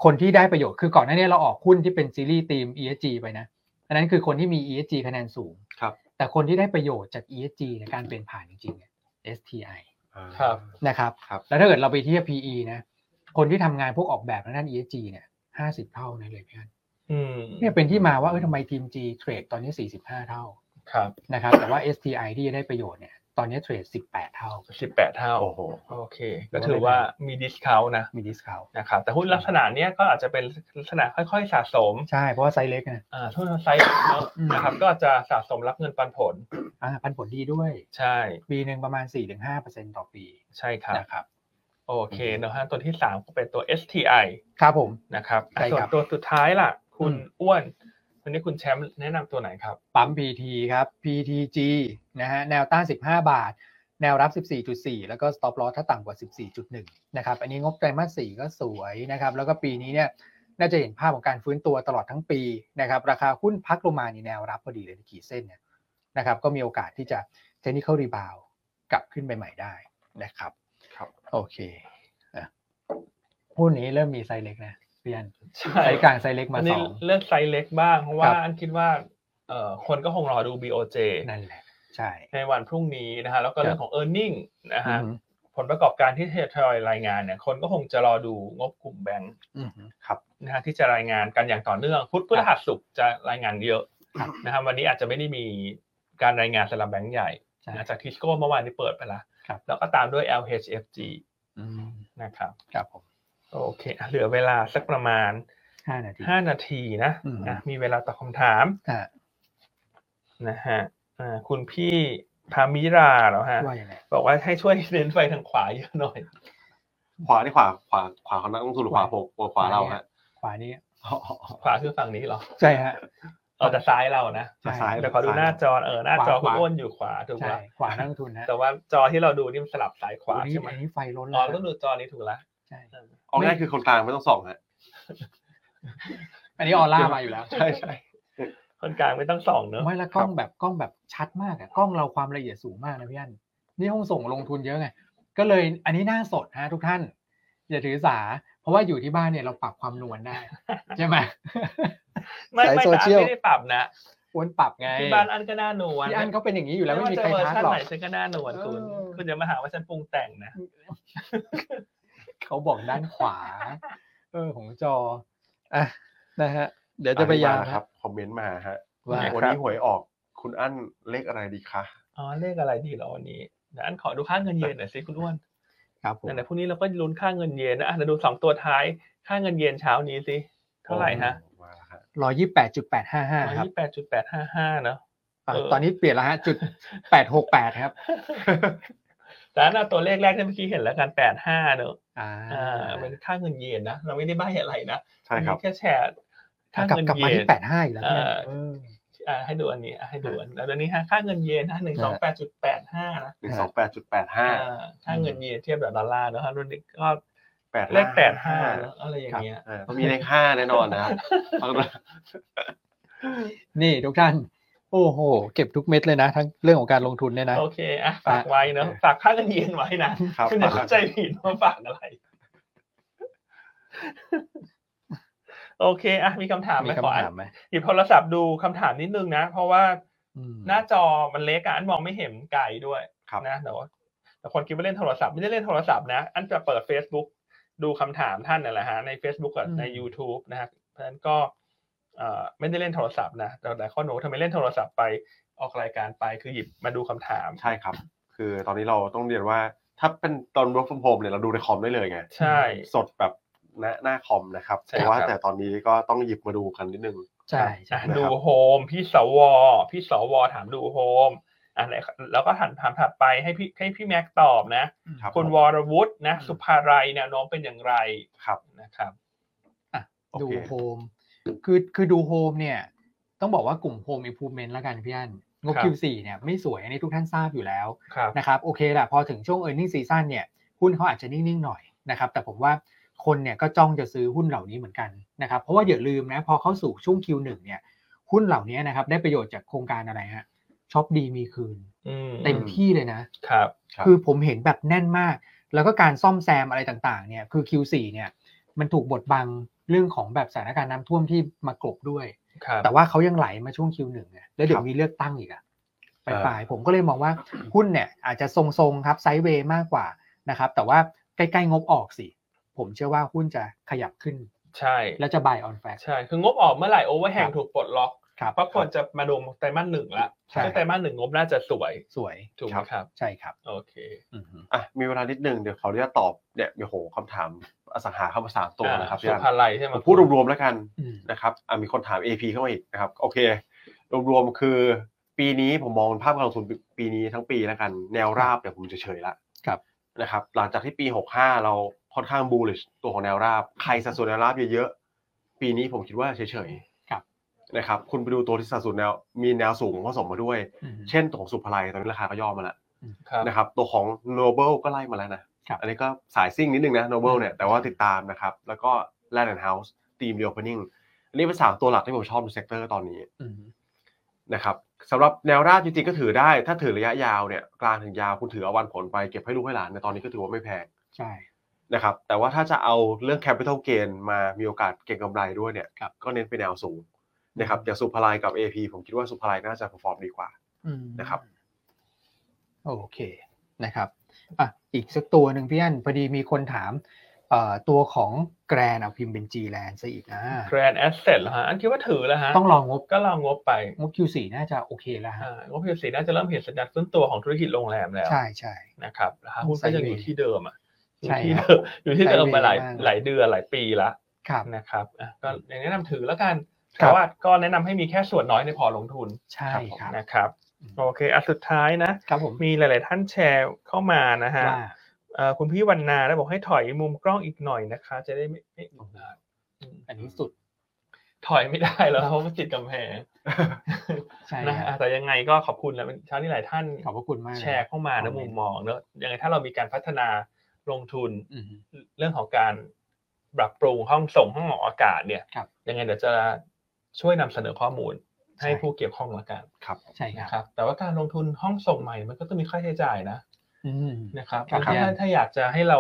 Speaker 3: คนที่ได้ประโยชน์คือก่อนหน้านี้เราออกหุ้นที่เป็นซีรีส์ธีม ESG ไปนะอันนั้นคือคนที่มี ESG คะแนนสูง
Speaker 2: ครับ
Speaker 3: แต่คนที่ได้ประโยชน์จาก ESG ในการเปลี่ยนผ่านจริงๆเนี่ย STI
Speaker 1: ครับ
Speaker 3: นะครับ
Speaker 2: ครับ
Speaker 3: แล้วถ้าเกิดเราไปเทียบ PE นะ คนที่ทำงานพวกออกแบบทางด้าน ESG เนี่ยห้าสิบเท่านั่นเลยพี่อัน
Speaker 1: อืม
Speaker 3: เนี่ยเป็นที่มาว่าเออทำไมทีม G เทรดตอนนี้สี่สิบห้าเท่า
Speaker 1: ครับ
Speaker 3: นะครับ แต่ว่า STI ที่จะได้ประโยชน์เนี่ยตอนนี้เทรดสิบแปดเท่า
Speaker 1: สิบแปดเท่า
Speaker 2: โอ้โห
Speaker 1: โอเค ก็ถือว่ามีดิสคาวนะ
Speaker 3: มีดิสคาว
Speaker 1: นะครับแต่หุ้นลักษณะเนี้ยก็อาจจะเป็นลักษณะค่อยๆสะสม
Speaker 3: ใช่เพราะว่าไซส์เล็กนะ
Speaker 1: อ่าทุนไซส์เนอะ
Speaker 3: อืม
Speaker 1: นะครับก็จะสะสมรับเงินปันผล
Speaker 3: อ่าปันผลดีด้วย
Speaker 1: ใช่
Speaker 3: ปีหนึ่งประมาณ 4-5%ต่อปี
Speaker 1: ใช่ครับ
Speaker 3: นะครับ
Speaker 1: โอเคเนอะฮะตัวที่สามก็เป็นตัว STI
Speaker 3: ครับผม
Speaker 1: นะครับอ่ะ
Speaker 3: ใช่ครับ
Speaker 1: ส่วนตัวสุดท้ายล่ะ คุณ
Speaker 3: อืม
Speaker 1: อ้วนวันนี้คุณแชมป์แนะนำตัวไหนครับ
Speaker 3: ปั๊ม PT ครับ PTG นะฮะแนวต้าน 15 บาท แนวรับ 14.4 แล้วก็ stop loss ถ้าต่ำกว่า 14.1 นะครับ อันนี้งบไตรมาส4ก็สวยนะครับ แล้วก็ปีนี้เนี่ยน่าจะเห็นภาพของการฟื้นตัวตลอดทั้งปีนะครับ ราคาหุ้นพักลงมาในแนวรับพอดีเลยขีดเส้นเนี่ยนะครับ ก็มีโอกาสที่จะ technical rebound กลับขึ้นไปใหม่ได้นะครับ
Speaker 2: ครับ
Speaker 3: โอเคอ่ะหุ้นนี้เริ่มมีไซส์เล็กนะเพียน
Speaker 1: ใช่
Speaker 3: ไซส์กลางไซส์เล็กมา
Speaker 1: อัน
Speaker 3: สอง
Speaker 1: นี้เลือกไซส์เล็กบ้าง เพราะว่า
Speaker 3: ครับ
Speaker 1: อันคิดว่าเอ่อคนก็คงรอดู BOJ
Speaker 3: นั่นแหละ ใช่
Speaker 1: ในวันพรุ่งนี้นะฮะแล้วก็เรื่องของ e a r n i n g นะฮะ
Speaker 3: อือหือ
Speaker 1: ผลประกอบการที่ทยอยรายงานเนี่ยคนก็คงจะรอดูงบกลุ่มแบงก์
Speaker 3: อืมฮึ
Speaker 1: นะฮะที่จะรายงานกันอย่างต่อเนื่อง พุธพฤหัสศุกร์จะรายงานเยอะ
Speaker 3: ครับ
Speaker 1: นะครับวันนี้อาจจะไม่ได้มีการรายงานสำหรับแบงก์ใหญ่
Speaker 3: ใช่
Speaker 1: นะจากทิสโก้เมื่อวานนี้เปิดไปละ
Speaker 3: ครับ
Speaker 1: แล้วก็ตามด้วย LHFG
Speaker 3: อืม
Speaker 1: นะครับ
Speaker 3: ครับผม
Speaker 1: โอเคอ่ะเหลือเวลาสักประมาณ
Speaker 3: ห้านาที
Speaker 1: 5 นาทีนะ
Speaker 3: อืม
Speaker 1: อ่ะมีเวลาตอบคำถาม
Speaker 3: อ่า
Speaker 1: นะฮะอ่าคุณพี่พามิราเหรอฮะ
Speaker 3: ว่ายังไง
Speaker 1: บอกว่าให้ช่วยเน้นไฟทางขวาเยอะหน่อย
Speaker 2: ขวาที่ขวาขวาขวาของนักลงทุนหรือขวาผมขวาเราฮะ
Speaker 3: ขวานี้
Speaker 1: ขวาคือฝั่งนี้เหรอ
Speaker 3: ใช่ฮะ
Speaker 1: เออแต่ซ้ายเรานะ
Speaker 3: ใช่
Speaker 2: จะซ้าย
Speaker 1: แต่ขอดูหน้าจอเออหน้าจอคุณอ้วนอยู่ขวาถูกไหม
Speaker 3: ใช่ขวานักลงทุนฮะ
Speaker 1: แต่ว่าจอที่เราดูนี่มันสลับซ้ายขวา
Speaker 3: อันนี้
Speaker 1: ใช่ไหม
Speaker 3: อันนี้ไฟล้น
Speaker 1: อ๋
Speaker 3: แล้ว
Speaker 1: อต้องดูจอนี้ถูกละ
Speaker 3: ใช่
Speaker 2: เอาง่ายคือคนกลางไม่ต้องส่องฮะ
Speaker 3: อันนี้ออร่ามาอยู่แล้ว
Speaker 2: ใช่ใช่
Speaker 1: คนกลางไม่ต้องส่องเนอะ
Speaker 3: ไม่ละกล้องแบบกล้องแบบชัดมากอะกล้องเราความละเอียดสูงมากนะพี่อันนี่ห้องส่งลงทุนเยอะไงก็เลยอันนี้หน้าสดฮะทุกท่าน อย่าถือสา เพราะว่าอยู่ที่บ้านเนี่ยเราปรับความนวลได้
Speaker 1: *laughs*
Speaker 3: ใช่ไหม
Speaker 1: ไม่ไม่
Speaker 3: สายโซ
Speaker 1: แต่อั
Speaker 3: เชี
Speaker 1: น
Speaker 3: ยล
Speaker 1: ไม่ได้ปรับนะ
Speaker 3: อ้วนปรับไง
Speaker 1: ที่บ้านอันก็หน่านวล
Speaker 3: พี่อันเขาเป็นอย่างนี้อยู่แล้วไม่มี
Speaker 1: ว่าจะ
Speaker 3: ใคร
Speaker 1: เวอ
Speaker 3: ทั
Speaker 1: ร์
Speaker 3: ก
Speaker 1: ชัน
Speaker 3: หรอก
Speaker 1: ไหนฉันก็หน่านวลคุณ
Speaker 3: เออ
Speaker 1: คุณอย่ามาหาว่าฉันปรุงแต่งนะ
Speaker 3: เขาบอกด้านขวา เออของจออ่ะนะฮะ เดี๋ยวจะพยายาม
Speaker 2: นะครับ คอมเมนต์มาฮะ
Speaker 3: ว่า
Speaker 2: วันนี้หวยออก คุณอั้นเลขอะไรดีคะ
Speaker 1: อ๋อเลขอะไรดีเหรอวันนี้เดี๋ยวอันขอดูค่าเงินเยนหน่อยสิคุณอ้วน
Speaker 3: ครับผม
Speaker 1: ไหนๆพรุ่งนี้เราก็ลุ้นค่าเงินเยนนะอ่ะเราดูสองตัวท้าย ค่าเงินเยนเช้านี้สิ เท่าไหร่ฮะ
Speaker 2: มาแล้วฮะ
Speaker 3: ร้อยยี่แปดจุดแปดห้าห้า
Speaker 1: ร้อย
Speaker 3: ครับ
Speaker 1: ยี่แปดจุดแปดห้าห้าเนาะ *laughs*
Speaker 3: อ่ะ
Speaker 1: เออ
Speaker 3: ตอนนี้เปลี่ยนแล้วฮะจุดแปดหกแปดครับ
Speaker 1: แต่อันน่ะตัวเลขแรกที่เมื่อกี้เห็นแล้วกันแปดห้าเนอะ
Speaker 3: อ่า
Speaker 1: อ่าเป็นค่าเงินเยนนะ เราไม่ได้ใบ้อะไรนะ
Speaker 2: ใช่ครับ
Speaker 1: แค่แชร์ค่าก
Speaker 3: ลับ
Speaker 1: เงิน
Speaker 3: กลับ
Speaker 1: เย
Speaker 3: มาที่
Speaker 1: น
Speaker 3: แปดห้าอีกแล้ว
Speaker 1: เอ
Speaker 3: เนี่ย
Speaker 1: อ
Speaker 3: เออ
Speaker 1: อ่าให้ดูอันนี้อ่ะให้ดูอันแล้วอันนี้ฮะค่าเงินเยนนะหนึ่งสองแปดจุดแปดห้านะ
Speaker 2: หนึ่งสองแปดจุดแปดห้า
Speaker 1: อ่าค่าเงินเยนเทียบแบบดอลลาร์เนอะฮะรุ่นนี้ก็
Speaker 2: แปด
Speaker 1: เลขแปดห้าเนอะอะไรอย่างเงี้ย
Speaker 2: ต้องมีเลขห้าแน่นอน
Speaker 1: *laughs*
Speaker 2: นะครับต้อง
Speaker 3: นี่ทุกท่าน โอ้โห เก็บทุกเม็ดเลยนะ ทั้งเรื่องของการลงทุนเนี่ยนะ
Speaker 1: โอเคอ่ะฝากไว้เนอะฝากค่าเงินเยนไว้นะ
Speaker 2: ครับ
Speaker 1: คุณอย่าเข้าใจผิดว่าฝากอะไร โอเคอ่ะมีคำถามไหม
Speaker 3: มี
Speaker 1: ขอ
Speaker 3: คำ
Speaker 1: อ่าน
Speaker 3: ถามไหม
Speaker 1: หยิบโทรศัพท์ดูคำถามนิดนึงนะ เพราะว่า
Speaker 3: อืม
Speaker 1: หน้าจอมันเล็กอ่ะอันมองไม่เห็นไกลด้วย
Speaker 2: ครับ
Speaker 1: นะแต่ว่าแต่คนคิดว่าเล่นโทรศัพท์ไม่ได้เล่นโทรศัพท์นะ อันจะเปิด Facebook ดูคำถามท่านนั่นแหละฮะใน Facebook กับใน YouTube นะครับเพราะฉะนั้นก็เอ่อไม่ได้เล่นโทรศัพท์นะแต่หลายข้อโน้ตทำไมเล่นโทรศัพท์ไปออกรายการไปคือหยิบมาดูคำถาม
Speaker 2: ใช่ครับ คือตอนนี้เราต้องเรียนว่า ถ้าเป็นตอน work from home เนี่ยเราดูในคอมได้เลยไง
Speaker 1: ใช่
Speaker 2: สดแบบหน้าหน้าคอมนะครับ
Speaker 1: ใช่
Speaker 2: แต่
Speaker 1: ครับ
Speaker 2: ว่าแต่ตอนนี้ก็ต้องหยิบมาดูกันนิดนึง
Speaker 3: ใช่ใช่
Speaker 1: อ่ะ
Speaker 2: นะครับ
Speaker 1: ดูโฮมพี่สวพี่สวถามดูโฮมอ่ะไหนแล้วก็ถามถามถัดไปให้พี่ให้พี่แม็กตอบนะ
Speaker 2: ครับ
Speaker 1: คุณวรวุฒินะสุภารัยแนวโน้มเป็นอย่างไร
Speaker 2: ครับ
Speaker 1: นะครับ
Speaker 2: โอเค
Speaker 3: ดูโฮม คือคือดูโฮมเนี่ย ต้องบอกว่ากลุ่มโฮม improvement แล้วกันพี่อันงบ
Speaker 1: ครับ
Speaker 3: Q4 เนี่ยไม่สวยอันนี้ทุกท่านทราบอยู่แล้ว
Speaker 1: ครับ
Speaker 3: นะครับโอเคแหละพอถึงช่วง e a r n i n g ็ season เนี่ยหุ้นเขาอาจจะนิ่ง ๆ หน่อยนะครับแต่ผมว่าคนเนี่ยก็จ้องจะซื้อหุ้นเหล่านี้เหมือนกันนะครับเพราะว่าอย่าลืมนะพอเข้าสู่ช่วง Q1 เนี่ยหุ้นเหล่านี้นะครับได้ประโยชน์จากโครงการอะไรฮะช็อปดีมีคืน
Speaker 1: อืม
Speaker 3: เต็มที่เลยนะ
Speaker 1: ครับ
Speaker 2: ครับ
Speaker 3: คือผมเห็นแบบแน่นมาก แล้วก็การซ่อมแซมอะไรต่างๆเนี่ยคือ Q4 เนี่ยมันถูกบดบังเรื่องของแบบสถานการณ์น้ำท่วมที่มากลบด้วย
Speaker 1: ครับ
Speaker 3: แต่ว่าเขายังไหลมาช่วง Q1 ไงแล้วเดี๋ย
Speaker 2: ครั
Speaker 3: ว
Speaker 2: บ
Speaker 3: มีเลือกตั้งอีกอะป
Speaker 2: เออ
Speaker 3: ลายๆผมก็เลยมองว่า *coughs* หุ้นเนี่ยอาจจะทรงๆครับไซด์เวย์มากกว่านะครับ แต่ว่าใกล้ๆงบออกสิ ผมเชื่อว่าหุ้นจะขยับขึ้น
Speaker 1: ใช่
Speaker 3: แล้วจะ buy on fact
Speaker 1: ใช่ คืองบออกเมื่อไหร่โอเวอร์แฮงถูกปลดล็อก
Speaker 3: ครับ
Speaker 1: เพราะควรจะมาดูไตรมาสหนึ่งละ
Speaker 3: ใช่
Speaker 1: ซึ่งไตรมาสหนึ่งงบน่าจะสวย
Speaker 3: สวย
Speaker 1: ถูกไหมครับ
Speaker 3: ใช่ครับ
Speaker 1: โอเค
Speaker 3: อือฮึ
Speaker 2: อ่ะมีเวลานิดนึงเดี๋ยวขออนุญาตตอบเนี่ยโอ้โหคำถามอสังหาคำสามตัวนะครับ
Speaker 1: อ่าสุ
Speaker 2: พี่อัน
Speaker 1: ภาลัยใช่ไหม
Speaker 2: ผมพูดรวมๆแล้วกัน
Speaker 3: อืม
Speaker 2: นะครับอ่ะมีคนถาม AP เข้ามาอีกนะครับโอเค รวมๆคือปีนี้ผมมองภาพการลงทุนปีนี้ทั้งปีแล้วกันแนวราบเนี่ยผมจะเฉยๆละ
Speaker 3: ครับ
Speaker 2: นะครับหลังจากที่ปี 65 เราค่อนข้างบูล i s h ตัวของแนวราบ ใครสัดส่วนแนวราบเยอะๆ ปีนี้ผมคิดว่าเฉย
Speaker 3: ครับ
Speaker 2: ๆนะครับคุณไปดูตัวที่สัดส่วนแนวมีแนวสูงผสมมาด้วย
Speaker 3: อือฮึ
Speaker 2: เช่นตัวของสุภาลัยตอนนี้ราคาก็ย่อมาละ
Speaker 1: ครับ
Speaker 2: นะครับตัวของ Noble ก็ไล่มาแล้วนะ
Speaker 3: ครับ
Speaker 2: อันนี้ก็สายซิ่งนิดนึงนะ Noble เนี่ยแต่ว่าติดตามนะครับ แล้วก็ Land and House ทีม Reopening อันนี้เป็นสามตัวหลักที่ผมชอบในเซกเตอร์ตอนนี้
Speaker 3: อือฮึ
Speaker 2: นะครับสำหรับแนวราบจริงๆก็ถือได้ ถ้าถือระยะยาวเนี่ยกลางถึงยาวคุณถือเอาวันผลไปเก็บให้ลูกให้หลานในยตอนนี้ก็ถือว่าไม่แพง
Speaker 3: ใช่
Speaker 2: นะครับแต่ว่าถ้าจะเอาเรื่อง Capital Gain มามีโอกาสเก็งกำไรด้วยเนี่ย
Speaker 3: ครับ
Speaker 2: ก็เน้นไปแนวสูงนะครับอย่างสุภาลัยกับ AP ผมคิด
Speaker 3: *laughs*
Speaker 2: ว่าสุภาลัยน่าจะ perform ดีกว่า
Speaker 3: อืม
Speaker 2: นะครับ
Speaker 3: โอเคนะครับ อ่ะอีกสักตัวหนึ่งพี่อันพอดีมีคนถามเอ่อตัวของแกรนเอาพิมพ์เป็น G แลนซะอีกนะ
Speaker 1: Grand Asset เหรอฮะอันคิดว่าถือแล้วฮะ
Speaker 3: ต้องรองงบ
Speaker 1: ก็ลองงบไป
Speaker 3: งบ Q4 น่าจะโอเคแล้วฮะ
Speaker 1: อ่างบพิเศษน่าจะเริ่มเห็นสัญญาณฟื้นตัวของธุรกิจโรงแรมแล้ว
Speaker 3: ใช่ใช่
Speaker 1: นะครับราคาหุ้นก็ยังอยู่ที่เดิมอ่ะอยู่
Speaker 3: ใช่
Speaker 1: ที่
Speaker 3: ครับ
Speaker 1: เดิม *laughs* อยู่ที่เดิมมาหลาย
Speaker 3: ใช่
Speaker 1: หลายเดือนหลายปีละ
Speaker 3: ครับ
Speaker 1: นะครับอ่ะก็ยังแนะนำถือแล้วกัน
Speaker 3: ครั
Speaker 1: แต่
Speaker 3: บ
Speaker 1: ว่าก็แนะนำให้มีแค่ส่วนน้อยในพอร์ตลงทุน
Speaker 3: ใช่ครับ
Speaker 1: นะครับ
Speaker 3: อืม
Speaker 1: โอเคอ่ะสุดท้ายนะ
Speaker 3: ครับผม
Speaker 1: มีหลาย ๆ ท่านแชร์เข้ามานะฮะ
Speaker 3: ว่า
Speaker 1: เอ่อคุณพี่วันนาแล้วบอกให้ถอยมุมกล้องอีกหน่อยนะคะ จะได้ไม่ไม่อึดอัดอืม
Speaker 3: อันนี้สุด
Speaker 1: ถอยไม่ได้แล้วเพราะว่าติดกำแพง
Speaker 3: ใช่
Speaker 1: นะ
Speaker 3: ค
Speaker 1: อ่ะ
Speaker 3: รับ
Speaker 1: แต่ยังไงก็ขอบคุณนะเป็นเช้านี้หลายท่าน
Speaker 3: ขอบพระคุณมาก
Speaker 1: แชร์เข้ามานะมุมมองเนอะยังไงถ้าเรามีการพัฒนาลงทุน
Speaker 3: อืม
Speaker 1: เรื่องของการปรับปรุงห้องส่งห้องออกอากาศเนี่ย
Speaker 3: ครับ
Speaker 1: ยังไงเดี๋ยวจะช่วยนำเสนอข้อมูลให้
Speaker 3: ใช่
Speaker 1: ผู้เกี่ยวข้องละกัน
Speaker 2: ครับ
Speaker 3: ใช่
Speaker 1: นะค
Speaker 3: ครับ
Speaker 1: รับ แต่ว่าการลงทุนห้องส่งใหม่มันก็ต้องมีค่าใช้จ่ายนะ
Speaker 3: อืม
Speaker 1: นะครับ
Speaker 3: ครับ
Speaker 1: ถ้า
Speaker 3: ครับ
Speaker 1: ถ้าอยากจะให้เรา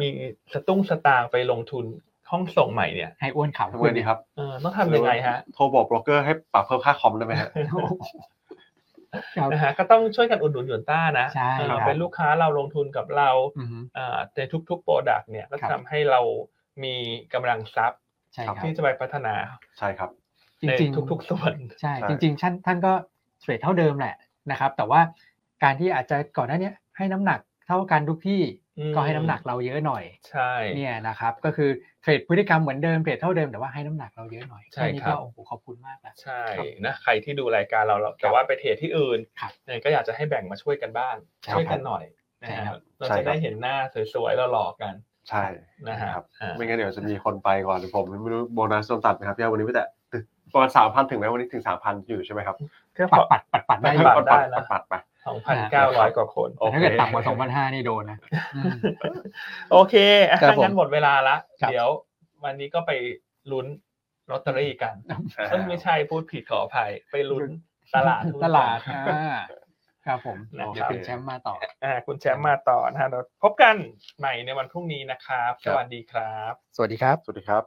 Speaker 1: มีสตุ้งสตางค์ไปลงทุนห้องส่งใหม่เนี่ย
Speaker 3: ให้อ้วนขาว
Speaker 2: ทำไงดีครับ
Speaker 1: เออต้องทำยังไงฮะ
Speaker 2: โทรบอกโบรกเกอร์ให้ปรับเพิ่มค่าคอมได้ไหมฮะ
Speaker 3: โอ้โหครับ
Speaker 1: นะฮะก็ต้องช่วยกันอุดหนุนหยวนต้านะ
Speaker 3: ใช่
Speaker 1: เออ
Speaker 3: ครับ
Speaker 1: เป็นลูกค้าเราลงทุนกับเรา
Speaker 3: อืม
Speaker 1: เอ่อในทุกๆโปรดักต์เนี่ยก็
Speaker 3: ครับ
Speaker 1: ทำให้เรามีกำลังทรัพย์
Speaker 3: ใช่ครับ
Speaker 1: ที่จะไปพัฒนา
Speaker 2: ใช่ครับ
Speaker 3: จ
Speaker 1: ใน
Speaker 3: ริงๆ
Speaker 1: ทุกๆส่วน
Speaker 3: ใช่
Speaker 2: ใช่
Speaker 3: จริงๆท่านท่านก็เทรดเท่าเดิมแหละนะครับ แต่ว่าการที่อาจจะก่อนหน้าเนี้ยให้น้ำหนักเท่ากันทุกที่
Speaker 1: อืม
Speaker 3: ก็ให้น้ำหนักเราเยอะหน่อย
Speaker 1: ใช่
Speaker 3: เนี่ยนะครับ ก็คือเทรดพฤติกรรมเหมือนเดิมเทรดเท่าเดิมแต่ว่าให้น้ำหนักเราเยอะหน่อย
Speaker 1: ใช่
Speaker 3: แค่นี้
Speaker 1: ครั
Speaker 3: ก็
Speaker 1: บ
Speaker 3: โอ้โหขอบคุณมากนะ
Speaker 1: ใช่นะใครที่ดูรายการเราเราแต่ว่าไปเทรดที่อื่น
Speaker 3: ครับ
Speaker 1: เนี่ยก็อยากจะให้แบ่งมาช่วยกันบ้าง
Speaker 3: ใช่
Speaker 1: ช่วยกั
Speaker 3: ครับ
Speaker 1: นหน่อยนะ
Speaker 3: ใช่ครั
Speaker 1: ฮะ
Speaker 3: บ
Speaker 1: เราจะได้เห็นหน้าสวยๆเราหลอกกัน
Speaker 2: ใช่
Speaker 1: นะฮะอ่า
Speaker 2: ไม่งั้นเดี๋ยวจะมีคนไปก่อนหรือผมไม่รู้โบนัสโดนตัดไหมครับพี่อ้อยวันนี้พี่แต่ตึกประมาณสามพันถึงไหมวันนี้ถึงสามพันอยู่ใช่ไหมครับ
Speaker 1: แค่
Speaker 3: ปั
Speaker 1: ปั
Speaker 3: ด
Speaker 1: ด
Speaker 3: ปัดปัดปัดได้อ
Speaker 1: ปั
Speaker 3: ยู่
Speaker 1: ดปัด
Speaker 2: ปัดปัดไป
Speaker 1: สองพันเก้าร้อยกว่าคน
Speaker 2: โอ
Speaker 3: แต่
Speaker 2: เค
Speaker 3: ถ้าเกิดต่ำกว่าสองพันห้านี่โดนนะอืม
Speaker 1: โอเคอ่ะ
Speaker 3: ครับ
Speaker 1: ถ้างั้
Speaker 3: ผม
Speaker 1: นหมดเวลาละ
Speaker 3: ครับ
Speaker 1: เดี๋ยววันนี้ก็ไปลุ้นลอตเตอรี่กันเอ้ยไม่ใช่พูดผิดขออภัย ไปลุ้นตลาดหุ้น
Speaker 3: ตลาด
Speaker 1: กัน
Speaker 3: อ่าครับผม
Speaker 1: นะครับ
Speaker 3: เดี๋ยวคุณแชมป์มาต่อ
Speaker 1: อ่าคุณแชมป์มาต่อนะฮะเราพบกันใหม่ในวันพรุ่งนี้นะครับ สวัสดีครับ
Speaker 3: สวัสดีครับ
Speaker 2: สวัสดีครับ